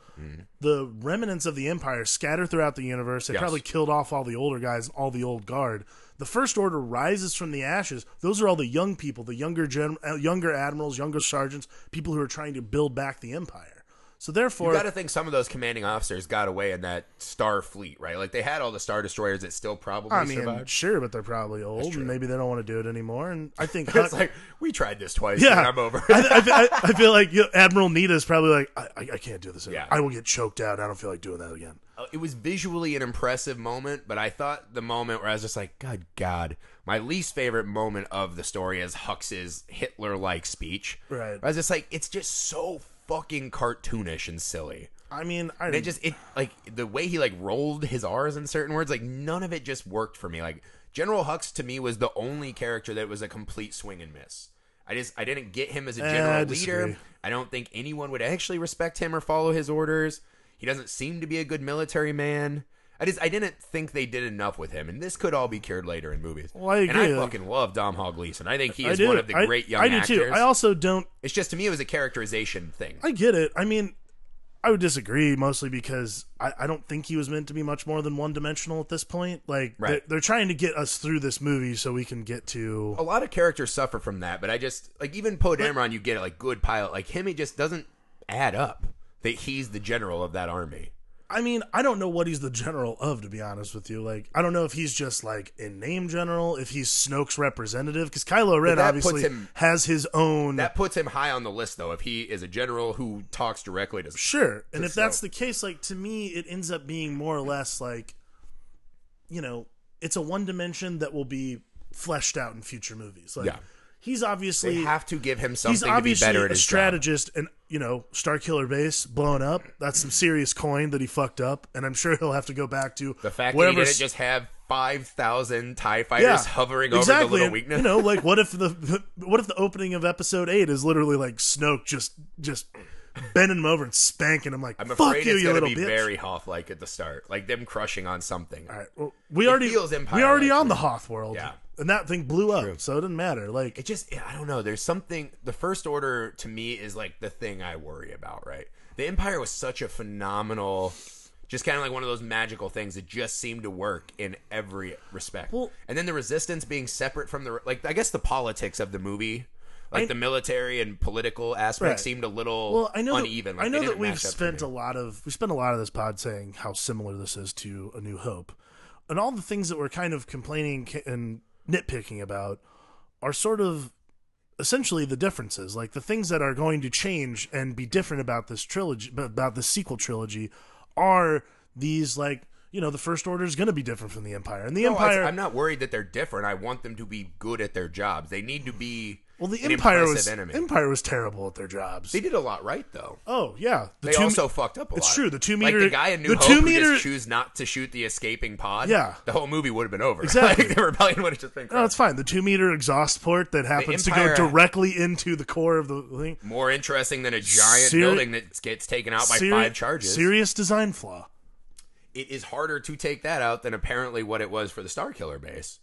S2: The remnants of the Empire scatter throughout the universe. They
S1: Mm-hmm. Yes.
S2: probably killed off all the older guys, all the old guard. The First Order rises from the ashes. Those are all the young people, the younger gen, uh, younger admirals, younger sergeants, people who are trying to build back the Empire. So
S1: You
S2: therefore,
S1: got to think some of those commanding officers got away in that Star Fleet, right? Like they had all the Star Destroyers that still probably
S2: I mean,
S1: survived.
S2: sure, but they're probably old
S1: true.
S2: and maybe they don't want to do it anymore. And I think
S1: It's like we tried this twice. Yeah,
S2: Yeah.
S1: I'm over.
S2: I, I, I, I feel like you know, Admiral Nita's probably like, I, I, I can't do this. Anymore.
S1: Yeah.
S2: I will get choked out. I don't feel like doing that again.
S1: Uh, it was visually an impressive moment, but I thought the moment where I was just like, God, God, my least favorite moment of the story is Hux's Hitler-like speech.
S2: Right.
S1: I was just like, it's just so fucking cartoonish and silly.
S2: I mean, I
S1: And it just it like the way he like rolled his R's in certain words, like none of it just worked for me. Like General Hux to me was the only character that was a complete swing and miss. I just I didn't get him as a
S2: Eh, I
S1: general
S2: disagree.
S1: leader. I don't think anyone would actually respect him or follow his orders. He doesn't seem to be a good military man. I just I didn't think they did enough with him, and this could all be cured later in movies.
S2: Well, I
S1: And I
S2: agree, like-
S1: fucking love Dom Hall Gleason. I think he
S2: I
S1: is
S2: do.
S1: one of the
S2: I-
S1: great young
S2: I do
S1: actors.
S2: too. I also don't.
S1: it's just to me it was a characterization thing.
S2: I get it. I mean, I would disagree mostly because I, I don't think he was meant to be much more than one dimensional at this point. Like,
S1: Right.
S2: they're, they're trying to get us through this movie so we can get to.
S1: a lot of characters suffer from that, but I just like even Poe Dameron, you get it, like good pilot, like him, he just doesn't add up that he's the general of that army.
S2: I mean, I don't know what he's the general of, to be honest with you. Like, I don't know if he's just like in name general, if he's Snoke's representative, because Kylo Ren
S1: that puts
S2: obviously
S1: him-
S2: has his own.
S1: That puts him high on the list, though. If he is a general who talks directly to,
S2: Sure. And
S1: to
S2: if that's
S1: Snoke.
S2: the case, like to me, it ends up being more or less like, you know, it's a one dimension that will be fleshed out in future movies. Like
S1: Yeah.
S2: he's
S1: they
S2: obviously
S1: have to give him
S2: he's
S1: something to be
S2: obviously
S1: better at
S2: a
S1: his job.
S2: strategist and you know, Star Killer Base blown up. That's some serious coin that he fucked up, and I'm sure he'll have to go back to
S1: The fact
S2: wherever
S1: that he didn't
S2: s-
S1: just have five thousand Tie fighters
S2: yeah,
S1: hovering over
S2: exactly.
S1: the little
S2: And,
S1: weakness.
S2: You know, like what if the what if the opening of episode eight is literally like Snoke just just bending him over and spanking him like
S1: I'm
S2: fuck
S1: afraid
S2: you,
S1: it's
S2: you
S1: going to
S2: little
S1: be
S2: bitch.
S1: very Hoth like at the start, like them crushing on something.
S2: All right. Well, we already
S1: feels Empire
S2: we already
S1: like
S2: on the Hoth world.
S1: Yeah.
S2: And that thing blew up, so it didn't matter. Like
S1: it just i don't know there's something the first order to me is like the thing i worry about right the empire was such a phenomenal just kind of like one of those magical things that just seemed to work in every respect
S2: Well-
S1: and then the resistance being separate from the like i guess the politics of the movie like the military and political aspect
S2: Right.
S1: seemed a little
S2: well, I know
S1: uneven
S2: that,
S1: like,
S2: I
S1: they
S2: know that
S1: didn't
S2: we've
S1: match up to
S2: spent
S1: me.
S2: a lot of we spent a lot of this pod saying how similar this is to A New Hope. And all the things that we're kind of complaining ca- and nitpicking about are sort of essentially the differences, like the things that are going to change and be different about this trilogy, about the sequel trilogy, are these like you know the first order is going to be different from the empire, and the
S1: No, I-
S2: empire.
S1: i'm not worried that they're different i want them to be good at their jobs they need to be
S2: well, the
S1: an
S2: empire
S1: impressive
S2: was
S1: enemy
S2: empire was terrible at their jobs.
S1: they did a lot right though
S2: oh yeah, the
S1: They
S2: two-
S1: also fucked up a
S2: it's
S1: lot.
S2: true, the two
S1: like
S2: meter-
S1: the guy in New
S2: the
S1: Hope
S2: two
S1: who
S2: meter-
S1: just choose not to shoot the escaping pod.
S2: Yeah.
S1: the whole movie would have been over.
S2: Exactly.
S1: like, the rebellion would have just been
S2: No,
S1: crushed.
S2: it's fine. The two meter exhaust port that happens to go
S1: Empire-
S2: directly into the core of the thing.
S1: more interesting than a giant
S2: Seri-
S1: building that gets taken out by
S2: Seri-
S1: five charges.
S2: Serious design flaw.
S1: it is harder to take that out than apparently what it was for the Star Killer base.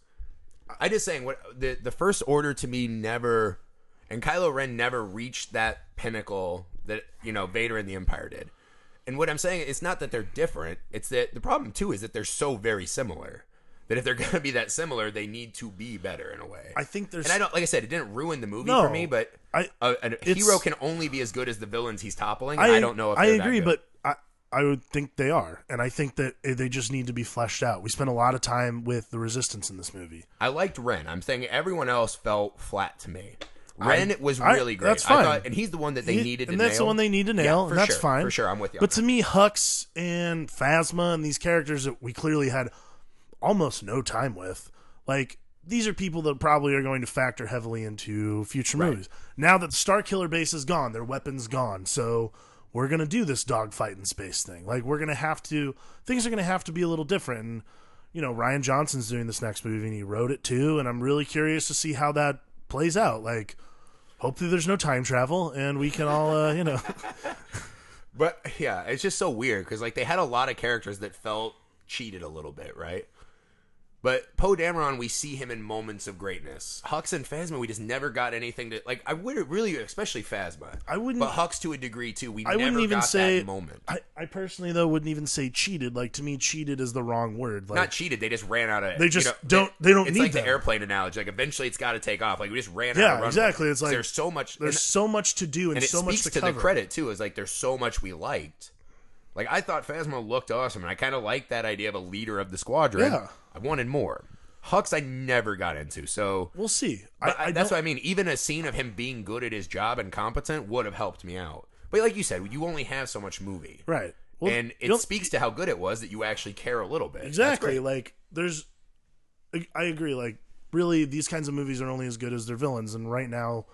S1: I just saying what the the first order to me never and Kylo Ren never reached that pinnacle that you know Vader and the Empire did. And what I'm saying it's not that they're different, it's that the problem too is that they're so very similar. That if they're going to be that similar, they need to be better in a way.
S2: I think there's.
S1: and I don't like I said it didn't ruin the movie
S2: No.
S1: for me, but
S2: I-
S1: a, a
S2: it's-
S1: hero can only be as good as the villains he's toppling. and I, don't know if
S2: I
S1: they're that
S2: agree,
S1: good.
S2: but I I would think they are, and I think that eh, they just need to be fleshed out. We spent a lot of time with the resistance in this movie.
S1: I liked Ren. I'm saying everyone else fell flat to me. Ren was
S2: I-
S1: really great.
S2: that's
S1: I
S2: fine.
S1: and he's the one that they
S2: He-
S1: needed.
S2: and
S1: to
S2: that's the
S1: nail.
S2: one they need to
S1: Yeah,
S2: nail.
S1: for
S2: and that's
S1: sure,
S2: fine
S1: for sure. I'm with you. on
S2: But
S1: that.
S2: to me, Hux and Phasma and these characters that we clearly had almost no time with, like these are people that probably are going to factor heavily into future movies. Now that the Star Killer base is gone, their weapons gone, so we're gonna do this dogfight in space thing. Like we're gonna have to, things are gonna have to be a little different. And you know, Ryan Johnson's doing this next movie, and he wrote it too. And I'm really curious to see how that plays out. Like. Hopefully, there's no time travel, and we can all, uh, you know.
S1: But yeah, it's just so weird because like they had a lot of characters that felt cheated a little bit, right? But Poe Dameron, we see him in moments of greatness. Hux and Phasma, we just never got anything to like. I would really, especially Phasma.
S2: I wouldn't-
S1: But Hux to a degree too. We
S2: I
S1: never
S2: wouldn't even
S1: got
S2: say
S1: that moment.
S2: I, I personally though wouldn't even say cheated. Like to me, cheated is the wrong word. Like
S1: Not cheated. They just ran out of.
S2: They just don't- they don't
S1: it's
S2: need
S1: like
S2: them.
S1: the airplane analogy. Like eventually, it's got to take off. Like we just ran
S2: Yeah,
S1: out. of runway.
S2: exactly. It's like-
S1: there's so much.
S2: there's
S1: and-
S2: so much to do and,
S1: and it
S2: so much
S1: speaks
S2: to,
S1: to
S2: cover.
S1: the credit too. Is like there's so much we liked. Like I thought Phasma looked awesome, and I kind of liked that idea of a leader of the squadron.
S2: Yeah.
S1: I wanted more. Hux, I never got into. So
S2: We'll see.
S1: But I,
S2: I, I
S1: that's
S2: don't,
S1: what I mean. Even a scene of him being good at his job and competent would have helped me out. But like you said, you only have so much movie,
S2: right. Well,
S1: and
S2: you
S1: it
S2: don't-
S1: speaks to how good it was that you actually care a little bit. That's
S2: exactly
S1: great.
S2: like there's. I- I agree. Like really, these kinds of movies are only as good as their villains, and right now,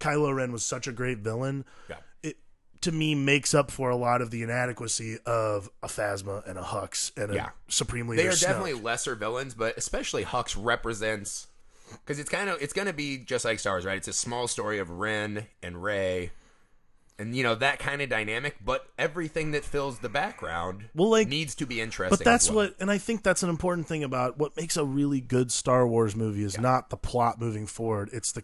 S2: Kylo Ren was such a great villain.
S1: Yeah.
S2: It to me makes up for a lot of the inadequacy of a Phasma and a Hux and a
S1: Yeah.
S2: Supreme Leader.
S1: They are
S2: Snoke.
S1: definitely lesser villains, but especially Hux represents because it's kind of it's going to be just like Star Wars, right? It's a small story of Ren and Ray, and you know that kind of dynamic. But everything that fills the background
S2: Well, like-
S1: needs to be interesting.
S2: But
S1: as
S2: that's
S1: well.
S2: what, and I think that's an important thing about what makes a really good Star Wars movie is not the plot moving forward; it's the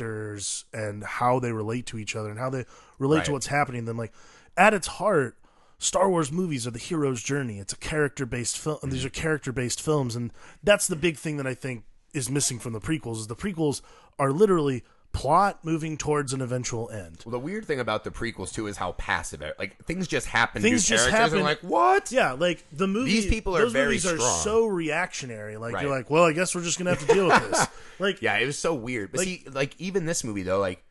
S2: characters and how they relate to each other and how they relate to
S1: Right.
S2: what's happening. Then, like at its heart, Star Wars movies are the hero's journey. It's a character based film. and These are character based films, and that's the big thing that I think is missing from the prequels. Is the prequels are literally plot moving towards an eventual end.
S1: Well, the weird thing about the prequels too is how passive, it- like things just happen.
S2: Things
S1: to
S2: just
S1: characters, and
S2: happen.
S1: I'm like what?
S2: Yeah, like the movie.
S1: These people are
S2: those
S1: very
S2: movies are
S1: strong.
S2: so reactionary. Like
S1: Right.
S2: you're like, well, I guess we're just gonna have to deal with this. Like,
S1: Yeah, it was so weird. But see, like even this movie though, like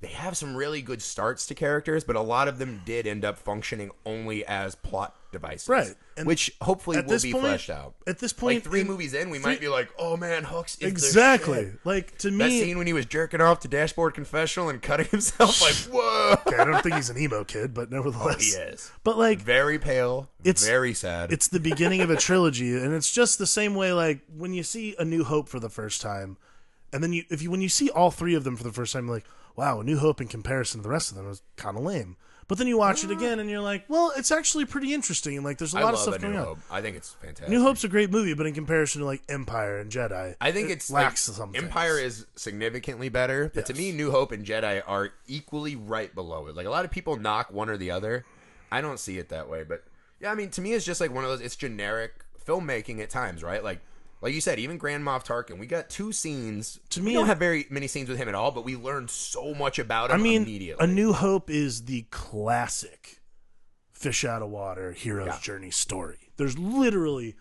S1: they have some really good starts to characters, but a lot of them did end up functioning only as plot devices,
S2: Right, and
S1: which hopefully
S2: at
S1: will
S2: this
S1: be
S2: point,
S1: fleshed out.
S2: at this point,
S1: Like three
S2: in-
S1: movies in, we might be like, "Oh man, Hooks!" Is the
S2: exactly.
S1: shit."
S2: Like to
S1: That
S2: me,
S1: scene when he was jerking off to Dashboard Confessional and cutting himself, like, whoa!
S2: Okay, I don't think he's an emo kid, but nevertheless,
S1: Oh, he is
S2: But like,
S1: very pale,
S2: It's-
S1: very sad.
S2: it's the beginning of a trilogy, and it's just the same way. Like when you see A New Hope for the first time, and then you, if you, when you see all three of them for the first time, you're like, wow, A New Hope in comparison to the rest of them is kind of lame. But then you watch it again, and you're like, well, it's actually pretty interesting, and like, there's a
S1: I
S2: lot
S1: love
S2: of stuff
S1: A New
S2: going on.
S1: Hope. I think it's fantastic.
S2: New Hope's a great movie, but in comparison to like Empire and Jedi,
S1: I think
S2: it
S1: it's
S2: lacks
S1: like,
S2: something.
S1: Empire is significantly better, but to
S2: Yes.
S1: me, New Hope and Jedi are equally right below it. Like a lot of people knock one or the other. I don't see it that way, but yeah, I mean, to me, it's just like one of those. It's generic filmmaking at times, right? Like, like you said, even Grand Moff Tarkin, we got two scenes.
S2: To
S1: we
S2: me,
S1: don't
S2: it-
S1: have very many scenes with him at all, but we learned so much about him.
S2: I mean,
S1: immediately.
S2: A New Hope is the classic fish out of water hero's
S1: Yeah.
S2: journey story. There's literally,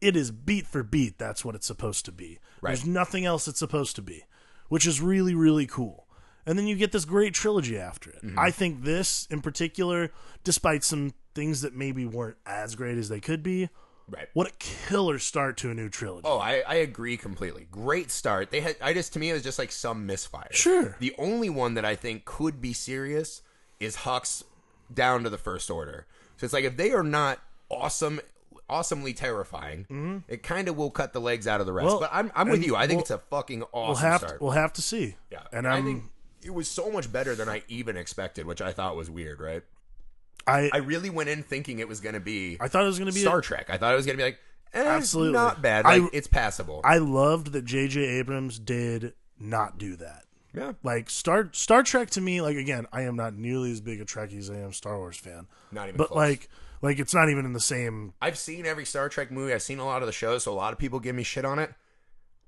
S2: it is beat for beat. That's what it's supposed to be.
S1: Right.
S2: There's nothing else it's supposed to be, which is really really cool. And then you get this great trilogy after it.
S1: Mm-hmm.
S2: I think this in particular, despite some things that maybe weren't as great as they could be,
S1: right?
S2: what a killer start to a new trilogy.
S1: Oh, I, I agree completely. Great start. They had I just to me it was just like some misfire.
S2: Sure.
S1: The only one that I think could be serious is Hux down to the first order. So it's like if they are not awesome awesomely terrifying, it kind of will cut the legs out of the rest.
S2: Mm-hmm.
S1: but
S2: Well,
S1: I'm I'm with
S2: and
S1: you. I think
S2: we'll-
S1: it's a fucking
S2: we'll
S1: awesome
S2: have
S1: start.
S2: to, we'll have to see.
S1: yeah.
S2: and I'm,
S1: I think it was so much better than I even expected, which I thought was weird, right?
S2: I,
S1: I really went in thinking it was going to be
S2: I thought it was going to be a-
S1: Star Trek. I thought it was going to be like eh,
S2: Absolutely.
S1: not bad.
S2: I-
S1: Like it's passable.
S2: I loved that J.J. Abrams did not do that.
S1: yeah.
S2: Like Star Star Trek to me, like again, I am not nearly as big a Trekkie as I am a Star Wars fan.
S1: Not even
S2: But
S1: close.
S2: like, like it's not even in the same.
S1: I've seen every Star Trek movie. I've seen a lot of the shows, so a lot of people give me shit on it.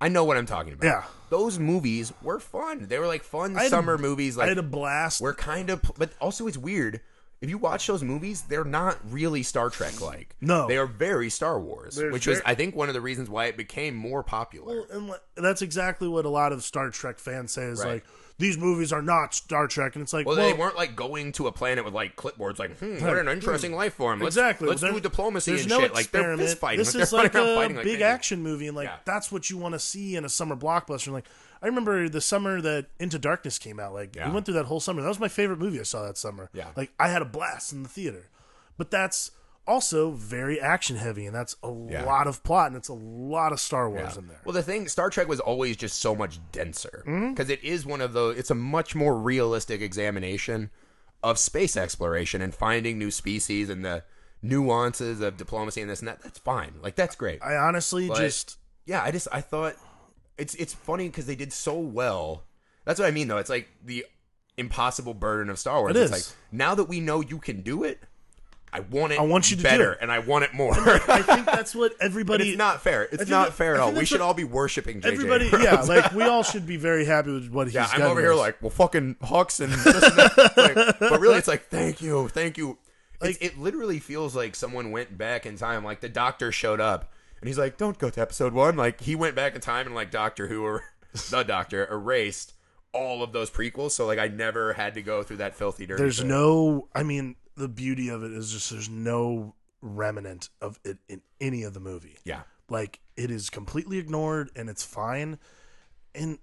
S1: I know what I'm talking about.
S2: Yeah.
S1: Those movies were fun. They were like fun
S2: I had a-
S1: summer movies.
S2: I
S1: Like
S2: had a blast.
S1: we're kind of, but also it's weird. If you watch those movies, they're not really Star Trek like.
S2: No.
S1: they are very Star Wars,
S2: They're
S1: which was
S2: very-
S1: I think one of the reasons why it became more popular.
S2: And like, that's exactly what a lot of Star Trek fans say is
S1: Right.
S2: like these movies are not Star Trek, and it's like
S1: well,
S2: well,
S1: they weren't like going to a planet with like clipboards, like hmm, what
S2: Right.
S1: an interesting life form. Let's,
S2: exactly.
S1: Let's
S2: There-
S1: do diplomacy
S2: there's
S1: and
S2: no
S1: shit. Like they're
S2: experiment.
S1: fist fighting.
S2: This
S1: they're
S2: is like
S1: running around
S2: a
S1: fighting like
S2: big
S1: crazy.
S2: action movie, and like
S1: Yeah.
S2: that's what you want to see in a summer blockbuster. Like I remember the summer that Into Darkness came out. Like
S1: Yeah.
S2: we went through that whole summer. That was my favorite movie I saw that summer.
S1: Yeah.
S2: like I had a blast in the theater. But that's also very action heavy, and that's a
S1: Yeah.
S2: lot of plot, and it's a lot of Star Wars
S1: Yeah.
S2: in there. Mm-hmm.
S1: Well, the thing Star Trek was always just so much denser because is one of those. It's a much more realistic examination of space exploration and finding new species and the nuances of diplomacy and this and that. That's fine. Like that's great.
S2: I honestly
S1: But-
S2: just
S1: yeah, I just I thought it's it's funny because they did so well. That's what I mean though. It's like the impossible burden of Star Wars.
S2: It
S1: it's
S2: is.
S1: like now that we know you can do it, I want it.
S2: I want you to do
S1: better,
S2: it.
S1: and I want it more.
S2: I think that's what
S1: but
S2: everybody.
S1: it's not fair. It's
S2: think
S1: not
S2: that-
S1: fair
S2: I
S1: at all.
S2: think
S1: We
S2: that's
S1: should
S2: what
S1: all be worshiping JJ.
S2: everybody.
S1: Abrams.
S2: Yeah, like we all should be very happy with what he's.
S1: Yeah, I'm
S2: done
S1: over
S2: with.
S1: here like, well, fucking Hawks and this and that. Like, but really, it's like, thank you, thank you. It's, it literally feels like someone went back in time. Like the doctor showed up and he's like, don't go to episode one. Like he went back in time and like Doctor Who or the Doctor erased all of those prequels. So like I never had to go through that filthy dirty.
S2: there's
S1: thing.
S2: no. I mean, the beauty of it is just there's no remnant of it in any of the movie.
S1: yeah.
S2: Like it is completely ignored and it's fine. And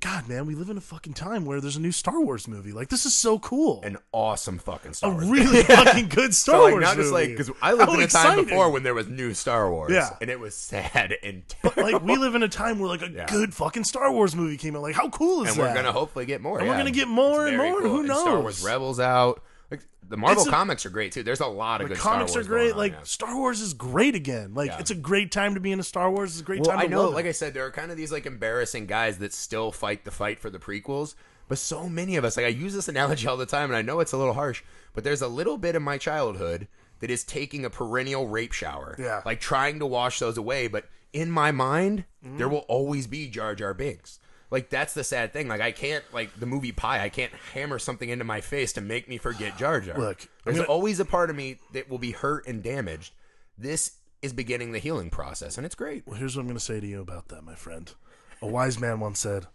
S2: God, man, we live in a fucking time where there's a new Star Wars movie. Like this is so cool.
S1: An awesome fucking Star
S2: a
S1: Wars.
S2: really fucking good Star
S1: so like
S2: Wars
S1: not just like
S2: movie.
S1: because I lived
S2: How
S1: in a time
S2: exciting.
S1: before when there was new Star Wars,
S2: Yeah.
S1: and it was sad and
S2: But,
S1: terrible.
S2: like we live in a time where like a
S1: Yeah.
S2: good fucking Star Wars movie came out. Like how cool is
S1: and
S2: that?
S1: we're gonna hopefully get more.
S2: And we're
S1: yeah.
S2: gonna get more
S1: It's
S2: and
S1: very
S2: more, who
S1: And Star
S2: knows?
S1: Wars Rebels out. Like the Marvel
S2: It's a-
S1: comics are great too. There's a lot of
S2: the
S1: good Star
S2: comics are
S1: Wars
S2: great.
S1: going on,
S2: like
S1: yeah.
S2: Star Wars is great again. Like
S1: Yeah.
S2: it's a great time to be in a Star Wars. It's a great
S1: well,
S2: time.
S1: I
S2: to
S1: know,
S2: love it.
S1: like I said, there are kind of these like embarrassing guys that still fight the fight for the prequels. But so many of us, like I use this analogy all the time, and I know it's a little harsh, but there's a little bit of my childhood that is taking a perennial rape shower.
S2: Yeah.
S1: Like trying to wash those away, but in my mind,
S2: Mm.
S1: there will always be Jar Jar Binks. Like that's the sad thing. Like I can't like the movie Pie, I can't hammer something into my face to make me forget Jar Jar.
S2: Look, I'm
S1: there's
S2: gonna-
S1: always a part of me that will be hurt and damaged. This is beginning the healing process, and it's great.
S2: Well, here's what I'm gonna say to you about that, my friend. A wise man once said,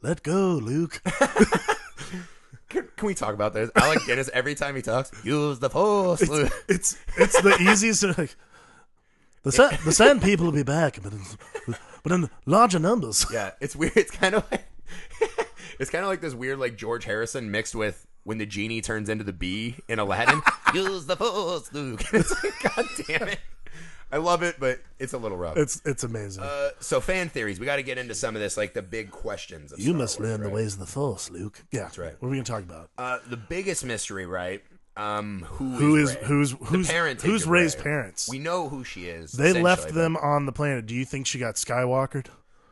S2: "Let go, Luke."
S1: Can, can we talk about this? Alec Guinness, every time he talks, use the force. Luke."
S2: it's it's the easiest. Like, the sand, the sand people will be back, but in, but in larger numbers.
S1: yeah, it's weird. It's kind of like it's kind of like this weird like George Harrison mixed with when the genie turns into the bee in Aladdin. use the force, Luke. It's like, God damn it! I love it, but it's a little rough.
S2: It's it's amazing.
S1: Uh, so fan theories. We got to get into some of this, like the big questions. Of
S2: you
S1: Star
S2: must
S1: Wars,
S2: learn
S1: right?
S2: the ways of the Force, Luke. Yeah, that's
S1: right.
S2: What are we gonna talk about?
S1: Uh, the biggest mystery, right? Um, who,
S2: Who is
S1: Rey?
S2: who's who's
S1: parentage
S2: who's
S1: of
S2: Ray's
S1: Rey.
S2: parents?
S1: We know who she is.
S2: they left
S1: essentially, but-
S2: them on the planet. Do you think she got Skywalkered?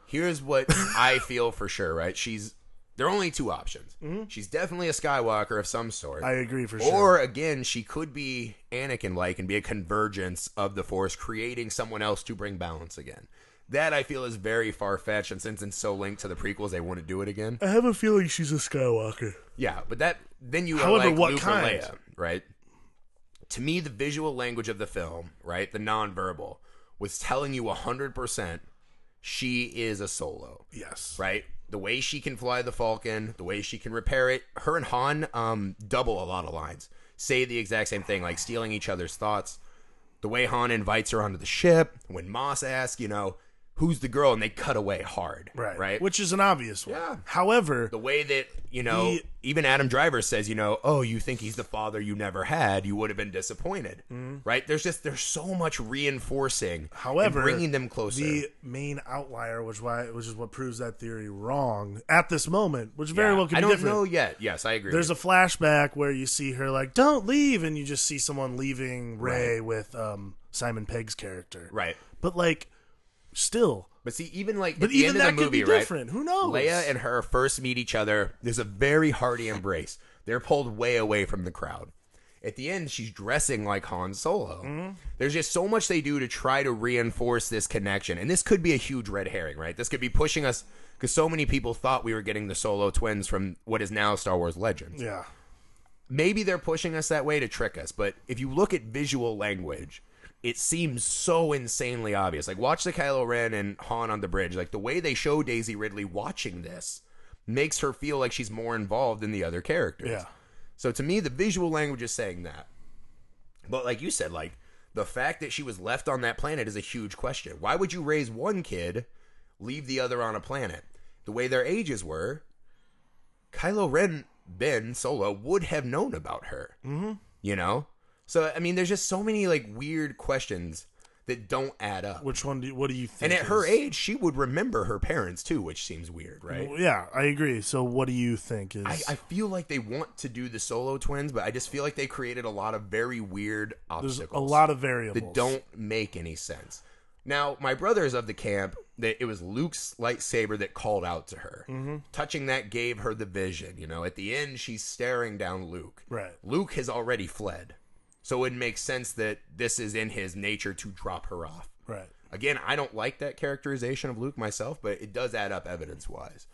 S1: here's what I feel for sure, right? She's there are only two options. She's definitely a Skywalker of some sort.
S2: Mm-hmm. I agree for sure.
S1: or again, she could be Anakin like and be a convergence of the Force, creating someone else to bring balance again. That I feel is very far fetched, and since it's so linked to the prequels, they want to do it again.
S2: I have a feeling she's a Skywalker.
S1: Yeah, but that then you
S2: However,
S1: are like
S2: what
S1: Luke
S2: kind?
S1: or Leia, right? To me, the visual language of the film, right, the nonverbal, was telling you hundred percent she is a solo
S2: Yes.
S1: right? The way she can fly the Falcon, the way she can repair it. Her and Han um, double a lot of lines, say the exact same thing, like stealing each other's thoughts. The way Han invites her onto the ship, when Moss asks, you know, who's the girl, and they cut away hard,
S2: Right.
S1: Right.
S2: Which is an obvious one.
S1: Yeah.
S2: However,
S1: the way that you know,
S2: The-
S1: even Adam Driver says, you know, oh, you think he's the father you never had, you would have been disappointed, right? There's just there's so much reinforcing, and
S2: Mm-hmm. However,
S1: bringing them closer.
S2: the main outlier, which why, which is what proves that theory wrong at this moment, which very
S1: Yeah.
S2: well could
S1: I
S2: be
S1: don't
S2: different.
S1: know yet. Yes, I agree.
S2: There's a flashback where you see her like, "Don't leave," and you just see someone leaving Ray with um, Simon Pegg's character.
S1: right.
S2: But like, still,
S1: But see, even like
S2: But
S1: at the
S2: even
S1: end
S2: that
S1: of the
S2: could be
S1: movie, right?
S2: different. Who knows?
S1: Leia and her first meet each other. There's a very hearty embrace. They're pulled way away from the crowd. At the end, she's dressing like Han Solo.
S2: Mm-hmm.
S1: There's just so much they do to try to reinforce this connection, and this could be a huge red herring, right? This could be pushing us because so many people thought we were getting the Solo twins from what is now Star Wars Legends
S2: yeah,
S1: maybe they're pushing us that way to trick us but if you look at visual language it seems so insanely obvious like watch the kylo ren and han on the bridge like the way they show daisy ridley watching this makes her feel like she's more involved than the other characters
S2: yeah.
S1: so to me the visual language is saying that but like you said like the fact that she was left on that planet is a huge question why would you raise one kid leave the other on a planet the way their ages were Kylo Ren Ben Solo would have known about her. Mm-hmm. You know, so I mean, there's just so many like weird questions that don't add up.
S2: Which one do you, what do you think?
S1: And at her
S2: is-
S1: age, she would remember her parents too, which seems weird, right?
S2: yeah, I agree. So, what do you think is?
S1: I, I feel like they want to do the solo twins, but I just feel like they created a lot of very weird
S2: there's
S1: obstacles
S2: a lot of variables
S1: that don't make any sense. Now, my brother is of the camp that it was Luke's lightsaber that called out to her.
S2: Mm-hmm.
S1: Touching that gave her the vision. You know, at the end, she's staring down Luke.
S2: Right.
S1: Luke has already fled. So it makes sense that this is in his nature to drop her off.
S2: Right.
S1: Again, I don't like that characterization of Luke myself, but it does add up evidence wise.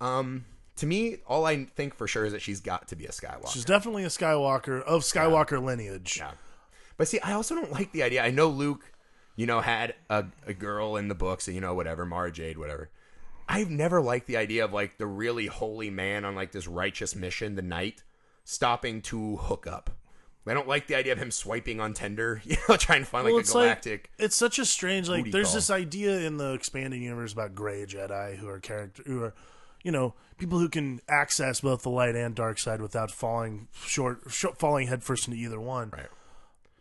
S1: Um, to me, all I think for sure is that she's got to be a Skywalker.
S2: She's definitely a Skywalker of Skywalker lineage.
S1: Yeah. But see, I also don't like the idea. I know Luke, you know, had a, a girl in the books, you know, whatever, Mara Jade, whatever. I've never liked the idea of like the really holy man on like this righteous mission, the knight, stopping to hook up. I don't like the idea of him swiping on Tinder, you know, trying to find like
S2: Well,
S1: a
S2: it's like-
S1: galactic.
S2: It's such a strange like.
S1: Booty
S2: There's
S1: call.
S2: this idea in the expanded universe about gray Jedi who are character who are, you know, people who can access both the light and dark side without falling short, sh- falling headfirst into either one.
S1: Right.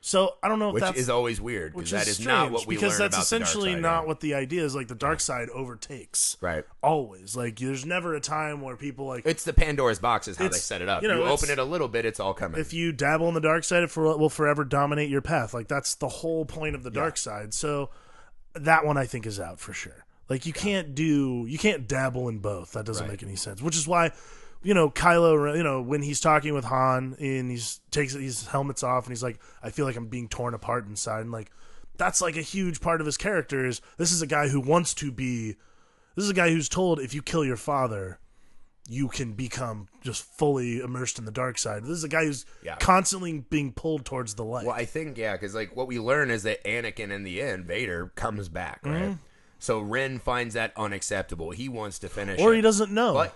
S2: So I don't know if
S1: which
S2: that's
S1: is always weird because
S2: which
S1: that is
S2: is
S1: not
S2: strange,
S1: what we
S2: because
S1: learn
S2: that's
S1: about the dark
S2: essentially
S1: side,
S2: not
S1: yeah.
S2: what the idea is. Like the dark side overtakes.
S1: right.
S2: Always. Like there's never a time where people like
S1: It's the Pandora's box is how they
S2: It's-
S1: set it up. You,
S2: you know,
S1: open
S2: it's-
S1: it a little bit, it's all coming.
S2: if you dabble in the dark side, it for, will forever dominate your path. Like that's the whole point of the dark side. So that one I think is out for sure. Like you can't do, you can't dabble in both. That doesn't
S1: Right.
S2: make any sense. Which is why, you know, Kylo, Ren- you know, when he's talking with Han and he's takes these helmets off and he's like, I feel like I'm being torn apart inside, and like that's like a huge part of his character is this is a guy who wants to be, this is a guy who's told if you kill your father, you can become just fully immersed in the dark side. This is a guy who's
S1: Yeah.
S2: constantly being pulled towards the light.
S1: Well, I think yeah, because like what we learn is that Anakin in the end, Vader comes back,
S2: Mm-hmm.
S1: right? So Ren finds that unacceptable. He wants to finish,
S2: or
S1: it.
S2: he doesn't know.
S1: But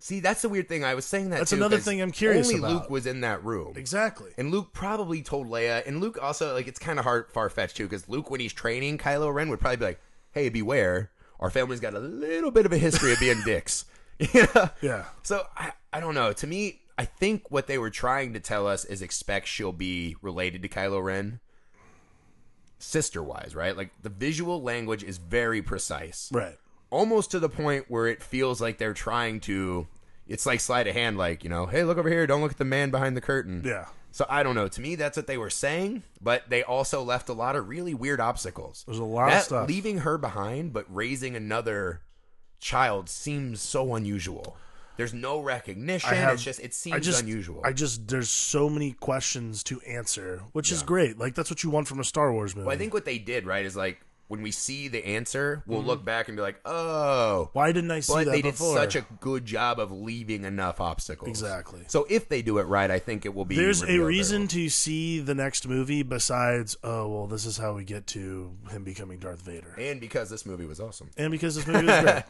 S1: see, that's the weird thing. I was saying that.
S2: That's
S1: too,
S2: another
S1: 'cause
S2: thing I'm curious
S1: Only
S2: about.
S1: Luke was in that room,
S2: exactly.
S1: and Luke probably told Leia. And Luke also like it's kind of hard far fetched too, because Luke when he's training Kylo Ren would probably be like, "Hey, beware, our family's got a little bit of a history of being dicks." yeah.
S2: Yeah.
S1: So I, I don't know. To me, I think what they were trying to tell us is expect she'll be related to Kylo Ren, sister wise, right? Like the visual language is very precise,
S2: Right.
S1: almost to the point where it feels like they're trying to. It's like sleight of hand, like you know, hey, look over here, don't look at the man behind the curtain.
S2: Yeah.
S1: So I don't know. To me, that's what they were saying, but they also left a lot of really weird obstacles.
S2: There's a lot of
S1: That-
S2: stuff.
S1: Leaving her behind, but raising another child seems so unusual. There's no recognition.
S2: I have-
S1: it's just it seems
S2: I just
S1: unusual.
S2: I just there's so many questions to answer, which is great. Like that's what you want from a Star Wars movie.
S1: But I think what they did right is like when we see the answer, we'll look back and be like, oh.
S2: Why didn't I Mm-hmm. see
S1: But
S2: that
S1: they did
S2: before?
S1: such a good job of leaving enough obstacles.
S2: Exactly.
S1: So if they do it right, I think it will be.
S2: there's a
S1: revealed
S2: reason to see the next movie besides oh well this is how we get to him becoming Darth Vader.
S1: very well. And because this movie was awesome.
S2: And because this movie was great.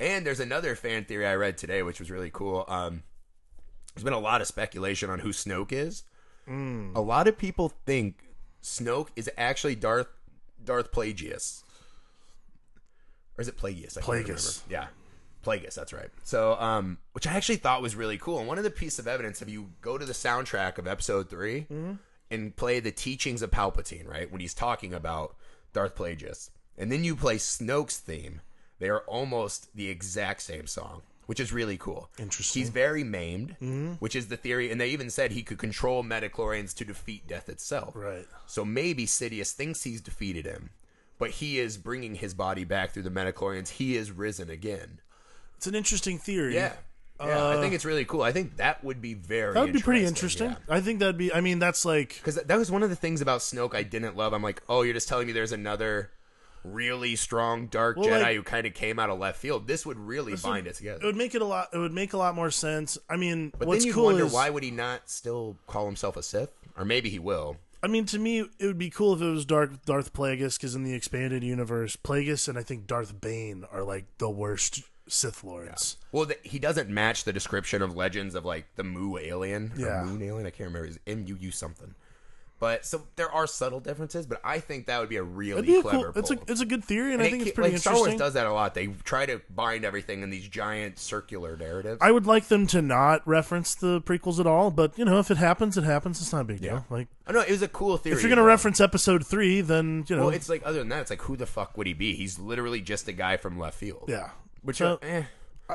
S1: And there's another fan theory I read today, which was really cool. Um, there's been a lot of speculation on who Snoke is. A lot of people think Snoke is actually Darth Darth Plagueis, or is it Plagueis? I can't remember.
S2: Plagueis.
S1: Yeah, Plagueis. That's right. So, um, which I actually thought was really cool. And one of the piece of evidence, if you go to the soundtrack of Episode 3
S2: Mm-hmm.
S1: and play the teachings of Palpatine, right when he's talking about Darth Plagueis, and then you play Snoke's theme, they are almost the exact same song, which is really cool.
S2: Interesting. Mm-hmm.
S1: He's very maimed, which is the theory, and they even said he could control metachlorians to defeat death itself.
S2: right.
S1: So maybe Sidious thinks he's defeated him, but he is bringing his body back through the metachlorians. He is risen again.
S2: It's an interesting theory.
S1: Yeah. Yeah, I think it's really cool. I think that would be very
S2: That would be pretty interesting.
S1: yeah.
S2: I think that'd be. I mean, that's like
S1: Because that was one of the things about Snoke I didn't love. I'm like, oh, you're just telling me there's another really strong dark
S2: Well,
S1: Jedi
S2: like-
S1: who kind of came out of left field. This would really bind it together.
S2: it would make it a lot. It would make a lot more sense. I mean,
S1: but
S2: what's
S1: then you
S2: cool
S1: wonder
S2: is
S1: why would he not still call himself a Sith, or maybe he will.
S2: I mean, to me, it would be cool if it was Darth Darth Plagueis, because in the expanded universe, Plagueis and I think Darth Bane are like the worst Sith lords.
S1: Well, the, he doesn't match the description of legends of like the Moo alien, or
S2: Yeah.
S1: Moon alien. I can't remember. It's M U U something. But so there are subtle differences. But I think that would be a really
S2: It'd be a cool.
S1: clever.
S2: It's a
S1: pull.
S2: it's a good theory, and,
S1: And
S2: I think
S1: it
S2: it's
S1: ca-
S2: pretty
S1: like Star Wars
S2: interesting.
S1: does that a lot. They try to bind everything in these giant circular narratives.
S2: I would like them to not reference the prequels at all, but you know, if it happens, it happens. It's not a big deal. Like,
S1: I know it was a cool theory.
S2: if you're gonna
S1: though.
S2: reference Episode Three, then you know,
S1: well, it's like other than that, it's like who the fuck would he be? He's literally just a guy from left field.
S2: yeah,
S1: which
S2: So, uh,
S1: eh,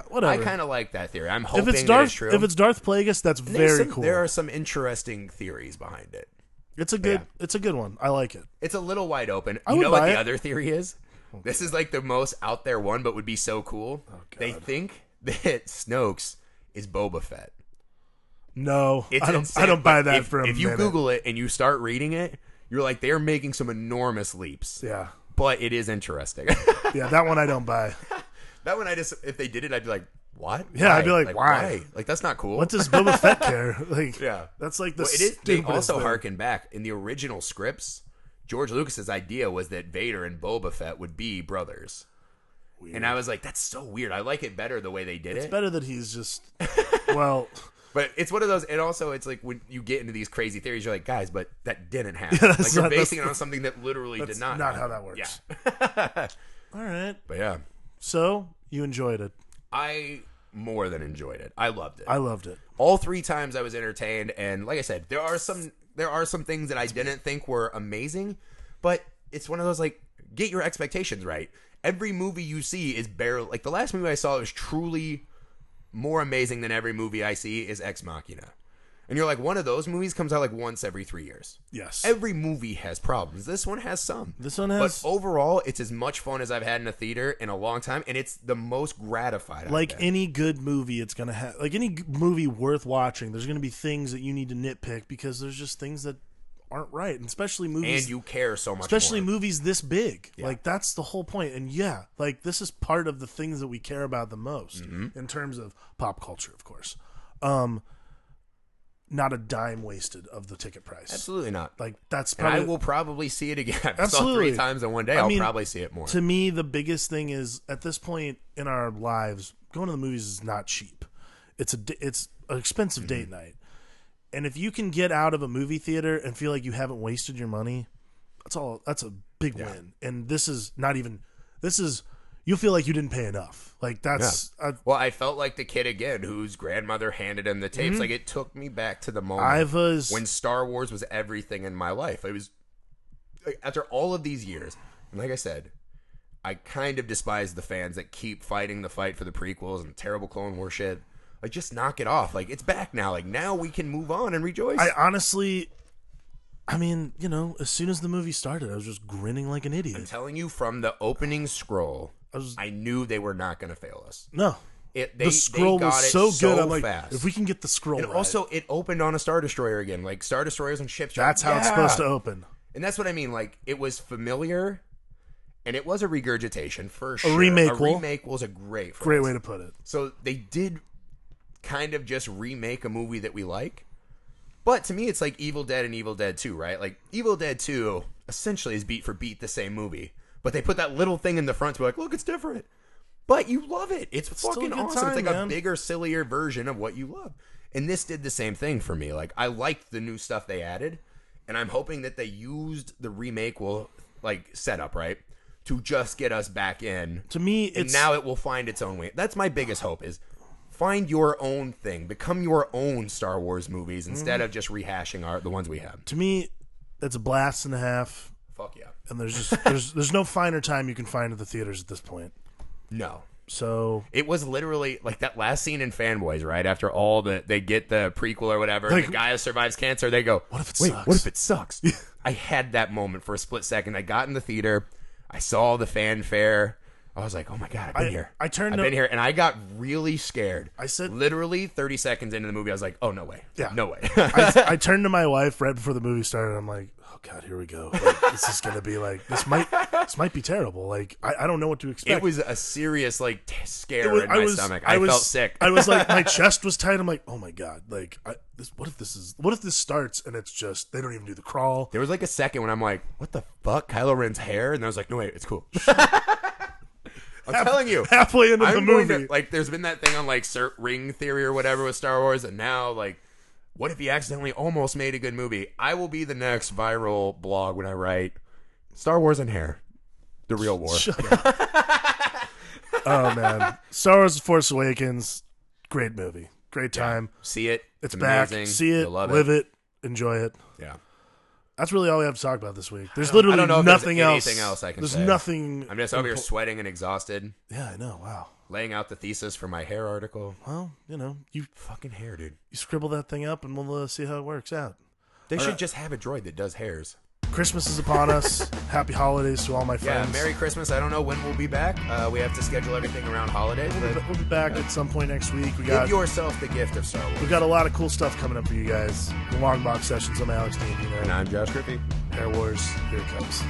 S2: whatever.
S1: I kind of like that theory. I'm hoping
S2: if it's
S1: that
S2: Darth
S1: it's true.
S2: if it's Darth Plagueis, that's
S1: There's
S2: very
S1: some-
S2: cool.
S1: There are some interesting theories behind it.
S2: It's a good. It's a good one. I like it.
S1: It's a little wide open.
S2: I
S1: you
S2: would
S1: know what
S2: buy
S1: the
S2: it.
S1: other theory is? This is like the most out there one, but would be so cool.
S2: Oh,
S1: they think that Snoke's is Boba Fett.
S2: No,
S1: It's
S2: I don't.
S1: insane,
S2: I don't buy
S1: but
S2: that
S1: if,
S2: for a
S1: If you
S2: minute.
S1: Google it and you start reading it, you're like they're making some enormous leaps.
S2: yeah,
S1: But it is interesting.
S2: yeah, that one I don't buy.
S1: that one, I just if they did it, I'd be like, what?
S2: Yeah, I'd be like, why?
S1: Like that's not cool.
S2: What does Boba Fett care? Like,
S1: Yeah.
S2: that's like the.
S1: Well, it is. They
S2: stupidest
S1: also
S2: thing.
S1: harken back in the original scripts. George Lucas's idea was that Vader and Boba Fett would be brothers, and I was like, "That's so weird." I like it better the way they did it.
S2: It's better that he's just. Well,
S1: But it's one of those, and also it's like when you get into these crazy theories, you're like, "Guys, but that didn't happen."
S2: that's
S1: like you're
S2: not-
S1: basing it
S2: that's-
S1: on something that literally
S2: that's
S1: did not.
S2: not
S1: happen.
S2: how that works.
S1: Yeah,
S2: all right.
S1: but yeah,
S2: So you enjoyed it.
S1: I more than enjoyed it. I loved it.
S2: I loved it.
S1: all three times I was entertained, and like I said, there are some there are some things that I didn't think were amazing, but it's one of those like get your expectations right. Every movie you see is barely like the last movie I saw is truly more amazing than every movie I see is Ex Machina. And you're like, one of those movies comes out like once every three years.
S2: Yes.
S1: Every movie has problems. This one has some.
S2: This one has-
S1: But overall, it's as much fun as I've had in a theater in a long time, and it's the most gratified. I've
S2: like
S1: been.
S2: any good movie, it's gonna have like any g- movie worth watching. There's gonna be things that you need to nitpick because there's just things that aren't right, and especially movies
S1: and you care so much.
S2: especially
S1: more.
S2: movies this big like that's the whole point and yeah like this is part of the things that we care about the most
S1: Mm-hmm.
S2: in terms of pop culture of course um not a dime wasted of the ticket price
S1: Absolutely not.
S2: like that's
S1: And I
S2: probably
S1: will probably see it again. I saw
S2: Absolutely.
S1: three times in one day.
S2: I
S1: I'll
S2: mean,
S1: probably see it more.
S2: to me the biggest thing is at this point in our lives going to the movies is not cheap it's a d- it's an expensive
S1: Mm-hmm.
S2: date night and if you can get out of a movie theater and feel like you haven't wasted your money that's all that's a big win and this is not even this is you feel like you didn't pay enough like that's
S1: well, I felt like the kid again whose grandmother handed him the
S2: Mm-hmm.
S1: tapes. Like it took me back to the moment
S2: I, I was
S1: when Star Wars was everything in my life. It was like, after all of these years. And like I said, I kind of despise the fans that keep fighting the fight for the prequels and terrible Clone War shit. Like just knock it off. Like it's back now. Like now we can move on and rejoice.
S2: I honestly I mean you know as soon as the movie started I was just grinning like an
S1: I'm
S2: idiot
S1: telling you from the opening scroll,
S2: I was
S1: I knew they were not going to fail us.
S2: no
S1: It, they,
S2: the scroll
S1: they got
S2: was
S1: it
S2: so good
S1: So
S2: I'm like
S1: fast.
S2: if we can get the scroll
S1: and
S2: right.
S1: also, it opened on a star destroyer again. Like star destroyers and ships. you're
S2: That's
S1: like,
S2: how it's
S1: "Yeah!"
S2: supposed to open.
S1: And that's what I mean. Like it was familiar, and it was a regurgitation for sure.
S2: remake
S1: A
S2: will.
S1: remake was a great, phrase.
S2: Great way to put it.
S1: So they did kind of just remake a movie that we like. But to me, it's like Evil Dead and Evil Dead 2, right? Like, Evil Dead 2 essentially is beat for beat the same movie. But they put that little thing in the front to be like, look, it's different. But you love it. It's,
S2: still a
S1: fucking
S2: good
S1: awesome. it's
S2: time,
S1: like
S2: man.
S1: a bigger, sillier version of what you love. And this did the same thing for me. Like, I liked the new stuff they added. And I'm hoping that they used the remake, will like, setup, right? To just get us back in
S2: To me,
S1: and
S2: it's
S1: now it will find its own way. That's my biggest hope is find your own thing, become your own Star Wars movies
S2: Mm.
S1: instead of just rehashing our the ones we have.
S2: to me, it's a blast and a half.
S1: Fuck yeah,
S2: And there's just there's there's no finer time you can find at the theaters at this point.
S1: no.
S2: So
S1: It was literally like that last scene in Fanboys, right? After all the they get the prequel or whatever,
S2: Like-
S1: the guy who survives cancer, they go, "What
S2: if it
S1: Wait,
S2: sucks?"
S1: What if it sucks?" I had that moment for a split second. I got in the theater, I saw the fanfare. I was like, "Oh my god, I've been
S2: I-
S1: here."
S2: I turned
S1: I've
S2: to-
S1: been here, and I got really scared.
S2: I said-
S1: literally thirty seconds into the movie, I was like, "Oh no way,
S2: Yeah.
S1: no way."
S2: I, I turned to my wife right before the movie started. I'm like, oh god, here we go. Like, this is gonna be like this might this might be terrible. Like I, I don't know what to expect.
S1: It was a serious like t- scare
S2: It was-
S1: in my stomach. I,
S2: was-
S1: felt sick.
S2: I was like, my chest was tight. I'm like, oh my god, like, I, this, what if this is? What if this starts and it's just they don't even do the crawl?
S1: there was like a second when I'm like, "What the fuck, Kylo Ren's hair?" And I was like, "No wait, it's cool." I'm telling you,
S2: Halfway into the
S1: I'm going
S2: movie,
S1: to- like, there's been that thing on like cert ring theory or whatever with Star Wars, and now like, what if he accidentally almost made a good movie? I will be the next viral blog when I write Star Wars and hair, the real war.
S2: Oh man, Star Wars: The Force Awakens, great movie, great time.
S1: See it.
S2: It's back.
S1: amazing.
S2: See it,
S1: You'll love
S2: live
S1: it.
S2: it. enjoy it.
S1: Yeah.
S2: That's really all we have to talk about this week. There's literally
S1: I don't know if there's
S2: nothing else.
S1: anything else I can
S2: There's
S1: say.
S2: nothing.
S1: I'm just over here sweating and exhausted,
S2: Yeah, I know. Wow.
S1: laying out the thesis for my hair article.
S2: Well, you know, you
S1: Fucking hair, dude.
S2: you scribble that thing up, and we'll uh, see how it works out.
S1: They
S2: All
S1: should
S2: right.
S1: just have a droid that does hairs.
S2: Christmas is upon us. Happy holidays to all my
S1: Yeah,
S2: friends.
S1: Merry Christmas. I don't know when we'll be back. Uh, we have to schedule everything around holiday.
S2: We'll be,
S1: But
S2: we'll be back at some point next week. We
S1: give
S2: got
S1: yourself the gift of Star
S2: we
S1: Wars.
S2: got a lot of cool stuff coming up for you guys. The long box sessions. I'm Alex Dandino.
S1: And I'm Josh Griffey.
S2: Air Wars. Here it comes.